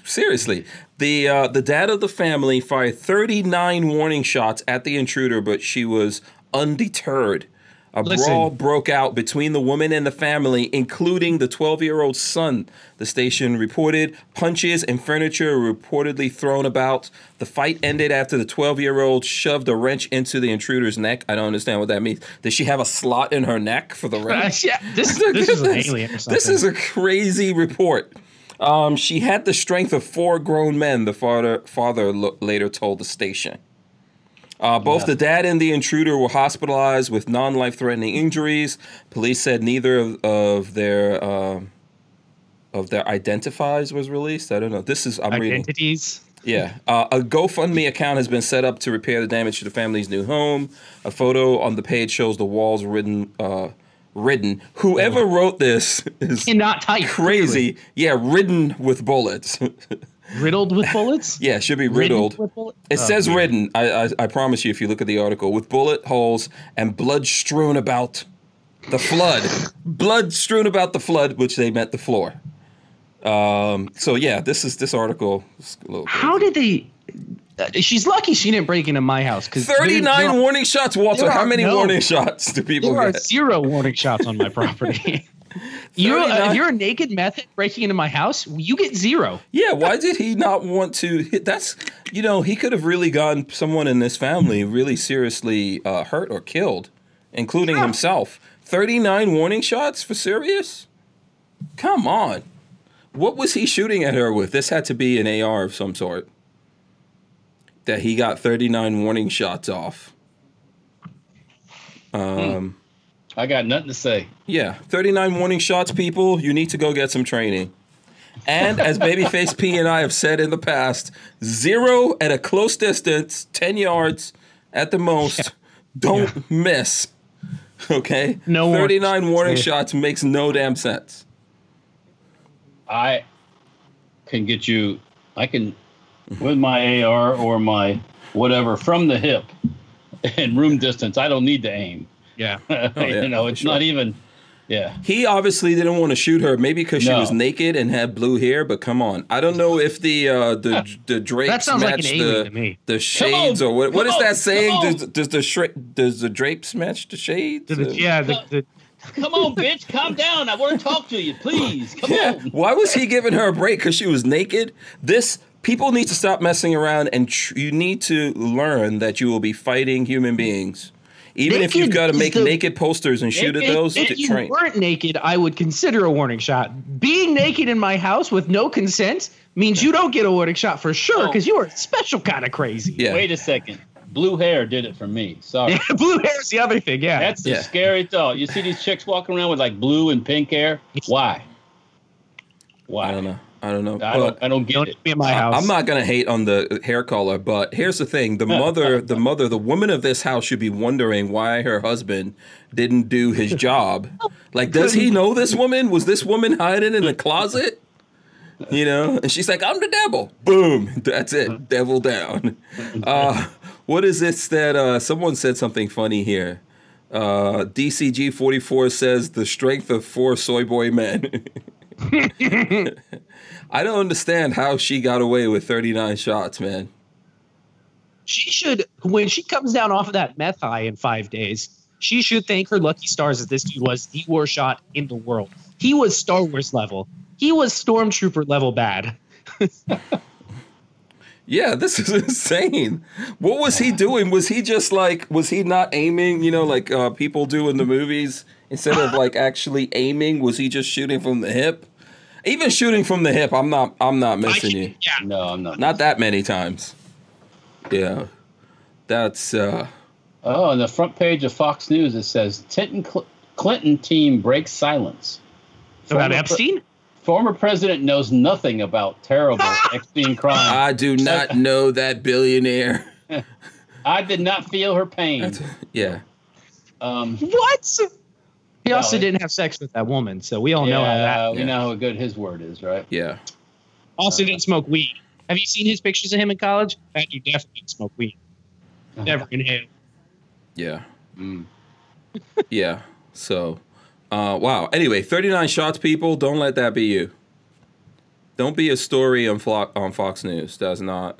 Speaker 1: seriously, the uh, the dad of the family fired 39 warning shots at the intruder, but she was undeterred. A
Speaker 4: Listen.
Speaker 1: brawl broke out between the woman and the family, including the 12 year old son. The station reported punches and furniture were reportedly thrown about. The fight ended after the 12 year old shoved a wrench into the intruder's neck. I don't understand what that means. Does she have a slot in her neck for the
Speaker 4: <laughs>
Speaker 1: wrench?
Speaker 4: yeah,
Speaker 1: <laughs>
Speaker 4: this, this is an
Speaker 1: This-
Speaker 4: alien or something.
Speaker 1: This is a crazy report. Um, she had the strength of four grown men, the father, father lo- later told the station. Uh, both the dad and the intruder were hospitalized with non life threatening injuries. Police said neither of, of their. um of their identifies was released. I don't know. This is I'm reading.
Speaker 4: identities.
Speaker 1: Yeah. Uh, a GoFundMe account has been set up to repair the damage to the family's new home. A photo on the page shows the walls written. Uh, ridden. Whoever wrote this is
Speaker 4: Cannot type.
Speaker 1: crazy. Yeah, ridden with bullets. <laughs>
Speaker 4: Riddled with bullets?
Speaker 1: yeah, it should be
Speaker 4: Ridden
Speaker 1: riddled.
Speaker 4: with bullet-
Speaker 1: It says ridden. I, I I promise you, if you look at the article, with bullet holes and blood strewn about the flood, blood strewn about the flood, which they meant the floor. Um. So yeah, this is this article. is a little-
Speaker 4: How did they? uh, She's lucky she didn't break into my house because
Speaker 1: 39 warning shots, Walter.
Speaker 4: there
Speaker 1: How
Speaker 4: are
Speaker 1: many
Speaker 4: no-
Speaker 1: warning shots do people
Speaker 4: There are
Speaker 1: get?
Speaker 4: zero warning shots on
Speaker 1: <laughs>
Speaker 4: my property. you're, uh,
Speaker 1: 39
Speaker 4: if you're a naked method breaking into my house, you get zero.
Speaker 1: Yeah, why did he not want to hit? That's, you know, he could have really gotten someone in this family really seriously uh, hurt or killed, including himself. 39 warning shots for serious? Come on. What was he shooting at her with? This had to be an AR of some sort. That he got 39 warning shots off. Um.
Speaker 3: I got nothing to say.
Speaker 1: Yeah, 39 warning shots, people. You need to go get some training. And as Babyface P and I have said in the past, zero at a close distance, 10 yards at the most. Don't miss. Okay?
Speaker 4: No warning
Speaker 1: 39 warning,
Speaker 4: Yeah.
Speaker 1: shots makes no damn sense.
Speaker 3: I can get you. I can with my AR or my whatever from the hip <laughs> and room distance. I don't need to aim.
Speaker 4: Yeah.
Speaker 1: Oh, yeah,
Speaker 4: <laughs>
Speaker 3: you know,
Speaker 1: for
Speaker 3: it's
Speaker 1: sure.
Speaker 3: not even. Yeah.
Speaker 1: He obviously didn't want to shoot her, maybe because she
Speaker 3: No.
Speaker 1: was naked and had blue hair. But come on, I don't know if the uh, the the Drakes
Speaker 4: That sounds like an
Speaker 1: match
Speaker 4: alien
Speaker 1: the,
Speaker 4: to me.
Speaker 1: the shades
Speaker 3: on,
Speaker 1: or what? What is
Speaker 3: come on,
Speaker 1: that saying?
Speaker 3: come on.
Speaker 1: Does, does the shri- does the drapes match the shades?
Speaker 4: To the-
Speaker 1: Uh,
Speaker 4: yeah, the, the,
Speaker 3: Come on, bitch, calm down. I want to talk to you, please. Come
Speaker 1: Yeah.
Speaker 3: on.
Speaker 1: <laughs> Why was he giving her a break? Because she was naked. This people need to stop messing around, and tr- you need to learn that you will be fighting human beings, even if you've
Speaker 4: Naked
Speaker 1: got to
Speaker 4: is
Speaker 1: make
Speaker 4: the-
Speaker 1: naked posters and shoot at
Speaker 3: Naked-
Speaker 1: those.
Speaker 4: if
Speaker 1: to
Speaker 4: you
Speaker 1: train.
Speaker 4: weren't naked, I would consider a warning shot. Being naked in my house with no consent means you don't get a warning shot for sure
Speaker 3: Oh.
Speaker 4: because you are special kind of crazy.
Speaker 1: Yeah.
Speaker 3: Wait a second. Blue hair did it for me.
Speaker 1: <laughs>
Speaker 3: Sorry.
Speaker 4: Yeah, <laughs> blue hair is the other thing. Yeah,
Speaker 3: That's a
Speaker 1: Yeah.
Speaker 3: scary thought. You see these chicks walking around with like blue and pink hair. Why? Why?
Speaker 1: I don't know. I don't know.
Speaker 3: I don't.
Speaker 1: But
Speaker 3: I don't get
Speaker 4: don't
Speaker 3: it.
Speaker 4: be in my house.
Speaker 1: I'm not gonna hate on the hair color, but here's the thing: the mother, the mother, the woman of this house should be wondering why her husband didn't do his job. Like, does he know this woman? Was this woman hiding in the closet? You know, and she's like, "I'm the devil." Boom. That's it. Devil down. Uh, what is this that uh, someone said something funny here? Uh, DCG 44 says the strength of four soy boy men. <laughs> I don't understand how she got away with 39 shots, man.
Speaker 4: She should, when she comes down off of that meth high in five days, she should thank her lucky stars that this dude was the worst shot in the world. He was Star Wars level. He was Stormtrooper level bad.
Speaker 1: Yeah, this is <laughs> insane. What was he doing? Was he just like, was he not aiming, you know, like uh, people do in the movies? Instead of like actually aiming, was he just shooting from the hip? Even shooting from the hip, I'm not, I'm not
Speaker 4: I
Speaker 1: missing you.
Speaker 4: think- yeah.
Speaker 3: No, I'm not.
Speaker 1: Not that many times. Yeah, that's uh,
Speaker 3: Oh, on the front page of Fox News, it says Clinton, Cl- Clinton team breaks silence.
Speaker 4: About
Speaker 3: Former pre-
Speaker 4: Epstein?
Speaker 3: former president knows nothing about
Speaker 1: <laughs>
Speaker 3: terrible Epstein crime.
Speaker 1: I do not know that billionaire.
Speaker 3: I did not feel her pain.
Speaker 1: <laughs> Yeah,
Speaker 3: Um,
Speaker 4: What? He
Speaker 3: No,
Speaker 4: also
Speaker 3: it-
Speaker 4: didn't have sex with that woman, so we all
Speaker 3: yeah,
Speaker 4: know how that.
Speaker 3: we
Speaker 1: yeah.
Speaker 3: know how good his word is, right?
Speaker 1: yeah.
Speaker 4: Also, didn't smoke weed. Have you seen his pictures of him in college? That dude definitely didn't smoke weed. Never inhaled.
Speaker 1: Yeah.
Speaker 3: Mm.
Speaker 1: yeah. So, uh, wow. Anyway, 39 shots, people. Don't let that be you. Don't be a story on, Flo- on Fox News. That's not.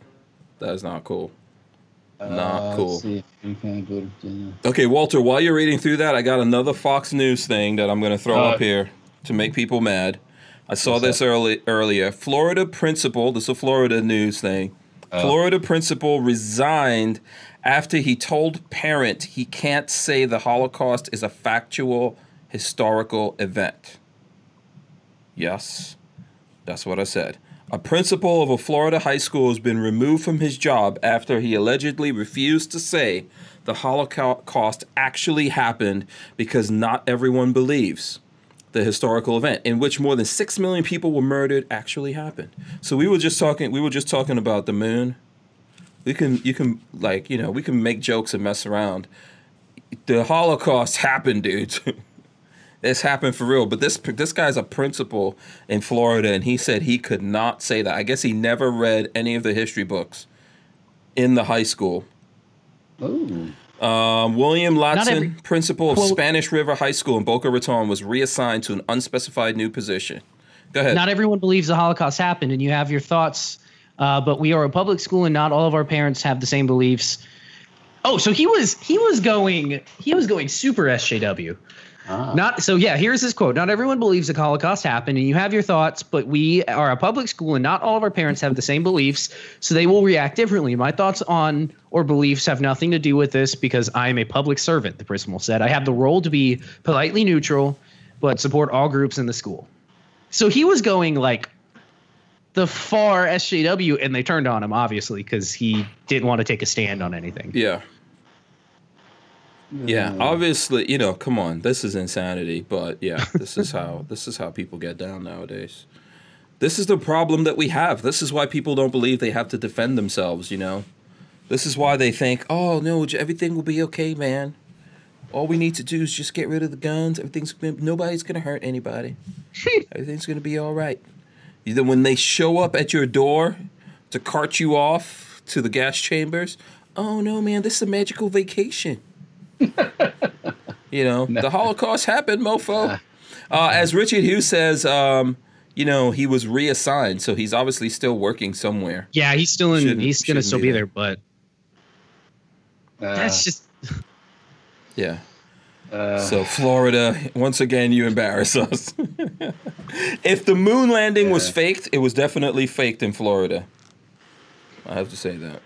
Speaker 1: That is not cool. Not
Speaker 3: let's
Speaker 1: cool.
Speaker 3: see if we can go to dinner.
Speaker 1: Okay, Walter. While you're reading through that, I got another Fox News thing that I'm going to throw
Speaker 3: Uh,
Speaker 1: up here to make people mad. I saw
Speaker 3: what's
Speaker 1: this early earlier. Florida principal. This is a Florida news thing.
Speaker 3: Uh.
Speaker 1: Florida principal resigned after he told parent he can't say the Holocaust is a factual historical event. Yes, that's what I said. A principal of a Florida high school has been removed from his job after he allegedly refused to say the Holocaust actually happened because not everyone believes the historical event in which more than 6 million people were murdered actually happened. So we were just talking we were just talking about the moon. We can you can like, you know, we can make jokes and mess around. The Holocaust happened, dudes. <laughs> this happened for real, but this this guy's a principal in Florida and he said he could not say that. I guess he never read any of the history books in the high school.
Speaker 3: Ooh.
Speaker 1: Um, William Lotson,
Speaker 4: every-
Speaker 1: principal of
Speaker 4: quote-
Speaker 1: Spanish River High School in Boca Raton, was reassigned to an unspecified new position. Go ahead.
Speaker 4: Not everyone believes the Holocaust happened, and you have your thoughts. Uh, but we are a public school, and not all of our parents have the same beliefs. Oh, so he was he was going he was going super SJW.
Speaker 3: Ah.
Speaker 4: Not so yeah, here's his quote. Not everyone believes the Holocaust happened and you have your thoughts, but we are a public school and not all of our parents have the same beliefs, so they will react differently. My thoughts on or beliefs have nothing to do with this because I am a public servant, the principal said. I have the role to be politely neutral, but support all groups in the school. So he was going like the far SJW and they turned on him obviously because he didn't want to take a stand on anything.
Speaker 1: yeah. Yeah.
Speaker 3: Mm.
Speaker 1: Obviously, you know, come on, this is insanity, but yeah, this is how <laughs> this is how people get down nowadays. This is the problem that we have. This is why people don't believe they have to defend themselves, you know. This is why they think, "Oh, no, j- everything will be okay, man. All we need to do is just get rid of the guns. Everything's gonna- nobody's going to hurt anybody." Everything's gonna be all right. Then when they show up at your door to cart you off to the gas chambers, oh no, man, this is a <laughs> magical vacation. you know, the Holocaust happened, mofo. Uh, as Richard Hughes says, um, you know, he was reassigned, so he's obviously still working somewhere.
Speaker 4: Yeah, he's still in.
Speaker 1: Shouldn't-
Speaker 4: he's gonna
Speaker 1: shouldn't
Speaker 4: still
Speaker 1: be
Speaker 4: be
Speaker 1: there.
Speaker 4: there, but
Speaker 3: Uh,
Speaker 4: that's just
Speaker 1: Yeah.
Speaker 3: uh,
Speaker 1: So Florida, once again, you embarrass us. <laughs> if the moon landing was
Speaker 3: Yeah.
Speaker 1: faked, it was definitely faked in Florida. I have to say that.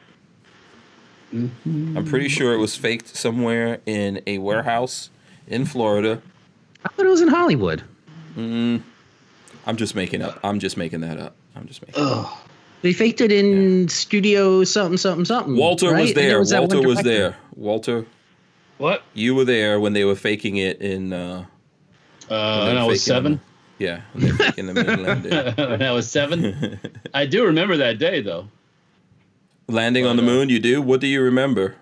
Speaker 1: I'm pretty sure it was faked somewhere in a warehouse in Florida.
Speaker 4: I thought it was in Hollywood.
Speaker 1: I'm just making up. I'm just making that up. I'm just making.
Speaker 4: They faked it in studio something something something.
Speaker 1: Walter
Speaker 4: right?
Speaker 1: was
Speaker 4: And
Speaker 1: there.
Speaker 4: that
Speaker 1: Walter
Speaker 4: one
Speaker 1: was
Speaker 4: director.
Speaker 1: there. Walter,
Speaker 3: what?
Speaker 1: you were there when they were faking it in. Uh,
Speaker 3: Uh, when I was
Speaker 1: faking
Speaker 3: seven.
Speaker 1: The, yeah, when they were faking the moon
Speaker 3: <laughs>
Speaker 1: landing.
Speaker 3: when I was seven.
Speaker 1: <laughs>
Speaker 3: I do remember that day though.
Speaker 1: landing on the moon. You do. What do you remember?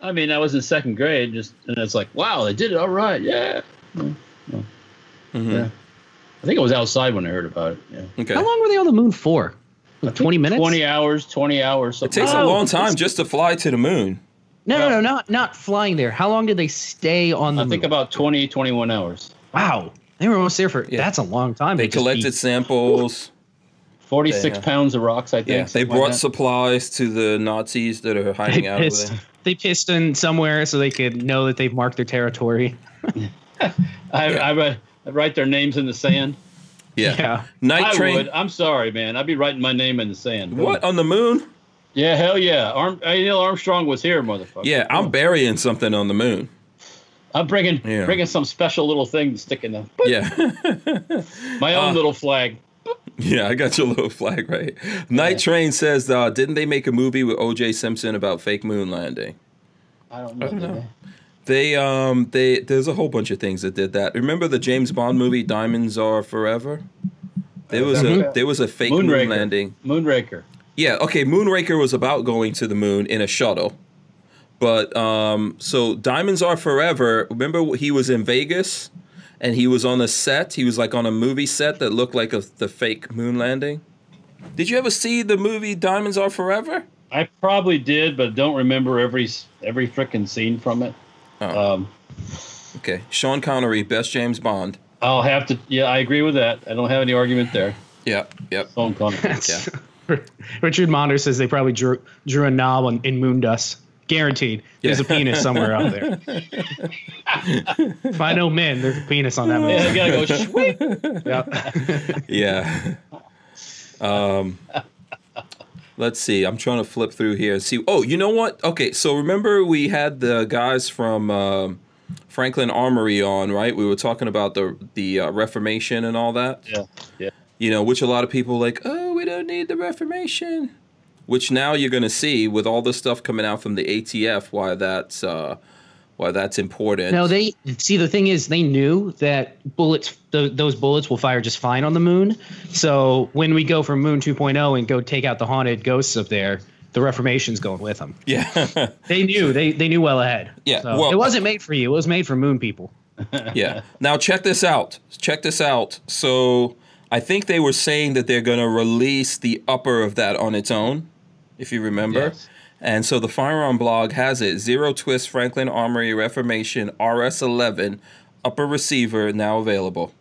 Speaker 3: I mean, I was in second grade, just and it's like, wow, they did it all right, yeah.
Speaker 1: Mm-hmm.
Speaker 3: Yeah. I think I was outside when I heard about it. Yeah.
Speaker 1: Okay.
Speaker 4: How long were they on the moon for? Like Twenty minutes.
Speaker 3: Twenty hours, twenty hours.
Speaker 1: It takes a
Speaker 4: Oh,
Speaker 1: long time just to fly to the moon.
Speaker 4: No, no, no, not not flying there. How long did they stay on the
Speaker 3: I think
Speaker 4: moon?
Speaker 3: about 20, 21 hours.
Speaker 4: wow, they were almost there for.
Speaker 1: Yeah.
Speaker 4: That's a long time.
Speaker 1: They
Speaker 4: to just
Speaker 1: collected
Speaker 4: be-
Speaker 1: samples.
Speaker 3: Forty-six
Speaker 1: Yeah.
Speaker 3: pounds of rocks, I think.
Speaker 1: Yeah, they
Speaker 3: something like
Speaker 1: brought
Speaker 3: that.
Speaker 1: supplies to the Nazis that are
Speaker 4: <laughs> They
Speaker 1: hiding out over
Speaker 4: pissed.
Speaker 1: there.
Speaker 4: They pissed in somewhere so they could know that they've marked their territory.
Speaker 3: I,
Speaker 1: Yeah.
Speaker 3: I, write- I write their names in the sand.
Speaker 1: Yeah.
Speaker 4: <laughs> Yeah.
Speaker 1: Night
Speaker 3: I
Speaker 1: train.
Speaker 3: would. I'm sorry, man. I'd be writing my name in the sand.
Speaker 1: What on the moon?
Speaker 3: Yeah, hell yeah. Arm, hey, Neil Armstrong was here, motherfucker.
Speaker 1: Yeah, I'm burying something on the moon.
Speaker 3: I'm bringing
Speaker 1: Yeah.
Speaker 3: bringing some special little thing to stick in the
Speaker 1: Yeah, <laughs>
Speaker 3: my
Speaker 1: Ah.
Speaker 3: own little flag.
Speaker 1: yeah, I got your little flag right. Night Train says, uh, didn't they make a movie with O.J. Simpson about fake moon landing?
Speaker 3: I don't know.
Speaker 1: They, um, they, there's a whole bunch of things that did that. Remember the James Bond movie Diamonds Are Forever? There was a, there was a fake moon
Speaker 3: Moonraker.
Speaker 1: landing.
Speaker 3: Moonraker.
Speaker 1: Yeah, okay, Moonraker was about going to the moon in a shuttle. But um so Diamonds Are Forever, remember he was in Vegas and he was on a set, he was like on a movie set that looked like a, the fake moon landing. Did you ever see the movie Diamonds Are Forever?
Speaker 3: I probably did, but don't remember every s- every frickin' scene from it.
Speaker 1: Oh.
Speaker 3: Um,
Speaker 1: Okay, Sean Connery, best James Bond.
Speaker 3: I'll have to. Yeah, I agree with that. I don't have any argument there.
Speaker 1: Yeah, yep.
Speaker 3: Phone call.
Speaker 1: Yeah.
Speaker 4: Richard Monder says they probably drew drew a knob on, in moon dust. Guaranteed. There's a
Speaker 1: Yeah.
Speaker 4: penis somewhere
Speaker 1: <laughs>
Speaker 4: out there. if I know men, there's a penis on that moon.
Speaker 3: Yeah, I gotta
Speaker 1: <laughs>
Speaker 3: go. Sweep.
Speaker 4: Yeah.
Speaker 1: Yeah. um, let's see. I'm trying to flip through here and see. Oh, you know what? Okay, so remember we had the guys from um, Franklin Armory on, right? We were talking about the the uh, Reformation and all that.
Speaker 3: Yeah, yeah.
Speaker 1: You know, which a lot of people like. Oh, we don't need the Reformation. Which now you're going to see with all the stuff coming out from the ATF, why that's uh, why that's important.
Speaker 4: No, they see the thing is they knew that bullets th- those bullets will fire just fine on the moon. So when we go from Moon 2.0 and go take out the haunted ghosts up there, the Reformation's going with them.
Speaker 1: <laughs> yeah.
Speaker 4: They knew they they knew well ahead.
Speaker 1: Yeah,
Speaker 4: So
Speaker 1: well-
Speaker 4: it wasn't made for you. It was made for moon people.
Speaker 1: yeah. Now check this out. Check this out. So I think they were saying that they're going to release the upper of that on its own, if you remember.
Speaker 3: Yes.
Speaker 1: And so the firearm blog has it: Zero Twist Franklin Armory Reformation RS11 upper receiver now available.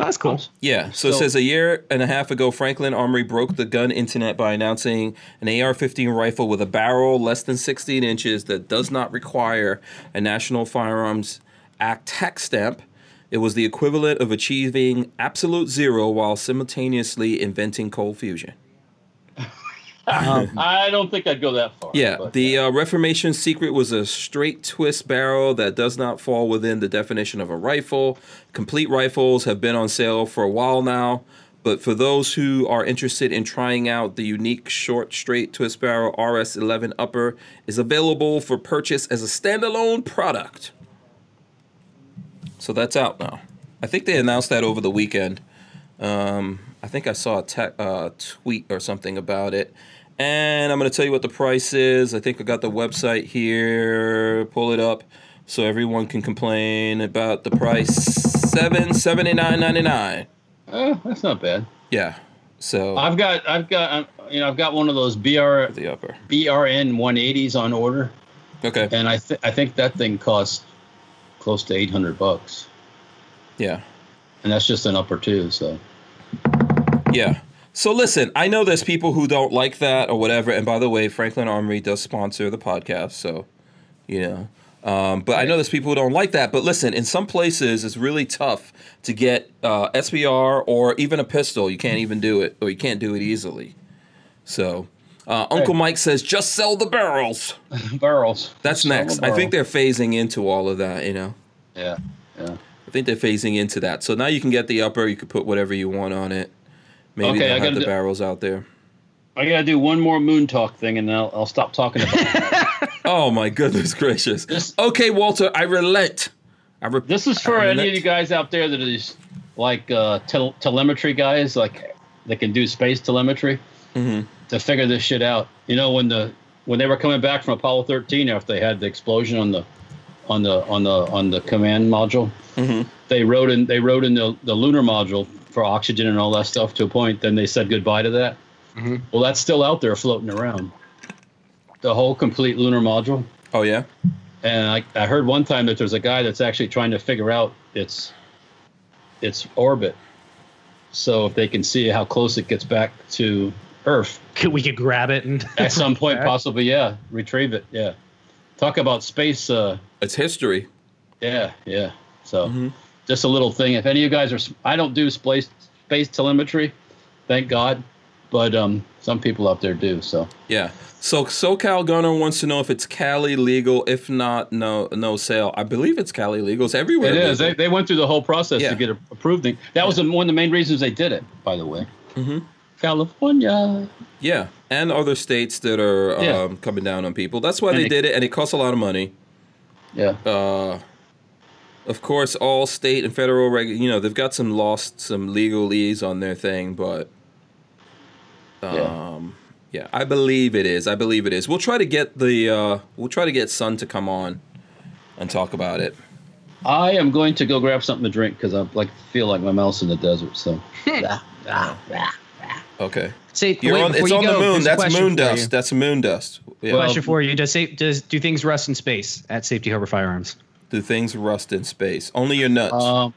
Speaker 4: Oh, that's cool.
Speaker 1: Yeah. So it
Speaker 3: So-
Speaker 1: says a year and a half ago, Franklin Armory broke the gun internet by announcing an AR 15 rifle with a barrel less than 16 inches that does not require a National Firearms Act tax stamp. It was the equivalent of achieving absolute zero while simultaneously inventing cold fusion.
Speaker 3: I don't think I'd go that far.
Speaker 1: Yeah,
Speaker 3: but-
Speaker 1: the uh, Reformation secret was a straight twist barrel that does not fall within the definition of a rifle. Complete rifles have been on sale for a while now, but for those who are interested in trying out the unique short straight twist barrel RS11 upper is available for purchase as a standalone product. So that's out now. I think they announced that over the weekend. Um, I think I saw a te- uh, tweet or something about it. And I'm going to tell you what the price is. I think I got the website here. Pull it up so everyone can complain about the price. Seven seventy nine ninety nine.
Speaker 3: Eh, that's not bad.
Speaker 1: Yeah. So
Speaker 3: I've got, I've got, um, you know, I've got one of those BR
Speaker 1: the upper.
Speaker 3: BRN 180s on order,
Speaker 1: Okay.
Speaker 3: and I, th- I think that thing costs close to 800 bucks.
Speaker 1: Yeah.
Speaker 3: and that's just an upper two. So
Speaker 1: Yeah. So listen, I know there's people who don't like that or whatever. And by the way, Franklin Armory does sponsor the podcast, so you know. Um, but I know there's people who don't like that. But listen, in some places, it's really tough to get uh, SBR or even a pistol. You can't even do it, or you can't do it easily. So uh, Uncle Mike says, just sell the barrels.
Speaker 3: barrels.
Speaker 1: That's
Speaker 3: Sell the
Speaker 1: next. I think
Speaker 3: barrel.
Speaker 1: they're phasing into all of that. You know,
Speaker 3: Yeah. Yeah.
Speaker 1: I think they're phasing into that. So now you can get the upper. You can put whatever you want on it. Maybe
Speaker 3: Okay,
Speaker 1: they
Speaker 3: I
Speaker 1: have
Speaker 3: gotta
Speaker 1: the
Speaker 3: do-
Speaker 1: barrels out there.
Speaker 3: I gotta do one more moon talk thing, and then I'll, I'll stop talking about. it.
Speaker 1: Oh my goodness <laughs> gracious.
Speaker 3: This-
Speaker 1: Okay, Walter, I relent. I re-
Speaker 3: This is for
Speaker 1: I
Speaker 3: any
Speaker 1: relent.
Speaker 3: of you guys out there that is like uh, tel- telemetry guys, like that can do space telemetry
Speaker 1: Mhm.
Speaker 3: to figure this shit out. You know, when the when they were coming back from Apollo 13 after they had the explosion on the on the on the on the command module,
Speaker 1: Mhm.
Speaker 3: they wrote in they wrote in the, the lunar module for oxygen and all that stuff to a point. Then they said goodbye to that.
Speaker 4: Mhm.
Speaker 3: Well, that's still out there floating around. The whole complete lunar module.
Speaker 1: Oh yeah.
Speaker 3: And I, I heard one time that there's a guy that's actually trying to figure out its its orbit. So if they can see how close it gets back to Earth
Speaker 4: Could we could grab it and
Speaker 3: at some point,
Speaker 4: Back.
Speaker 3: possibly, yeah, retrieve it, yeah. Talk about space, uh,
Speaker 1: It's history.
Speaker 3: yeah, yeah. So
Speaker 1: Mhm.
Speaker 3: just a little thing. If any of you guys are, s- I don't do space space telemetry, thank God, but um, some people out there do. So
Speaker 1: Yeah. So SoCal Gunner wants to know if it's Cali legal. If not, no no sale. I believe it's Cali legal. It's everywhere.
Speaker 3: it is. eh?
Speaker 1: legal.
Speaker 3: They, they went through the whole process
Speaker 1: Yeah.
Speaker 3: to get a- approved. That was the- one of the main reasons they did it, by the way.
Speaker 1: Mhm.
Speaker 3: California.
Speaker 1: yeah. And other states that are
Speaker 3: Yeah.
Speaker 1: um, coming down on people. That's why
Speaker 3: And
Speaker 1: they
Speaker 3: it-
Speaker 1: did it, and it costs a lot of money.
Speaker 3: Yeah.
Speaker 1: uh, of course, all state and federal reg. You know, they've got some lost some legalese on their thing, but
Speaker 3: Yeah.
Speaker 1: um, yeah. I believe it is. I believe it is. We'll try to get the uh, we'll try to get Sun to come on and talk about it.
Speaker 3: I am going to go grab something to drink because I like feel like my mouth's in the desert. So
Speaker 1: Okay,
Speaker 4: say
Speaker 1: You're
Speaker 4: wait,
Speaker 1: on,
Speaker 4: before
Speaker 1: it's
Speaker 4: you
Speaker 1: on
Speaker 4: go,
Speaker 1: the moon.
Speaker 4: there's a
Speaker 1: That's
Speaker 4: question
Speaker 1: moon
Speaker 4: for you.
Speaker 1: dust. That's moon dust. Yeah.
Speaker 3: Well-
Speaker 4: Question for you: Does say does do things rust in space at Safety Harbor Firearms?
Speaker 1: Do things rust in space? Only your nuts.
Speaker 4: Uh,
Speaker 3: um,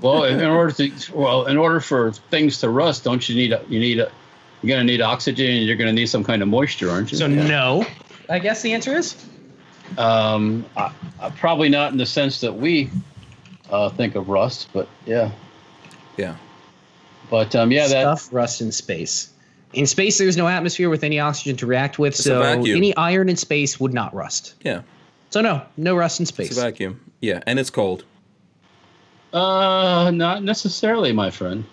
Speaker 3: well, in, in order to well, in order for things to rust, don't you need a, you need a you're gonna need oxygen and you're gonna need some kind of moisture, aren't you?
Speaker 4: So no. I guess the answer is
Speaker 3: um, I, I, probably not in the sense that we uh, think of rust, but yeah,
Speaker 1: yeah.
Speaker 3: but um, yeah, that
Speaker 4: stuff rusts in space. In space, there's no atmosphere with any oxygen to react with,
Speaker 1: a
Speaker 4: so
Speaker 1: vacuum.
Speaker 4: any iron in space would not rust.
Speaker 1: Yeah.
Speaker 4: So no, no rust in
Speaker 1: It's
Speaker 4: space.
Speaker 1: a vacuum. Yeah, and it's cold.
Speaker 3: uh, not necessarily, my friend.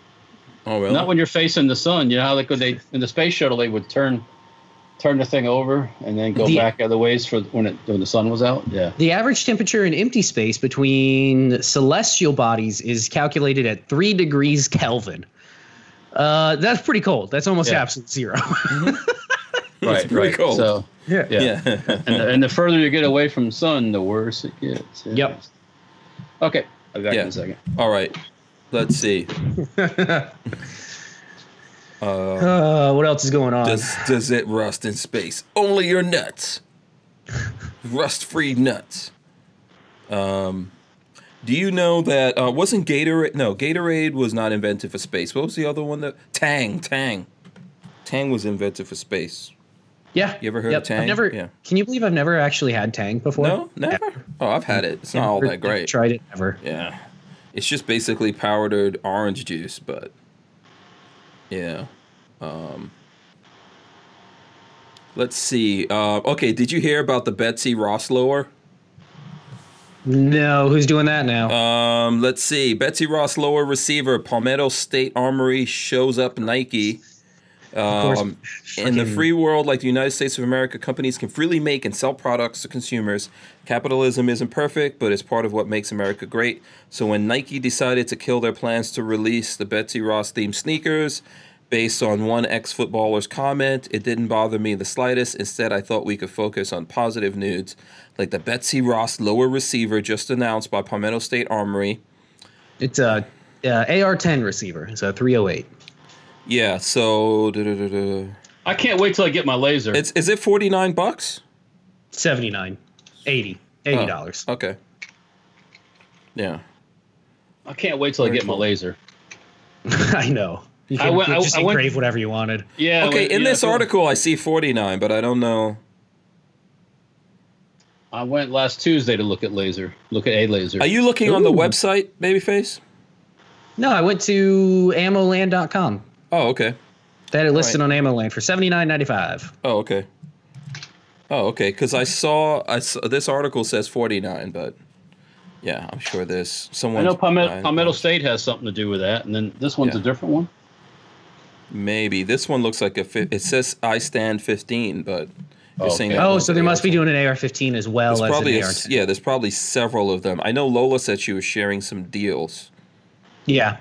Speaker 1: Oh really?
Speaker 3: Not when you're facing the sun. You know how like when they in the space shuttle they would turn turn the thing over and then go
Speaker 4: The-
Speaker 3: back other ways for when it when the sun was out.
Speaker 1: <laughs>
Speaker 3: Yeah.
Speaker 4: The average temperature in empty space between celestial bodies is calculated at three degrees Kelvin. Uh, that's pretty cold. That's almost
Speaker 3: Yeah.
Speaker 4: absolute zero. <laughs>
Speaker 1: Right,
Speaker 3: It's
Speaker 1: pretty cold.
Speaker 3: So yeah.
Speaker 1: yeah. <laughs>
Speaker 3: And, the, and the further you get away from sun, the worse it gets. Yeah.
Speaker 4: Yep.
Speaker 3: Okay. I'll be back
Speaker 1: Yeah.
Speaker 3: in a second.
Speaker 1: all right. Let's see. Uh,
Speaker 4: uh, what else is going on?
Speaker 1: Does does it rust in space? Only your nuts. Rust free nuts. Um, do you know that uh, wasn't Gatorade? No, Gatorade was not invented for space. What was the other one that Tang Tang Tang was invented for space?
Speaker 4: yeah.
Speaker 1: You ever heard of
Speaker 4: Yep. I've
Speaker 1: Tang?
Speaker 4: never-
Speaker 1: Yeah.
Speaker 4: Can you believe I've never actually had Tang before?
Speaker 1: No, never. Oh, I've had it. It's not all
Speaker 4: Never-
Speaker 1: that great.
Speaker 4: Tried it ever.
Speaker 1: Yeah, it's just basically powdered orange juice, but yeah. Um, let's see. Uh, okay, did you hear about the Betsy Ross lower?
Speaker 4: No, who's doing that now?
Speaker 1: Um, let's see. Betsy Ross lower receiver Palmetto State Armory shows up Nike.
Speaker 4: course.
Speaker 1: Um, in the
Speaker 4: Freaking-
Speaker 1: free world, like the United States of America, companies can freely make and sell products to consumers. Capitalism isn't perfect, but it's part of what makes America great. So when Nike decided to kill their plans to release the Betsy Ross themed sneakers based on one ex footballer's comment, it didn't bother me the slightest. Instead, I thought we could focus on positive news, like the Betsy Ross lower receiver just announced by Palmetto State Armory.
Speaker 4: It's a uh, AR-10 receiver. It's a 308.
Speaker 1: Yeah, so duh-duh-duh-duh.
Speaker 3: I can't wait till I get my laser.
Speaker 1: it's is it 49 bucks? Oh,
Speaker 4: 79, 80, 80 dollars.
Speaker 1: Okay. Yeah.
Speaker 3: I can't wait till I
Speaker 4: Very
Speaker 3: get my
Speaker 4: cool.
Speaker 3: laser.
Speaker 4: <laughs> I know. You
Speaker 3: I
Speaker 4: can
Speaker 3: went- I-
Speaker 4: just
Speaker 3: I went-
Speaker 4: engrave whatever you wanted.
Speaker 3: Yeah.
Speaker 1: okay,
Speaker 3: when-
Speaker 1: in
Speaker 3: yeah,
Speaker 1: this
Speaker 3: so
Speaker 1: article, I see 49, but I don't know.
Speaker 3: I went last Tuesday to look at laser. Look at a laser.
Speaker 1: Are you looking on the
Speaker 4: Ooh.
Speaker 1: website, Babyface?
Speaker 4: No, I went to ammoland.com.
Speaker 1: Oh, okay.
Speaker 4: They had it listed
Speaker 1: Right.
Speaker 4: on Ammoland for seventy nine ninety five.
Speaker 1: Oh, okay. Oh, okay. Because I saw, I saw this article says 49, but yeah, I'm sure there's
Speaker 3: I
Speaker 1: someone.
Speaker 3: know Palmetto, Palmetto State has something to do with that, and then this one's
Speaker 1: Yeah.
Speaker 3: a different one.
Speaker 1: Maybe this one looks like a. Fi- it says I stand 15, but you're
Speaker 3: Oh,
Speaker 1: saying
Speaker 3: okay.
Speaker 1: that
Speaker 4: Oh,
Speaker 1: one's
Speaker 4: so they
Speaker 1: an
Speaker 4: must be
Speaker 1: AR-10.
Speaker 4: doing an AR fifteen as well
Speaker 1: There's
Speaker 4: as
Speaker 1: probably
Speaker 4: an
Speaker 1: a
Speaker 4: AR
Speaker 1: s-
Speaker 4: ten.
Speaker 1: yeah, there's probably several of them. I know Lola said she was sharing some deals.
Speaker 4: Yeah.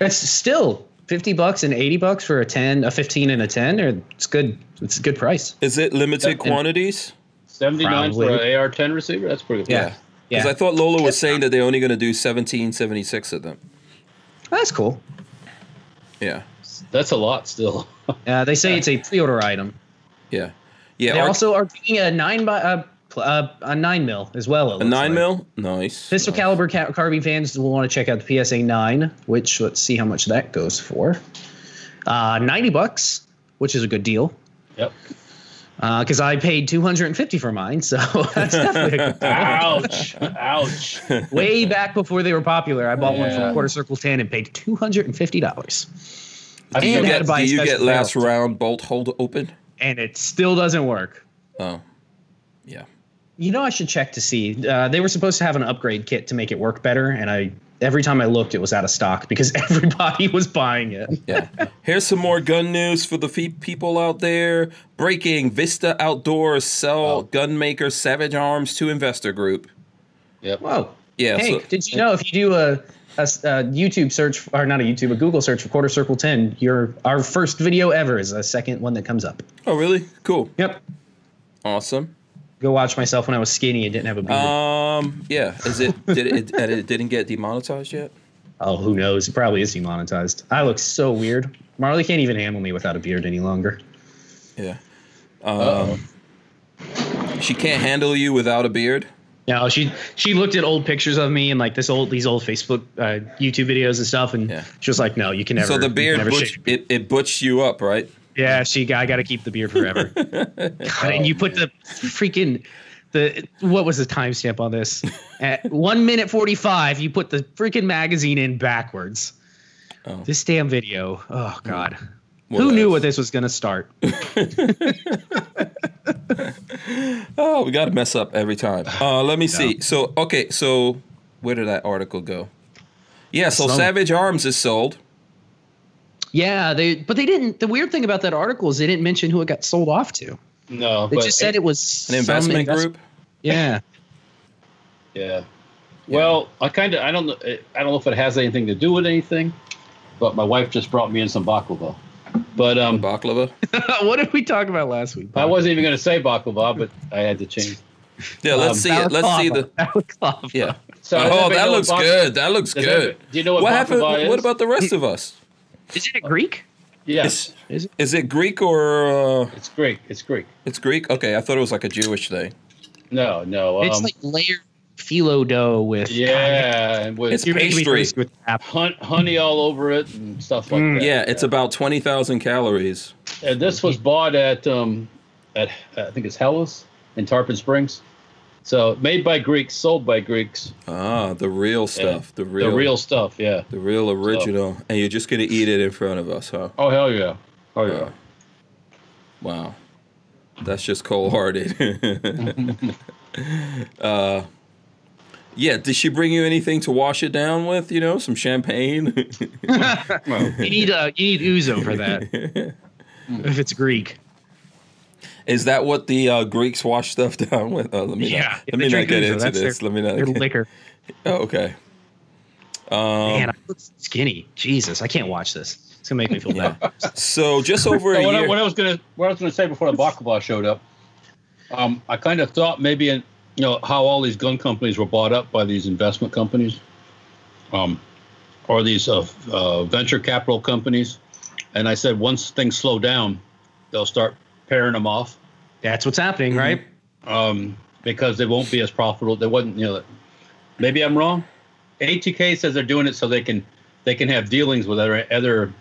Speaker 4: It's still fifty bucks and eighty bucks for a ten, a fifteen and a ten, or it's good it's a good price.
Speaker 1: Is it limited
Speaker 3: and-
Speaker 1: quantities?
Speaker 3: Seventy nine for
Speaker 4: Probably.
Speaker 3: an AR ten receiver. That's pretty good.
Speaker 4: Yeah.
Speaker 1: Because
Speaker 4: Yeah.
Speaker 1: I thought Lola was saying that they're only going to do 1776 of them.
Speaker 4: That's cool.
Speaker 1: Yeah.
Speaker 3: That's a lot still. <laughs>
Speaker 4: Uh, they say it's a pre order item.
Speaker 1: Yeah. Yeah.
Speaker 4: They
Speaker 1: Ar-
Speaker 4: also are doing a nine by uh, pl- uh, a nine mil as well. it
Speaker 1: a 9
Speaker 4: looks like.
Speaker 1: mil? Nice.
Speaker 4: Pistol
Speaker 1: nice.
Speaker 4: caliber ca- carbine fans will want to check out the PSA 9, which let's see how much that goes for. Uh, 90 bucks, which is a good deal.
Speaker 3: yep.
Speaker 4: Because I paid 250 for mine, so <laughs> that's definitely a good deal.
Speaker 1: <laughs>
Speaker 3: Ouch. <laughs> Ouch.
Speaker 4: Way back before they were popular, I bought one
Speaker 3: Yeah.
Speaker 4: from Quarter Circle 10 and paid $250.
Speaker 3: I
Speaker 1: Do you
Speaker 4: And had
Speaker 1: get,
Speaker 4: to buy
Speaker 1: do
Speaker 4: a
Speaker 1: you
Speaker 4: special
Speaker 1: get last
Speaker 4: barrel.
Speaker 1: round bolt hold open?
Speaker 4: And it still doesn't work.
Speaker 1: Oh. Yeah.
Speaker 4: You know, I should check to see. Uh, they were supposed to have an upgrade kit to make it work better, and I every time I looked, it was out of stock because <laughs> everybody was buying it. <laughs>
Speaker 1: Yeah. Here's some more gun news for the fe- people out there. Breaking Vista Outdoors sell gun maker Savage Arms to investor group.
Speaker 3: Yep.
Speaker 4: Whoa.
Speaker 1: Yeah,
Speaker 4: Hank,
Speaker 1: so-
Speaker 4: did you know if you do a, a s- a YouTube search or not a YouTube, a Google search for Quarter Circle Ten, your our first video ever is the second one that comes up.
Speaker 1: Oh, really? Cool.
Speaker 4: Yep.
Speaker 1: Awesome.
Speaker 4: Go watch myself when I was skinny and didn't have a beard.
Speaker 1: Um, yeah. Is
Speaker 4: <laughs>
Speaker 1: it did it, it, it didn't get demonetized yet?
Speaker 4: oh, who knows? It probably is demonetized. I look so weird. Marley can't even handle me without a beard any longer.
Speaker 1: Yeah. Um, she can't handle you without a beard.
Speaker 4: No, she she looked at old pictures of me and like this old these old Facebook uh, YouTube videos and stuff, and
Speaker 1: Yeah.
Speaker 4: she was like, "No, you can never."
Speaker 1: so the
Speaker 4: you can
Speaker 1: beard
Speaker 4: never
Speaker 1: butch,
Speaker 4: shave.
Speaker 1: it, it butched you up, right?
Speaker 4: Yeah, she. I got to keep the
Speaker 1: <laughs>
Speaker 4: beard forever. God, and you put the freaking the what was the timestamp on this? At one minute forty five, you put the freaking magazine in backwards.
Speaker 1: Oh. Hmm.
Speaker 4: This damn video. Oh God.
Speaker 1: What
Speaker 4: Who knew
Speaker 1: else?
Speaker 4: what this was gonna start?
Speaker 1: Oh, we got to mess up every
Speaker 4: <sighs>
Speaker 1: time. Uh, let me see. So okay, so where did that article go? Yeah, so
Speaker 4: Some-
Speaker 1: Savage Arms is sold.
Speaker 4: Yeah, they but they didn't. The weird thing about that article is they didn't mention who it got sold off to.
Speaker 3: No,
Speaker 4: They
Speaker 3: but
Speaker 4: just said it was
Speaker 1: An investment
Speaker 4: some invest-
Speaker 1: group.
Speaker 4: <laughs> Yeah.
Speaker 3: Yeah. Well, I kind of I don't know eh, I don't know if it has anything to do with anything, but my wife just brought me in some baklava. But um,
Speaker 1: Baklava.
Speaker 4: what did we talk about last week?
Speaker 3: I wasn't even going to say baklava, but I had to change.
Speaker 1: Yeah,
Speaker 4: Um,
Speaker 1: let's see it. Let's see the.
Speaker 4: <laughs> Balaclava.
Speaker 1: Yeah.
Speaker 3: <laughs> So does
Speaker 1: oh,
Speaker 3: everybody
Speaker 1: that
Speaker 3: know what
Speaker 1: looks
Speaker 3: bak-
Speaker 1: good. That looks
Speaker 3: does
Speaker 1: good.
Speaker 3: everybody- do you know what,
Speaker 1: what happened?
Speaker 3: baklava is?
Speaker 1: What about the rest of us?
Speaker 4: Isn't it Greek?
Speaker 3: Yes,
Speaker 4: Is it?
Speaker 1: Is it Greek or uh,
Speaker 3: it's Greek. It's Greek.
Speaker 1: it's Greek? Okay, I thought it was like a Jewish thing.
Speaker 3: No, no. Um,
Speaker 4: it's like layered phyllo dough with
Speaker 3: yeah, and with
Speaker 1: It's
Speaker 4: You're making me
Speaker 1: Pastry.
Speaker 4: thirsty with apple.
Speaker 3: hun- honey all over it and stuff like that.
Speaker 1: Yeah, it's about twenty thousand calories.
Speaker 3: And this was bought at um, at I think it's Hellas in Tarpon Springs. So made by Greeks, sold by Greeks.
Speaker 1: Ah, the real stuff. The real.
Speaker 3: The real stuff. Yeah.
Speaker 1: The real original, and you're just gonna eat it in front of us, huh?
Speaker 3: Oh hell yeah. Oh yeah.
Speaker 1: Uh, wow, that's just cold-hearted. <laughs> uh, yeah, did she bring you anything to wash it down with? You know, some champagne.
Speaker 4: You need uh, you need ouzo for that
Speaker 1: <laughs>
Speaker 4: if it's Greek.
Speaker 1: Is that what the uh, Greeks wash stuff down with? Oh, let me
Speaker 4: Yeah,
Speaker 1: not, let me not get into
Speaker 4: that's
Speaker 1: this.
Speaker 4: Their,
Speaker 1: let me not.
Speaker 4: Their
Speaker 1: Get,
Speaker 4: liquor.
Speaker 1: oh, okay. Um,
Speaker 4: Man, I look skinny. Jesus, I can't watch this. It's gonna make me feel
Speaker 1: Yeah.
Speaker 4: bad.
Speaker 1: so just over a
Speaker 3: So what, I,
Speaker 1: year.
Speaker 3: what I was gonna what I was gonna say before the
Speaker 1: <laughs>
Speaker 3: baklava showed up, um, I kind of thought maybe in, you know how all these gun companies were bought up by these investment companies, um, or these uh, uh, venture capital companies, and I said once things slow down, they'll start pairing them off
Speaker 4: That's what's
Speaker 1: <laughs>
Speaker 4: happening, right?
Speaker 3: um, because they won't be as profitable. They wasn't you know. Maybe I'm wrong, ATK says they're doing it so they can they can have dealings with other other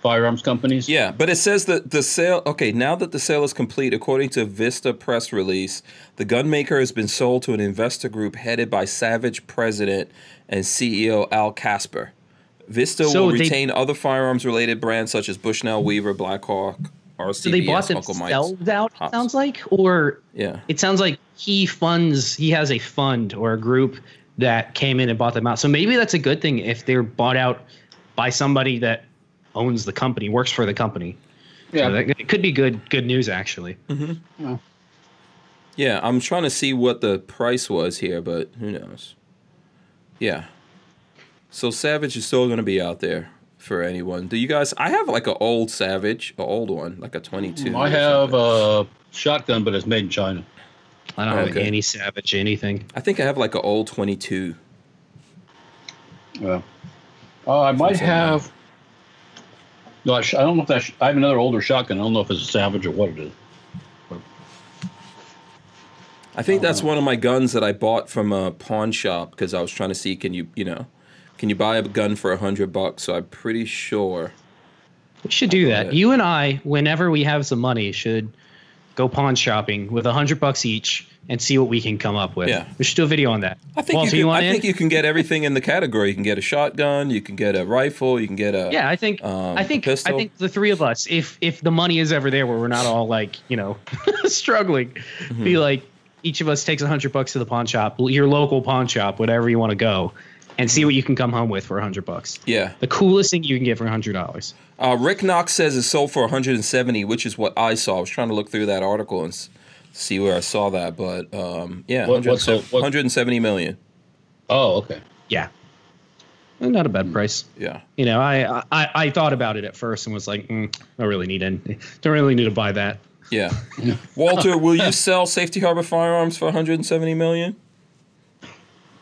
Speaker 3: firearms companies.
Speaker 1: Yeah, but it says that the sale. Okay, now that the sale is complete, according to Vista press release, the gun maker has been sold to an investor group headed by Savage president and CEO Al Casper. Vista
Speaker 4: So
Speaker 1: will
Speaker 4: they-
Speaker 1: retain other firearms-related brands such as Bushnell, Weaver, Blackhawk, RCBS,
Speaker 4: So they bought
Speaker 1: Uncle Mike's.
Speaker 4: themselves out. it
Speaker 1: Hops.
Speaker 4: Sounds like, or
Speaker 1: Yeah,
Speaker 4: it sounds like he funds. He has a fund or a group that came in and bought them out. So maybe that's a good thing if they're bought out by somebody that owns the company, works for the company. So that, it could be good good news actually.
Speaker 1: yeah. I'm trying to see what the price was here, but who knows? Yeah. So Savage is still going to be out there for anyone. Do you guys? I have like an old Savage, an old one, like a 22.
Speaker 3: I
Speaker 1: or
Speaker 3: have uh,
Speaker 1: something.
Speaker 3: a shotgun, but it's made in China.
Speaker 4: I don't have
Speaker 1: Okay.
Speaker 4: any savage anything.
Speaker 1: I think I have like an old 22.
Speaker 3: Yeah. Uh, I might
Speaker 1: Sounds like
Speaker 3: have. No, I, sh- I don't know if that's. I have another older shotgun. I don't know if it's a Savage or what it is.
Speaker 1: I think that's
Speaker 3: Uh-huh.
Speaker 1: one of my guns that I bought from a pawn shop because I was trying to see can you you know can you buy a gun for a hundred bucks? So I'm pretty sure.
Speaker 4: We should do
Speaker 1: got
Speaker 4: that.
Speaker 1: it.
Speaker 4: You and I, whenever we have some money, should go pawn shopping with a hundred bucks each and see what we can come up with.
Speaker 1: Yeah.
Speaker 4: We should do a video on that.
Speaker 1: I think
Speaker 4: Walter,
Speaker 1: you can,
Speaker 4: want
Speaker 1: I
Speaker 4: in?
Speaker 1: think you can get everything in the category. You can get a shotgun. You can get a rifle. You can get a
Speaker 4: yeah, I think
Speaker 1: um,
Speaker 4: I
Speaker 1: a
Speaker 4: think I
Speaker 1: pistol.
Speaker 4: think the three of us, if if the money is ever there where we're not all like, you know, <laughs> struggling,
Speaker 1: Mm-hmm.
Speaker 4: be like each of us takes a hundred bucks to the pawn shop, your local pawn shop, whatever you want to go, and see what you can come home with for a hundred bucks.
Speaker 1: yeah.
Speaker 4: The coolest thing you can get for a hundred dollars.
Speaker 1: Uh, Rick Knox says it's sold for 170, which is what I saw. I was trying to look through that article and s- see where I saw that, but um, yeah,
Speaker 3: What- what's the- what-
Speaker 1: 170 million.
Speaker 3: Oh, okay.
Speaker 4: Yeah, not a
Speaker 1: Mm-hmm.
Speaker 4: bad price.
Speaker 1: Yeah.
Speaker 4: you know, I, I I thought about it at first and was like, mm, I don't really need any, don't really need to buy that.
Speaker 1: Yeah.
Speaker 3: <laughs>
Speaker 1: Walter, will you sell Safety Harbor firearms for 170 million?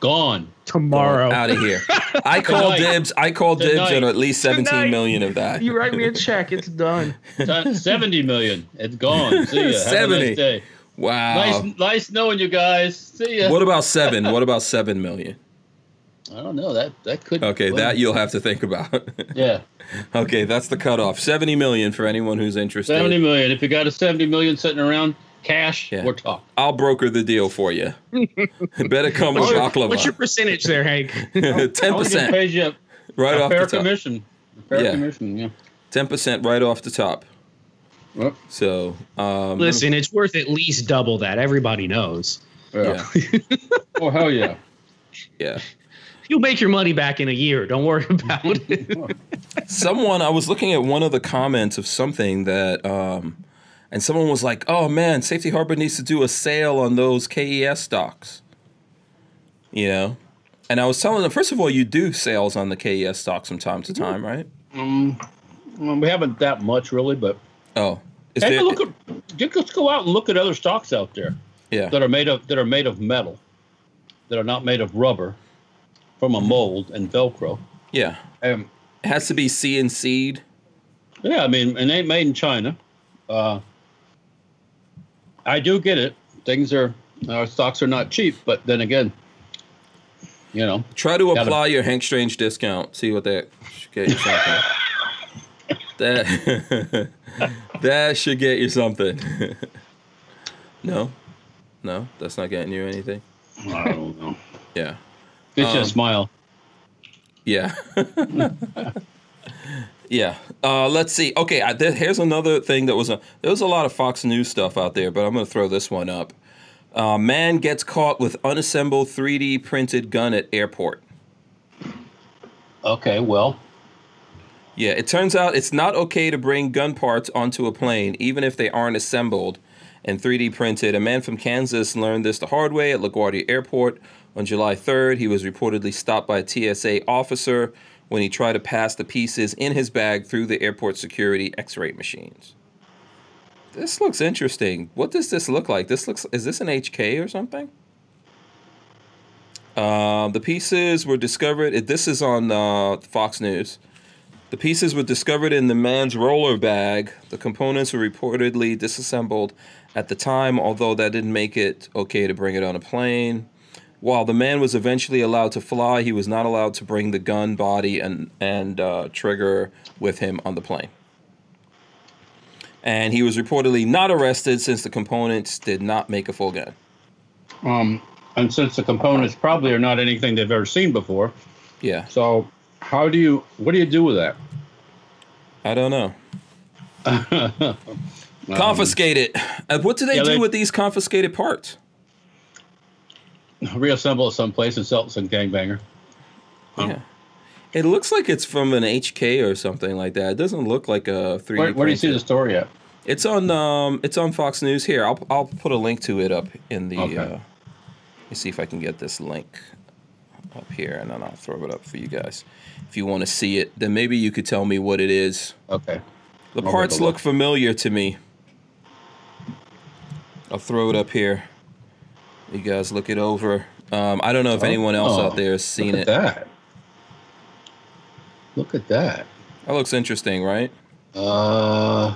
Speaker 3: Gone.
Speaker 4: Tomorrow,
Speaker 1: Out of
Speaker 3: <laughs>
Speaker 1: here. I call
Speaker 3: Tonight.
Speaker 1: dibs. I call dibs on
Speaker 3: Tonight.
Speaker 1: at least 17
Speaker 4: Tonight.
Speaker 1: million of that.
Speaker 4: you write me a check,
Speaker 1: <laughs>
Speaker 4: it's done.
Speaker 3: Done. Seventy million. It's gone. See ya. Have a
Speaker 1: 70.
Speaker 3: nice day. Nice,
Speaker 1: Wow.
Speaker 3: nice knowing you guys. See ya.
Speaker 1: What about seven? What about seven million?
Speaker 3: I don't know. That that could.
Speaker 1: Okay,
Speaker 3: well,
Speaker 1: that you'll have to think about. <laughs>
Speaker 3: Yeah,
Speaker 1: okay, that's the cutoff. 70 million for anyone who's interested.
Speaker 3: seventy million. If you got a seventy million sitting around cash,
Speaker 1: Yeah.
Speaker 3: we're talking.
Speaker 1: I'll broker the deal for
Speaker 3: <laughs>
Speaker 1: you. Better come with baklava.
Speaker 4: What's your percentage there, Hank?
Speaker 1: <laughs> ten
Speaker 3: Only just
Speaker 1: percent
Speaker 3: pays you
Speaker 1: right
Speaker 3: a
Speaker 1: off
Speaker 3: fair
Speaker 1: the top.
Speaker 3: commission. A fair
Speaker 1: Yeah.
Speaker 3: commission. Yeah.
Speaker 1: Ten percent right off the top.
Speaker 3: Well,
Speaker 1: So um,
Speaker 4: Listen, it's worth at least double that. Everybody knows.
Speaker 3: <laughs> yeah.
Speaker 1: Yeah,
Speaker 3: oh hell yeah.
Speaker 1: yeah.
Speaker 4: You'll make your money back in a year. Don't worry <laughs> about it.
Speaker 1: Someone I was looking at one of the comments of something that, um, and someone was like, "Oh man, Safety Harbor needs to do a sale on those KES stocks." You know, and I was telling them, first of all, you do sales on the KES stocks from time
Speaker 3: Mm-hmm.
Speaker 1: to time, right?
Speaker 3: Um, well, we haven't that much really, but
Speaker 1: Oh, is
Speaker 3: take
Speaker 1: there?
Speaker 3: a look at. you- Let's go out and look at other stocks out there
Speaker 1: yeah,
Speaker 3: that are made of that are made of metal, that are not made of rubber, from a mold and Velcro.
Speaker 1: yeah.
Speaker 3: Um,
Speaker 1: It has to be CNC'd.
Speaker 3: Yeah, I mean, and ain't made in China. Uh, I do get it. Things are our stocks are not cheap, but then again, you know,
Speaker 1: Try to
Speaker 3: Got
Speaker 1: apply your Hank Strange discount. See what that should get you something. that <laughs> that should get you something. <laughs> no, no, that's not getting you anything.
Speaker 3: I don't know.
Speaker 1: Yeah,
Speaker 3: <laughs> It's
Speaker 1: Um,
Speaker 3: just a smile.
Speaker 1: yeah, <laughs> yeah. Uh, let's see. Okay, I, there, here's another thing that was a, there was a lot of Fox News stuff out there, but I'm gonna throw this one up. Uh, man gets caught with unassembled 3D printed gun at airport.
Speaker 3: Okay, well,
Speaker 1: Yeah, it turns out it's not okay to bring gun parts onto a plane, even if they aren't assembled and 3D printed. A man from Kansas learned this the hard way at LaGuardia Airport on July 3rd. He was reportedly stopped by a TSA officer when he tried to pass the pieces in his bag through the airport security x ray machines. This looks interesting. What does this look like? This looks is this an HK or something? Uh, the pieces were discovered. it- This is on uh, Fox News. The pieces were discovered in the man's roller bag. The components were reportedly disassembled at the time, although that didn't make it okay to bring it on a plane. While the man was eventually allowed to fly, he was not allowed to bring the gun, body, and and uh, trigger with him on the plane. And he was reportedly not arrested since the components did not make a full gun.
Speaker 3: Um, and since the components probably are not anything they've ever seen before,
Speaker 1: Yeah,
Speaker 3: so how do you? What do you do with that?
Speaker 1: I don't
Speaker 3: Um,
Speaker 1: know. Confiscate it. Uh, what do they
Speaker 3: yeah,
Speaker 1: do
Speaker 3: they-
Speaker 1: with these confiscated parts?
Speaker 3: <laughs> reassemble it someplace and sell it to some gangbanger. Um,
Speaker 1: Yeah. It looks like it's from an HK or something like that. It doesn't look like a 3D
Speaker 3: Where, where do you see
Speaker 1: printed.
Speaker 3: the story at?
Speaker 1: It's on um, it's on Fox News here. I'll I'll put a link to it up in the.
Speaker 3: Okay.
Speaker 1: Uh, let me see if I can get this link up here, and then I'll throw it up for you guys. If you want to see it, then maybe you could tell me what it is.
Speaker 3: Okay.
Speaker 1: The
Speaker 3: I'll take
Speaker 1: parts
Speaker 3: a look.
Speaker 1: look familiar to me. I'll throw it up here. You guys look it over. Um, I don't know if anyone else
Speaker 3: Oh,
Speaker 1: out there has seen
Speaker 3: Look
Speaker 1: it.
Speaker 3: at that. Look at that.
Speaker 1: That looks interesting, right?
Speaker 3: Uh,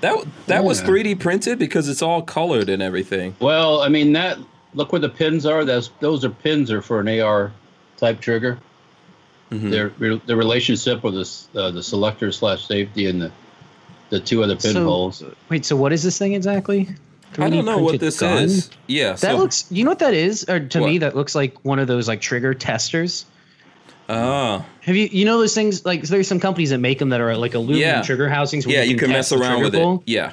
Speaker 1: That that was
Speaker 3: Yeah.
Speaker 1: 3D printed because it's all colored and everything.
Speaker 3: well, I mean that. Look where the pins are. That's those are pins are for an AR type trigger.
Speaker 1: Mhm.
Speaker 3: Their the relationship with this uh, the selector slash safety and the the two other pinholes.
Speaker 4: Wait, so what is this thing exactly?
Speaker 1: I
Speaker 4: 3D
Speaker 1: don't know what
Speaker 4: printed
Speaker 1: this
Speaker 4: gun?
Speaker 1: is. Yeah,
Speaker 4: That
Speaker 1: so-
Speaker 4: looks. You know what that is? Or to me,
Speaker 1: What?
Speaker 4: that looks like one of those like trigger testers.
Speaker 1: Ah,
Speaker 4: Have you you know those things like there's some companies that make them that are like aluminum
Speaker 1: Yeah.
Speaker 4: trigger housings? where
Speaker 1: yeah, you can
Speaker 4: test
Speaker 1: mess
Speaker 4: the
Speaker 1: around
Speaker 4: trigger
Speaker 1: with
Speaker 4: pull?
Speaker 1: it. Yeah,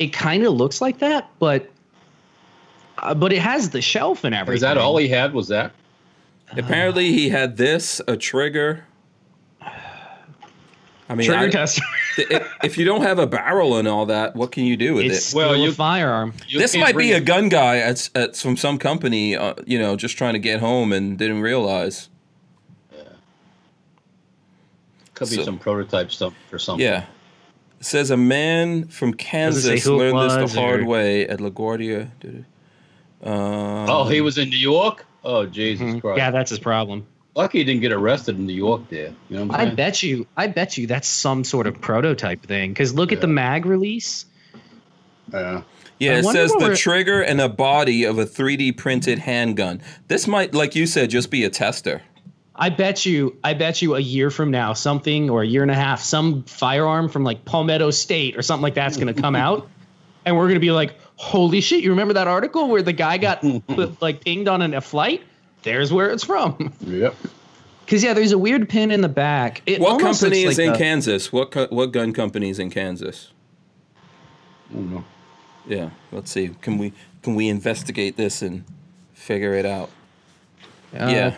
Speaker 4: It kind of looks like that, but uh, but it has the shelf and everything.
Speaker 3: Is that all he had? Was that?
Speaker 4: Ah.
Speaker 1: apparently he had this a trigger. I mean,
Speaker 4: trigger
Speaker 1: I-
Speaker 4: tester?
Speaker 1: th- if, if you don't have a barrel and all that, what can you do with
Speaker 4: It's
Speaker 1: it?
Speaker 4: still
Speaker 3: Well,
Speaker 4: a
Speaker 3: you-
Speaker 4: firearm.
Speaker 3: You
Speaker 1: This
Speaker 3: can't
Speaker 1: might be
Speaker 3: bring-
Speaker 1: a gun guy at, at from some company, uh, you know, just trying to get home and didn't realize.
Speaker 3: could be
Speaker 1: so-
Speaker 3: some prototype stuff for something.
Speaker 1: Yeah. It says a man from
Speaker 4: it say
Speaker 1: Kansas
Speaker 4: who it
Speaker 1: learned this
Speaker 4: was
Speaker 1: the hard
Speaker 4: or-
Speaker 1: way at LaGuardia. Um,
Speaker 3: Oh, he was in New York. Oh Jesus
Speaker 1: Mm-hmm.
Speaker 3: Christ!
Speaker 4: Yeah, that's his problem.
Speaker 3: Lucky he didn't get arrested in New York. There, you know what
Speaker 4: I
Speaker 3: I'm saying?
Speaker 4: bet you, I bet you that's some sort of prototype thing. Because look
Speaker 3: Yeah.
Speaker 4: at the mag release.
Speaker 3: Yeah.
Speaker 1: Yeah,
Speaker 4: I
Speaker 1: it
Speaker 4: wonder
Speaker 1: says
Speaker 4: what
Speaker 1: the
Speaker 4: we're-
Speaker 1: trigger and a body of a 3D printed handgun. This might, like you said, just be a tester.
Speaker 4: I bet you, I bet you a year from now, something or a year and a half, some firearm from like Palmetto State or something like that's going to
Speaker 1: <laughs>
Speaker 4: come out. And we're going to be like, holy shit, you remember that article where the guy
Speaker 1: <laughs>
Speaker 4: got put, like pinged on an, a flight? There's where it's from. <laughs>
Speaker 3: Yep.
Speaker 4: Because, yeah, there's a weird pin in the back. It
Speaker 1: What
Speaker 4: almost
Speaker 1: company is
Speaker 4: looks like
Speaker 1: in
Speaker 4: the-
Speaker 1: Kansas? What co- what gun company is in Kansas?
Speaker 3: I don't know.
Speaker 1: Yeah, let's see. Can we can we investigate this and figure it out?
Speaker 4: uh,
Speaker 1: yeah.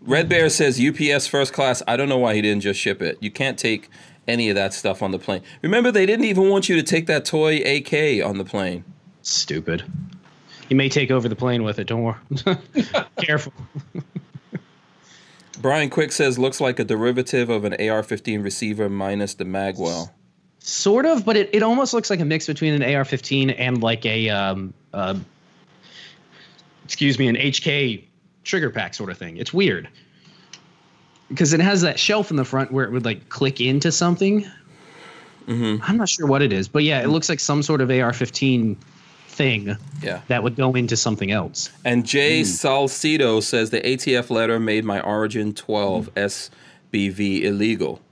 Speaker 1: Red Bear says UPS first class. I don't know why he didn't just ship it. You can't take any of that stuff on the plane. Remember, they didn't even want you to take that toy AK on the plane.
Speaker 4: Stupid. You may take over the plane with it. Don't worry. <laughs> Careful.
Speaker 1: Brian Quick says looks like a derivative of an AR-15 receiver minus the magwell.
Speaker 4: Sort of, but it, it almost looks like a mix between an AR 15 and like a, um, uh, excuse me, an HK trigger pack sort of thing. It's weird because it has that shelf in the front where it would like click into something. I'm not sure what it is, but yeah, it looks like some sort of AR 15 thing
Speaker 1: Yeah.
Speaker 4: that would go into something else.
Speaker 1: And
Speaker 4: Hmm.
Speaker 1: Jay Salcido says the ATF letter made my Origin 12 SBV illegal.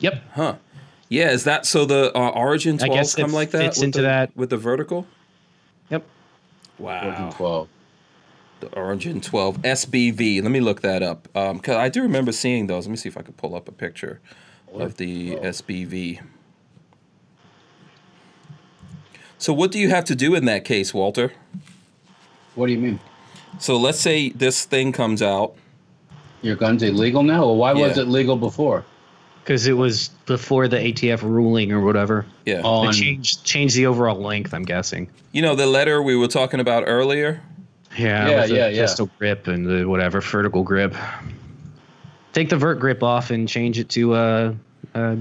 Speaker 4: Yep.
Speaker 1: Huh. Yeah, is that so the uh, Origin
Speaker 4: I
Speaker 1: 12
Speaker 4: guess it
Speaker 1: come like that?
Speaker 4: fits
Speaker 1: with
Speaker 4: into
Speaker 1: the,
Speaker 4: that.
Speaker 1: With the vertical?
Speaker 4: Yep.
Speaker 1: Wow.
Speaker 3: 12.
Speaker 1: The Origin 12 SBV. Let me look that up. Um, cause I do remember seeing those. Let me see if I could pull up a picture of the SBV. So what do you have to do in that case, Walter?
Speaker 3: What do you mean?
Speaker 1: So let's say this thing comes out.
Speaker 3: Your gun's illegal now? Well, why was
Speaker 1: Yeah.
Speaker 3: it legal before?
Speaker 4: Because it was before the ATF ruling or whatever.
Speaker 1: Yeah.
Speaker 4: They
Speaker 3: On
Speaker 4: changed, changed the overall length, I'm guessing.
Speaker 1: You know the letter we were talking about earlier?
Speaker 4: Yeah,
Speaker 3: Yeah,
Speaker 4: with the
Speaker 3: yeah, yeah.
Speaker 4: Pistol grip and the whatever vertical grip. Take the vert grip off and change it to a, uh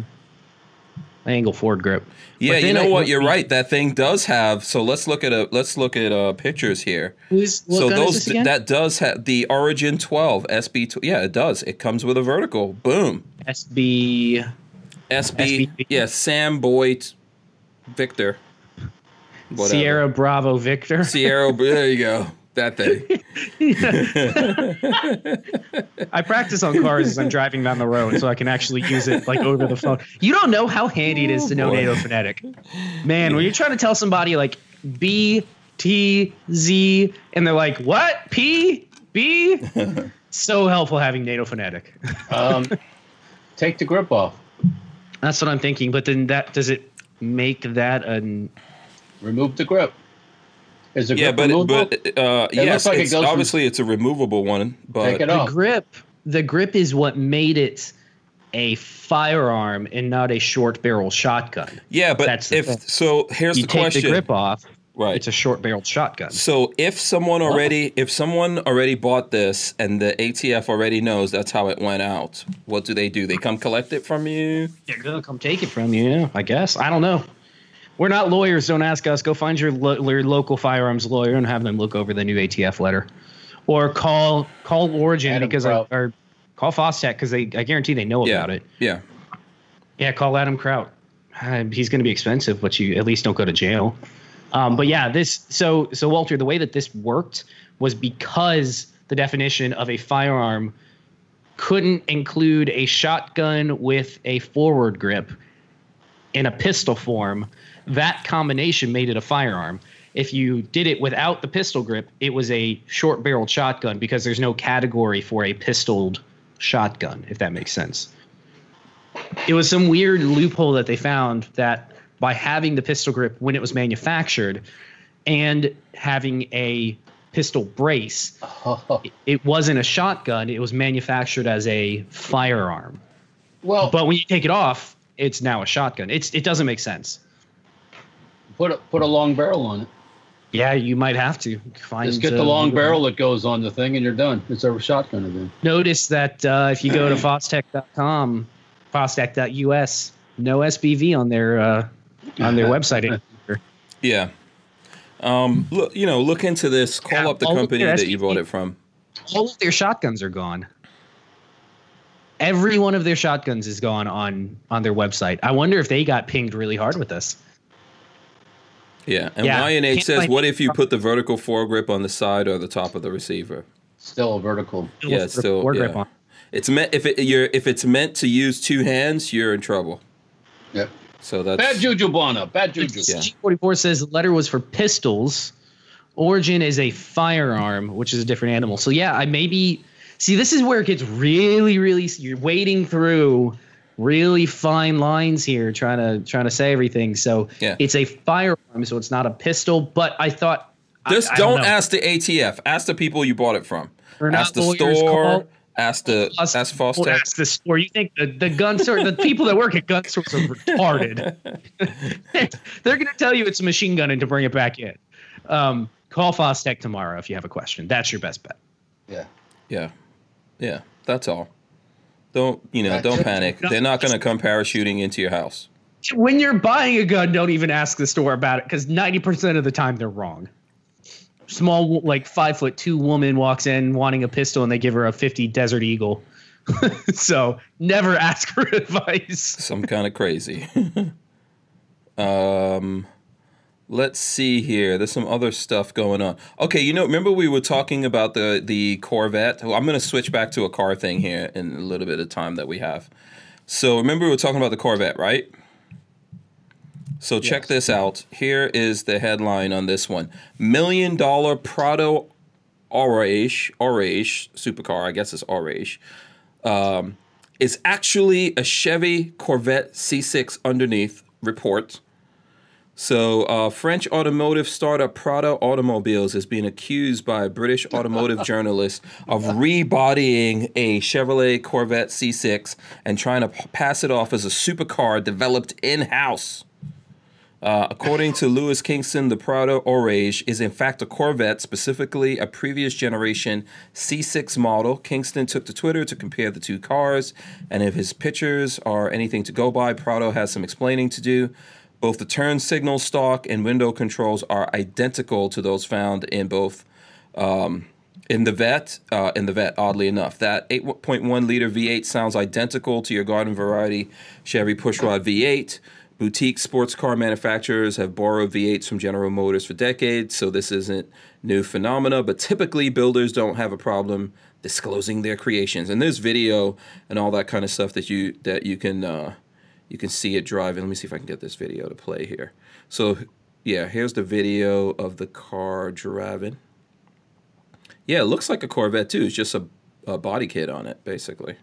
Speaker 4: angle forward grip.
Speaker 1: Yeah,
Speaker 4: But
Speaker 1: you
Speaker 4: then
Speaker 1: know
Speaker 4: I-
Speaker 1: what? You're right. That thing does have. So let's look at a let's look at uh, pictures here.
Speaker 4: Who's what
Speaker 1: so
Speaker 4: gun
Speaker 1: those
Speaker 4: is this again?
Speaker 1: that does have the Origin 12 SB. tw- Yeah, it does. It comes with a vertical. Boom.
Speaker 4: SB.
Speaker 1: SB.
Speaker 4: SB.
Speaker 1: Yeah, Sam Boyd, Victor, Whatever.
Speaker 4: Sierra Bravo Victor. <laughs>
Speaker 1: Sierra. there you go. That thing.
Speaker 4: I practice on
Speaker 1: <laughs>
Speaker 4: cars as I'm driving down the road, so I can actually use it like over the phone. You don't know how handy it is to know
Speaker 1: Oh, boy.
Speaker 4: NATO phonetic, man. When you're trying to tell somebody like B T Z, and they're like, "What P
Speaker 1: <laughs>
Speaker 4: B?" so helpful having NATO phonetic.
Speaker 1: <laughs>
Speaker 3: Um, take the grip off.
Speaker 4: That's what I'm thinking. But then that does it make that an
Speaker 3: Remove the grip. Is the grip
Speaker 1: yeah, but
Speaker 3: removable?
Speaker 1: but uh, yes,
Speaker 3: looks like it
Speaker 1: it's,
Speaker 3: goes from-
Speaker 1: obviously it's a removable one.
Speaker 3: Take it
Speaker 1: But
Speaker 3: off.
Speaker 4: the grip the grip is what made it a firearm and not a short barrel shotgun
Speaker 1: yeah, but
Speaker 4: That's the
Speaker 1: if
Speaker 4: thing.
Speaker 1: so, here's
Speaker 4: you
Speaker 1: the
Speaker 4: take
Speaker 1: question.
Speaker 4: the grip off
Speaker 1: right.
Speaker 4: it's a short barreled shotgun
Speaker 1: So if someone already if someone already bought this and the ATF already knows that's how it went out, what do they do? They come collect it from you?
Speaker 4: they're gonna come take it from you yeah, i guess i don't know we're not lawyers don't ask us go find your, lo- your local firearms lawyer and have them look over the new atf letter or call call origin
Speaker 3: Adam
Speaker 4: because
Speaker 3: Kraut.
Speaker 4: I, or call fostech because they i guarantee they know
Speaker 1: Yeah.
Speaker 4: about it
Speaker 1: Yeah.
Speaker 4: Yeah, call Adam Kraut. Uh, he's going to be expensive, but you at least don't go to jail. Um, but yeah, this so so Walter, the way that this worked was because the definition of a firearm couldn't include a shotgun with a forward grip in a pistol form. That combination made it a firearm. If you did it without the pistol grip, it was a short barreled shotgun because there's no category for a pistoled shotgun, if that makes sense it was some weird loophole that they found that by having the pistol grip when it was manufactured and having a pistol brace
Speaker 3: Oh.
Speaker 4: it wasn't a shotgun it was manufactured as a firearm
Speaker 3: well,
Speaker 4: but when you take it off it's now a shotgun it's it doesn't make sense
Speaker 3: put a, put a long barrel on it.
Speaker 4: yeah you might have to find
Speaker 3: Just get the
Speaker 4: uh,
Speaker 3: long barrel that goes on the thing, and you're done. It's a shotgun again.
Speaker 4: notice that uh, if
Speaker 3: <clears throat>
Speaker 4: you go to fostech.com fostech.us no sbv on their uh,
Speaker 3: <laughs>
Speaker 4: on their website anymore.
Speaker 1: Yeah. Um look you know, look into this, call
Speaker 4: Yeah, Oh,
Speaker 1: up the
Speaker 4: all of
Speaker 1: company
Speaker 4: their
Speaker 1: that you
Speaker 4: SPP.
Speaker 1: bought it from.
Speaker 4: all of their shotguns are gone. Every one of their shotguns is gone on on their website. I wonder if they got pinged really hard with this.
Speaker 1: Yeah. And
Speaker 4: Yeah.
Speaker 1: YNH
Speaker 4: Can't
Speaker 1: says,
Speaker 4: find-
Speaker 1: What if you put the vertical foregrip on the side or the top of the receiver?
Speaker 3: Still a vertical.
Speaker 1: Yeah, it's
Speaker 4: With the
Speaker 1: still
Speaker 4: foregrip
Speaker 1: yeah. It's meant if it you're if it's meant to use two hands, you're in trouble.
Speaker 3: Yep.
Speaker 1: So that's
Speaker 3: Bad juju, Bwana. Bad juju.
Speaker 1: Yeah.
Speaker 4: G44 says the letter was for pistols. Origin is a firearm, which is a different animal. So yeah, I maybe see this is where it gets really, really. You're wading through really fine lines here, trying to trying to say everything. So
Speaker 1: Yeah.
Speaker 4: it's a firearm, so it's not a pistol. But I thought I-
Speaker 1: Just
Speaker 4: I
Speaker 1: don't,
Speaker 4: know.
Speaker 1: ask the ATF. Ask the people you bought it from.
Speaker 4: We're not
Speaker 1: ask the
Speaker 4: lawyers,
Speaker 1: store.
Speaker 4: call
Speaker 1: ask the
Speaker 4: us-
Speaker 1: ask False
Speaker 4: Well,
Speaker 1: Tech.
Speaker 4: that's the store. You think the, the gun store, the people that work at gun stores are retarded. They're going to tell you it's a machine gun and to bring it back in. Um, call Fostech tomorrow if you have a question. That's your best bet.
Speaker 3: Yeah.
Speaker 1: Yeah, yeah. That's all. Don't you know?
Speaker 3: That's
Speaker 1: Don't
Speaker 3: it.
Speaker 1: panic. They're not going to come parachuting into your house.
Speaker 4: When you're buying a gun, don't even ask the store about it because 90% of the time they're wrong. Small, like five foot two woman walks in wanting a pistol and they give her a 50 Desert Eagle. <laughs> so never ask for <laughs> advice.
Speaker 1: Some kind of crazy. <laughs> um, let's see here. There's some other stuff going on. Okay, you know, remember we were talking about the the Corvette. Well, I'm going to switch back to a car thing here in a little bit of time that we have. So remember we were talking about the Corvette, right? So check this out. Here is the headline on this one: Million dollar Prado RH RH supercar. I guess it's RH is actually a Chevy Corvette C6 underneath report. So, uh, French automotive startup Prada Automobiles is being accused by a British automotive journalist of rebodying a Chevrolet Corvette C6 and trying to p- pass it off as a supercar developed in house. Uh, according to Lewis Kingston, the Prado Orage is in fact a Corvette, specifically a previous generation C6 model. Kingston took to Twitter to compare the two cars, and if his pictures are anything to go by, Prado has some explaining to do. Both the turn signal stalk and window controls are identical to those found in both in the vet, uh, in the vet, oddly enough, that 8.1 liter V8 sounds identical to your garden variety Chevy Pushrod V8, Boutique sports car manufacturers have borrowed V8s from General Motors for decades, so this isn't new phenomena, but typically builders don't have a problem disclosing their creations. And there's video and all that kind of stuff that you that you can uh, you can see it driving. Let me see if I can get this video to play here. So yeah, here's the video of the car driving. Yeah, it looks like a Corvette too. It's just a, a body kit on it, basically.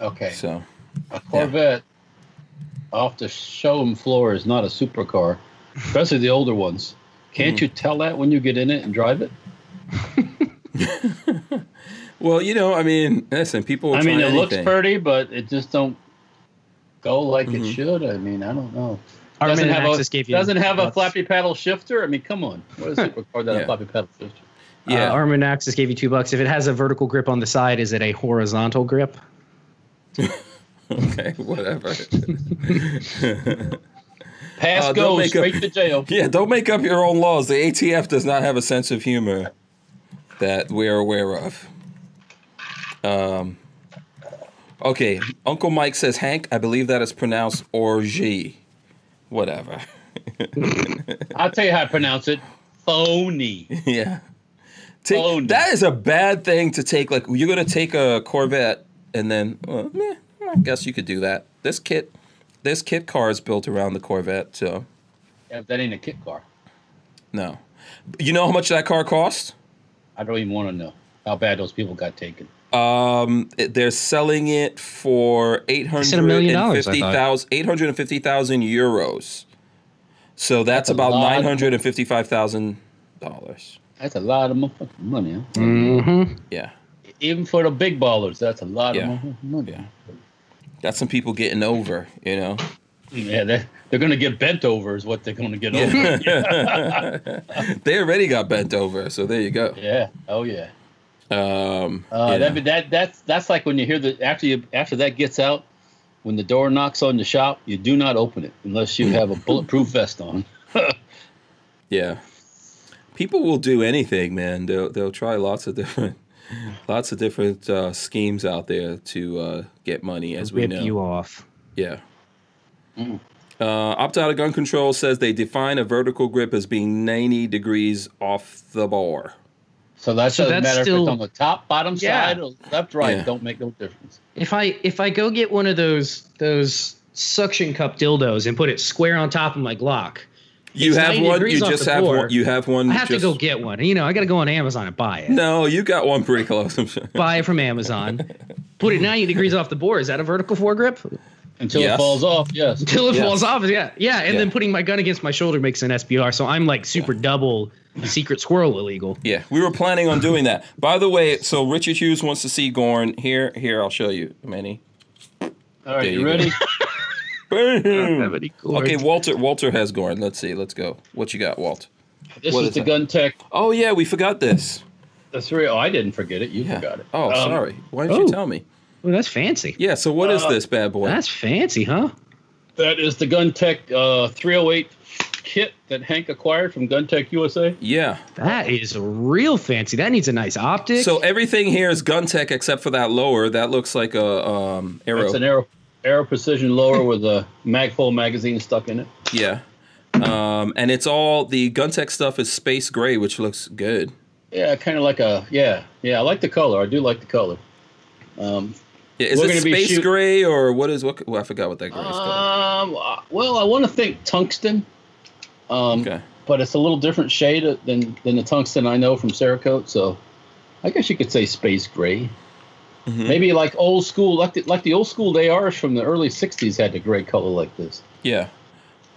Speaker 3: Okay.
Speaker 1: So
Speaker 3: A Corvette off the showroom floor is not a supercar, especially the older ones. Can't you tell that when you get in it and drive it?
Speaker 1: Well, you know, I mean, listen, people. will
Speaker 3: I mean,
Speaker 1: try
Speaker 3: it looks
Speaker 1: anything.
Speaker 3: pretty, but it just don't go like it should. I mean, I don't know.
Speaker 4: Our
Speaker 3: doesn't
Speaker 4: minute
Speaker 3: have
Speaker 4: access
Speaker 3: a
Speaker 4: gave you
Speaker 3: doesn't have a
Speaker 4: nuts.
Speaker 3: flappy paddle shifter. I mean, come on, what
Speaker 1: <laughs>
Speaker 3: is supercar that
Speaker 1: Yeah.
Speaker 3: a flappy paddle shifter?
Speaker 1: Yeah,
Speaker 4: Uh, Armin Axis gave you two bucks. If it has a vertical grip on the side, is it a horizontal grip?
Speaker 1: <laughs> okay,
Speaker 3: <laughs>
Speaker 1: whatever.
Speaker 3: Pass
Speaker 1: Uh, they'll
Speaker 3: goes
Speaker 1: make a-
Speaker 3: straight to jail.
Speaker 1: <laughs> yeah, don't make up your own laws. The ATF does not have a sense of humor that we're aware of. Um, okay, Uncle Mike says Hank. I believe that is pronounced orgy. Whatever. <laughs>
Speaker 3: I'll tell you how I pronounce it.
Speaker 1: <laughs>
Speaker 3: Phony.
Speaker 1: Yeah. Take,
Speaker 3: Owned.
Speaker 1: That is a bad thing to take. Like you're gonna take a Corvette, and then well, meh, I guess you could do that. This kit, this kit car is built around the Corvette, so
Speaker 3: Yeah, that ain't a kit car.
Speaker 1: no. You know how much that car cost?
Speaker 3: I don't even want to know how bad those people got taken.
Speaker 1: Um, it- they're selling it for eight
Speaker 4: said a
Speaker 1: hundred and
Speaker 4: million dollars, I
Speaker 1: fifty
Speaker 4: thought.
Speaker 1: thousand eight hundred and fifty thousand euros. So that's,
Speaker 3: a
Speaker 1: about
Speaker 3: lot.
Speaker 1: nine hundred and fifty-five thousand dollars.
Speaker 3: That's a lot of motherfucking money. Huh?
Speaker 4: Mm-hmm.
Speaker 1: Yeah.
Speaker 3: Even for the big ballers, that's a lot
Speaker 1: Yeah.
Speaker 3: of motherfucking money.
Speaker 1: Yeah. Got some people getting over, you know.
Speaker 3: Yeah, they're, they're going to get bent over, is what they're going to get over.
Speaker 1: They already got bent over, so there you go.
Speaker 3: <laughs> yeah. Oh, yeah.
Speaker 1: Um, yeah.
Speaker 3: Uh, that that, that that's that's like when you hear the after you after that gets out, when the door knocks on the shop, you do not open it unless you
Speaker 1: <laughs>
Speaker 3: have a bulletproof vest on.
Speaker 1: Yeah. People will do anything, man. They'll they'll try lots of different <laughs> lots of different uh, schemes out there to uh, get money, as we
Speaker 4: Rip
Speaker 1: know.
Speaker 4: you off.
Speaker 1: Yeah. Uh, Opt out of gun control says they define a vertical grip as being 90 degrees off the bar.
Speaker 3: So that
Speaker 4: So
Speaker 3: doesn't
Speaker 4: that's
Speaker 3: matter if
Speaker 4: still-
Speaker 3: it's on the top, bottom
Speaker 4: Yeah.
Speaker 3: side, or left, right.
Speaker 1: Yeah.
Speaker 3: Don't make no difference.
Speaker 4: If I if I go get one of those those suction cup dildos and put it square on top of my Glock,
Speaker 1: You
Speaker 4: It's
Speaker 1: have
Speaker 4: 90
Speaker 1: one. You
Speaker 4: degrees off
Speaker 1: just
Speaker 4: the
Speaker 1: have
Speaker 4: bar.
Speaker 1: one. You have one.
Speaker 4: I have
Speaker 1: just,
Speaker 4: to go get one. You know, I got to go on Amazon and buy it.
Speaker 1: No, you got one pretty close. <laughs> I'm sure.
Speaker 4: <laughs> Buy it from Amazon. Put it 90 degrees off the board. Is that a vertical foregrip?
Speaker 3: Until
Speaker 1: Yes.
Speaker 3: it falls off, yes.
Speaker 4: Till it
Speaker 1: Yeah.
Speaker 4: falls off. Yeah. Yeah. And
Speaker 1: Yeah.
Speaker 4: then putting my gun against my shoulder makes an SBR. So I'm like super double secret squirrel illegal.
Speaker 1: Yeah, we were planning on doing that. By the way, so Richard Hughes wants to see Gorn. Here, here, I'll show you, Manny.
Speaker 3: All right,
Speaker 1: There
Speaker 3: you
Speaker 1: you go. <laughs>
Speaker 3: ready?
Speaker 1: Boom. Okay,
Speaker 4: Okay.
Speaker 1: Walter. Walter has Gorn. Let's see. Let's go. What you got, Walt?
Speaker 3: This
Speaker 1: What
Speaker 3: is
Speaker 1: is
Speaker 3: the
Speaker 1: that?
Speaker 3: gun tech.
Speaker 1: Oh yeah, we forgot this.
Speaker 3: The three oh I didn't forget it. You
Speaker 1: Yeah.
Speaker 3: forgot it.
Speaker 1: Oh,
Speaker 3: Um,
Speaker 1: sorry. Why didn't you
Speaker 4: oh.
Speaker 1: tell me?
Speaker 4: Well, that's fancy.
Speaker 1: Yeah. So what is
Speaker 3: Uh,
Speaker 1: this bad boy?
Speaker 4: That's fancy, huh?
Speaker 3: That is the Gun Tech uh, 308 kit that Hank acquired from Gun Tech USA.
Speaker 1: yeah.
Speaker 4: That is real fancy. That needs a nice optic.
Speaker 1: So everything here is gun tech except for that lower. That looks like a um, arrow.
Speaker 3: It's an arrow, arrow precision lower with a mag full magazine stuck in it.
Speaker 1: yeah. Um, and it's all the gun tech stuff is space gray, which looks good.
Speaker 3: Yeah, kind of like a yeah, yeah. I like the color. I do like the color. Um,
Speaker 1: Yeah, is
Speaker 3: We're
Speaker 1: it
Speaker 3: gonna be
Speaker 1: space
Speaker 3: shoot-
Speaker 1: gray or what is what? Well, I forgot what that gray is called.
Speaker 3: um, well, I want to think tungsten. Um,
Speaker 1: Okay.
Speaker 3: but it's a little different shade than than the tungsten I know from Cerakote. So, I guess you could say space gray.
Speaker 1: Mhm.
Speaker 3: Maybe like old school, like the, like the old school ARs from the early '60s had the gray color like this.
Speaker 1: Yeah.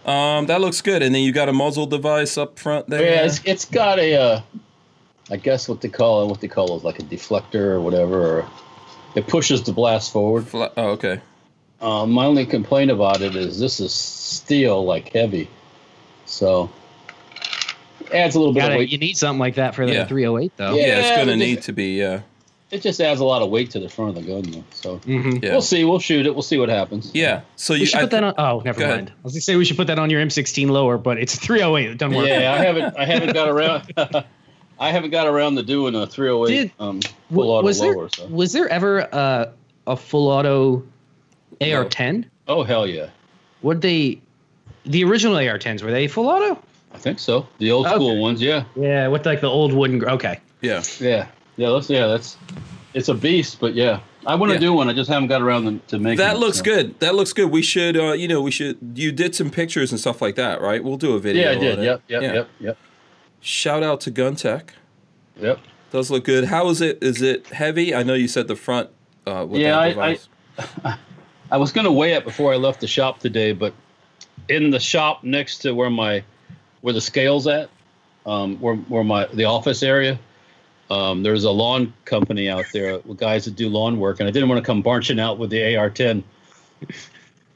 Speaker 1: Um, that looks good. And then you got a muzzle device up front there.
Speaker 3: Yeah, it's, it's got a, uh, I guess what they call what they call is like a deflector or whatever. Or it pushes the blast forward.
Speaker 1: Fla- oh, okay.
Speaker 3: Um, my only complaint about it is this is steel, like heavy, so adds a little bit of
Speaker 4: Gotta,
Speaker 3: weight.
Speaker 4: you need something like that for the
Speaker 1: Yeah.
Speaker 4: 308, though.
Speaker 1: Yeah, it's
Speaker 3: Yeah,
Speaker 1: gonna
Speaker 3: we
Speaker 1: need
Speaker 3: just-
Speaker 1: to be. Yeah.
Speaker 3: It just adds a lot of weight to the front of the gun, though. So
Speaker 4: hmm
Speaker 1: Yeah.
Speaker 3: we'll see. We'll shoot it. We'll see what happens.
Speaker 1: yeah. So
Speaker 4: We
Speaker 1: you.
Speaker 4: should
Speaker 1: I
Speaker 4: put that on. Oh, never
Speaker 1: Go
Speaker 4: mind.
Speaker 1: ahead.
Speaker 4: I was gonna say we should put that on your M16 lower, but it's <laughs> a 308. It doesn't work.
Speaker 3: yeah. I haven't. I haven't got around. <laughs> I haven't got around to doing a 308
Speaker 4: Did-
Speaker 3: um,
Speaker 4: W-
Speaker 3: full auto
Speaker 4: was there
Speaker 3: lower. So.
Speaker 4: was there ever uh, a full auto
Speaker 1: No.
Speaker 4: AR10?
Speaker 3: Oh hell yeah!
Speaker 4: What they the original AR-10s were they full auto?
Speaker 3: I think so. The old
Speaker 4: Okay.
Speaker 3: school ones, yeah,
Speaker 4: Yeah, with like the old wooden. gr- Okay,
Speaker 1: Yeah.
Speaker 3: yeah, yeah. That's yeah. That's it's a beast, but yeah, I want to
Speaker 1: Yeah.
Speaker 3: do one. I just haven't got around to, to making.
Speaker 1: That
Speaker 3: it,
Speaker 1: looks
Speaker 3: so.
Speaker 1: good. That looks good. We should, uh, you know, we should. You did some pictures and stuff like that, right? We'll do a video.
Speaker 3: Yeah, I
Speaker 1: on
Speaker 3: did.
Speaker 1: it.
Speaker 3: Yep, yep,
Speaker 1: Yeah.
Speaker 3: yep, yep,
Speaker 1: Shout out to Gun Tech.
Speaker 3: yep.
Speaker 1: Does look good. How is it? Is it heavy? I know you said the front. Uh, with
Speaker 3: Yeah,
Speaker 1: that
Speaker 3: I-
Speaker 1: device.
Speaker 3: I was going to weigh it before I left the shop today, but in the shop next to where my where the scales at, um, where where my the office area, um, there's a lawn company out there with guys that do lawn work, and I didn't want to come marching out with the AR-10. uh,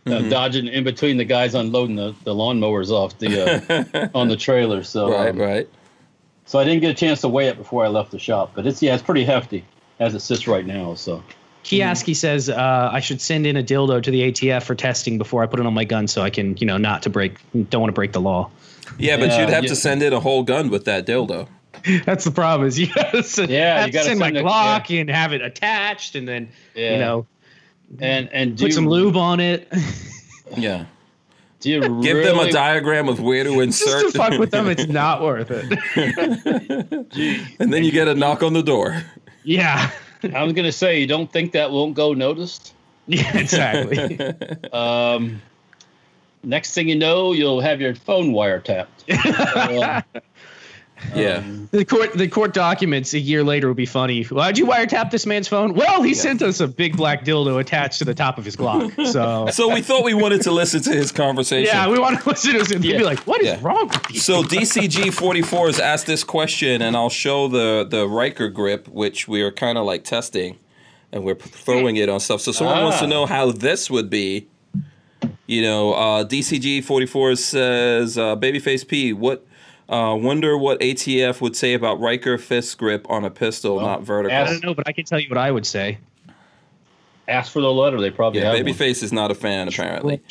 Speaker 1: Mm-hmm.
Speaker 3: dodging in between the guys unloading the, the lawnmowers off the
Speaker 1: <laughs>
Speaker 3: uh, on the trailer, so
Speaker 1: right,
Speaker 3: um,
Speaker 1: right.
Speaker 3: so I didn't get a chance to weigh it before I left the shop. But it's yeah, it's pretty hefty as it sits right now. So
Speaker 4: Kioski says uh, I should send in a dildo to the ATF for testing before I put it on my gun, so I can, you know, not to break, don't want to break the law.
Speaker 1: Yeah, but
Speaker 3: Yeah,
Speaker 1: you'd have
Speaker 3: yeah.
Speaker 1: to send in a whole gun with that dildo.
Speaker 4: That's the problem. Is <laughs> you gotta send,
Speaker 3: Yeah,
Speaker 4: I have
Speaker 3: you
Speaker 4: to
Speaker 3: gotta
Speaker 4: send my
Speaker 3: send a-
Speaker 4: Glock and have it attached, and then
Speaker 3: yeah,
Speaker 4: you know,
Speaker 3: and and do
Speaker 4: put some
Speaker 3: you-
Speaker 4: lube on it. <laughs>
Speaker 1: Yeah.
Speaker 3: Do you
Speaker 1: Give
Speaker 3: really,
Speaker 1: them a diagram of where to insert.
Speaker 4: Just to fuck
Speaker 3: <laughs>
Speaker 4: with them, it's not worth it.
Speaker 1: <laughs> and then you get a knock on the door.
Speaker 4: <laughs> yeah. <laughs>
Speaker 3: I was gonna say you don't think that won't go noticed. <laughs>
Speaker 4: Yeah, exactly.
Speaker 3: Um, next thing you know, you'll have your phone wiretapped.
Speaker 1: <laughs>
Speaker 3: Uh, Um,
Speaker 1: Yeah.
Speaker 4: the court the court documents a year later will be funny. Why'd you wiretap this man's phone? Well, he sent us a big black dildo attached to the top of his Glock.
Speaker 3: <laughs>
Speaker 4: So
Speaker 1: so we thought we wanted to listen to his conversation.
Speaker 4: yeah, we want to <laughs> listen to this and
Speaker 3: Yeah.
Speaker 4: be like, what is
Speaker 1: Yeah.
Speaker 4: wrong with you?
Speaker 1: So DCG44 has asked this question, and I'll show the the Riker grip, which we are kind of like testing, and we're p- throwing it on stuff. So someone wants to
Speaker 3: Ah.
Speaker 1: know how this would be. You know, uh, DCG44 says, uh, "Babyface P, what? Uh, wonder what ATF would say about Riker fist grip on a pistol, not vertical."
Speaker 4: I don't know, but I can tell you what I would say.
Speaker 3: ask for the letter. They probably
Speaker 1: yeah,
Speaker 3: have one.
Speaker 1: Babyface is not a fan apparently.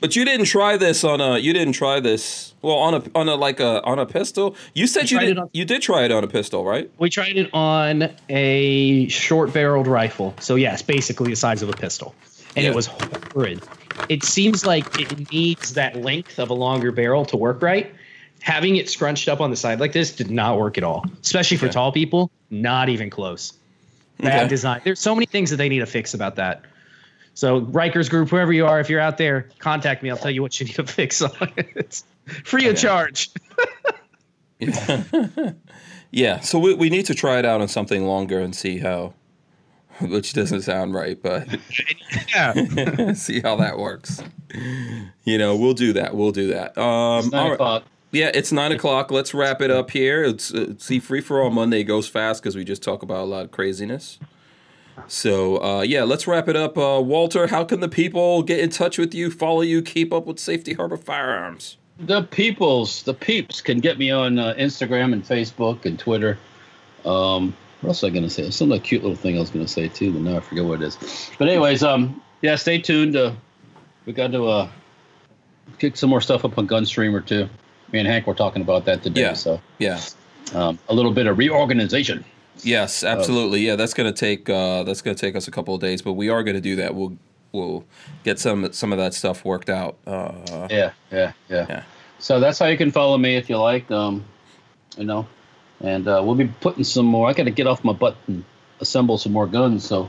Speaker 1: But you didn't try this on a. You didn't try this. Well, on a on a like a on a pistol. You said you
Speaker 4: tried it
Speaker 1: did.
Speaker 4: on-
Speaker 1: You did try it on a pistol, right?
Speaker 4: We tried it on a short-barreled rifle. So yes, basically the size of a pistol, and
Speaker 1: Yeah.
Speaker 4: it was horrid. It seems like it needs that length of a longer barrel to work right. Having it scrunched up on the side like this did not work at all, especially for
Speaker 1: Okay.
Speaker 4: tall people. Not even close. Bad
Speaker 1: Okay.
Speaker 4: design. There's so many things that they need to fix about that. So Rikers Group, whoever you are, if you're out there, contact me. I'll tell you what you need to fix on it. <laughs> Free of
Speaker 1: Yeah. <laughs>
Speaker 4: charge.
Speaker 1: Yeah. So we we need to try it out on something longer and see how. <laughs> Which doesn't sound right, but <laughs>
Speaker 4: Yeah.
Speaker 1: see how that works. You know, we'll do that. We'll do that. Um,
Speaker 3: Nine
Speaker 1: all right.
Speaker 3: o'clock.
Speaker 1: Yeah, it's nine o'clock. Let's wrap it up here. It's uh, see, free for all Monday goes fast because we just talk about a lot of craziness. So uh, yeah, let's wrap it up. Uh, Walter, how can the people get in touch with you, follow you, keep up with Safety Harbor Firearms?
Speaker 3: The peoples, the peeps, can get me on uh, Instagram and Facebook and Twitter. Um, what else was I gonna say? Some like cute little thing I was gonna say too, but now I forget what it is. But anyways, um, yeah, stay tuned. Uh, we got to uh, kick some more stuff up on Gunstreamer too. Me and Hank were talking about that today.
Speaker 1: Yeah.
Speaker 3: So
Speaker 1: Yeah.
Speaker 3: um, a little bit of reorganization.
Speaker 1: Yes, absolutely. Yeah, that's gonna take uh, that's gonna take us a couple of days, but we are gonna do that. We'll we'll get some some of that stuff worked out. Uh,
Speaker 3: Yeah, yeah, yeah.
Speaker 1: Yeah.
Speaker 3: So that's how you can follow me if you like. Um, you know, and uh, we'll be putting some more. I got to get off my butt and assemble some more guns. So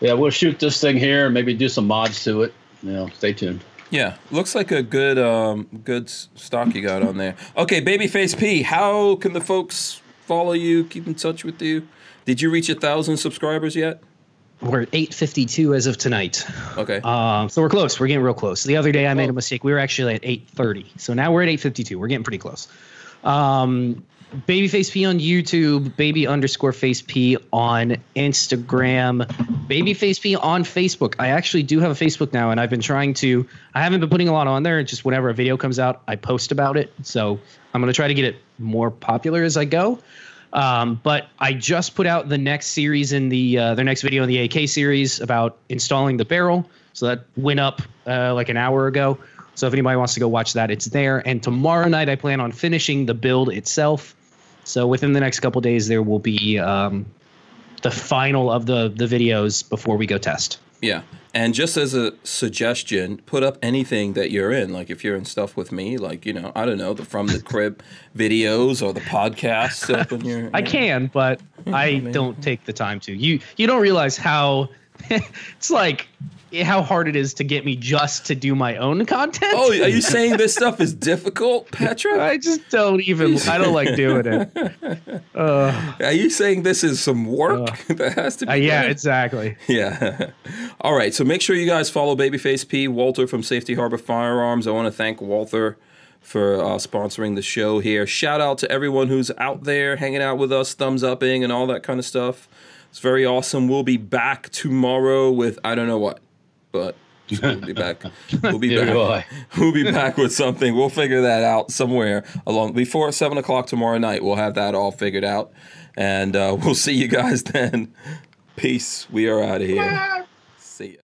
Speaker 3: yeah, we'll shoot this thing here and maybe do some mods to it. You know, stay tuned.
Speaker 1: yeah, looks like a good um, good s- stock you got on there. Okay, Babyface P, how can the folks follow you, keep in touch with you? Did you reach a thousand subscribers yet?
Speaker 4: We're at 852 as of tonight.
Speaker 1: Okay,
Speaker 4: Um, so we're close. We're getting real close. The other day I made a mistake. We were actually at 8:30. So now we're at 8:52. We're getting pretty close. Um, Babyface P on YouTube. Baby underscore Face P on Instagram. Babyface P on Facebook. I actually do have a Facebook now, and I've been trying to. I haven't been putting a lot on there. Just whenever a video comes out, I post about it. So I'm gonna try to get it more popular as I go. Um, but I just put out the next series in the uh, their next video in the AK series about installing the barrel. So that went up uh, like an hour ago. So if anybody wants to go watch that, it's there. And tomorrow night I plan on finishing the build itself. So within the next couple days there will be um, the final of the the videos before we go test.
Speaker 1: Yeah. And just as a suggestion, put up anything that you're in. Like if you're in stuff with me, like, you know, I don't know, the From the Crib <laughs> videos or the podcasts up in your.
Speaker 4: I can, but I don't take the time to. You you don't realize how <laughs> it's like how hard it is to get me just to do my own content.
Speaker 1: Oh, are you saying this stuff is difficult, Petra?
Speaker 4: I just don't even. I don't like doing it. Uh,
Speaker 1: Are you saying this is some work <laughs> that has to be
Speaker 4: uh, yeah,
Speaker 1: done?
Speaker 4: exactly.
Speaker 1: Yeah. All right. So make sure you guys follow Babyface P, Walter from Safety Harbor Firearms. I want to thank Walter for uh, sponsoring the show here. Shout out to everyone who's out there hanging out with us, thumbs upping, and all that kind of stuff. It's very awesome. We'll be back tomorrow with I don't know what, but we'll be back. We'll be
Speaker 3: Neither do I.
Speaker 1: back. <laughs> We'll be back with something. We'll figure that out somewhere along before seven o'clock tomorrow night. We'll have that all figured out, <laughs> and uh, we'll see you guys then. Peace. We are out of here. See ya.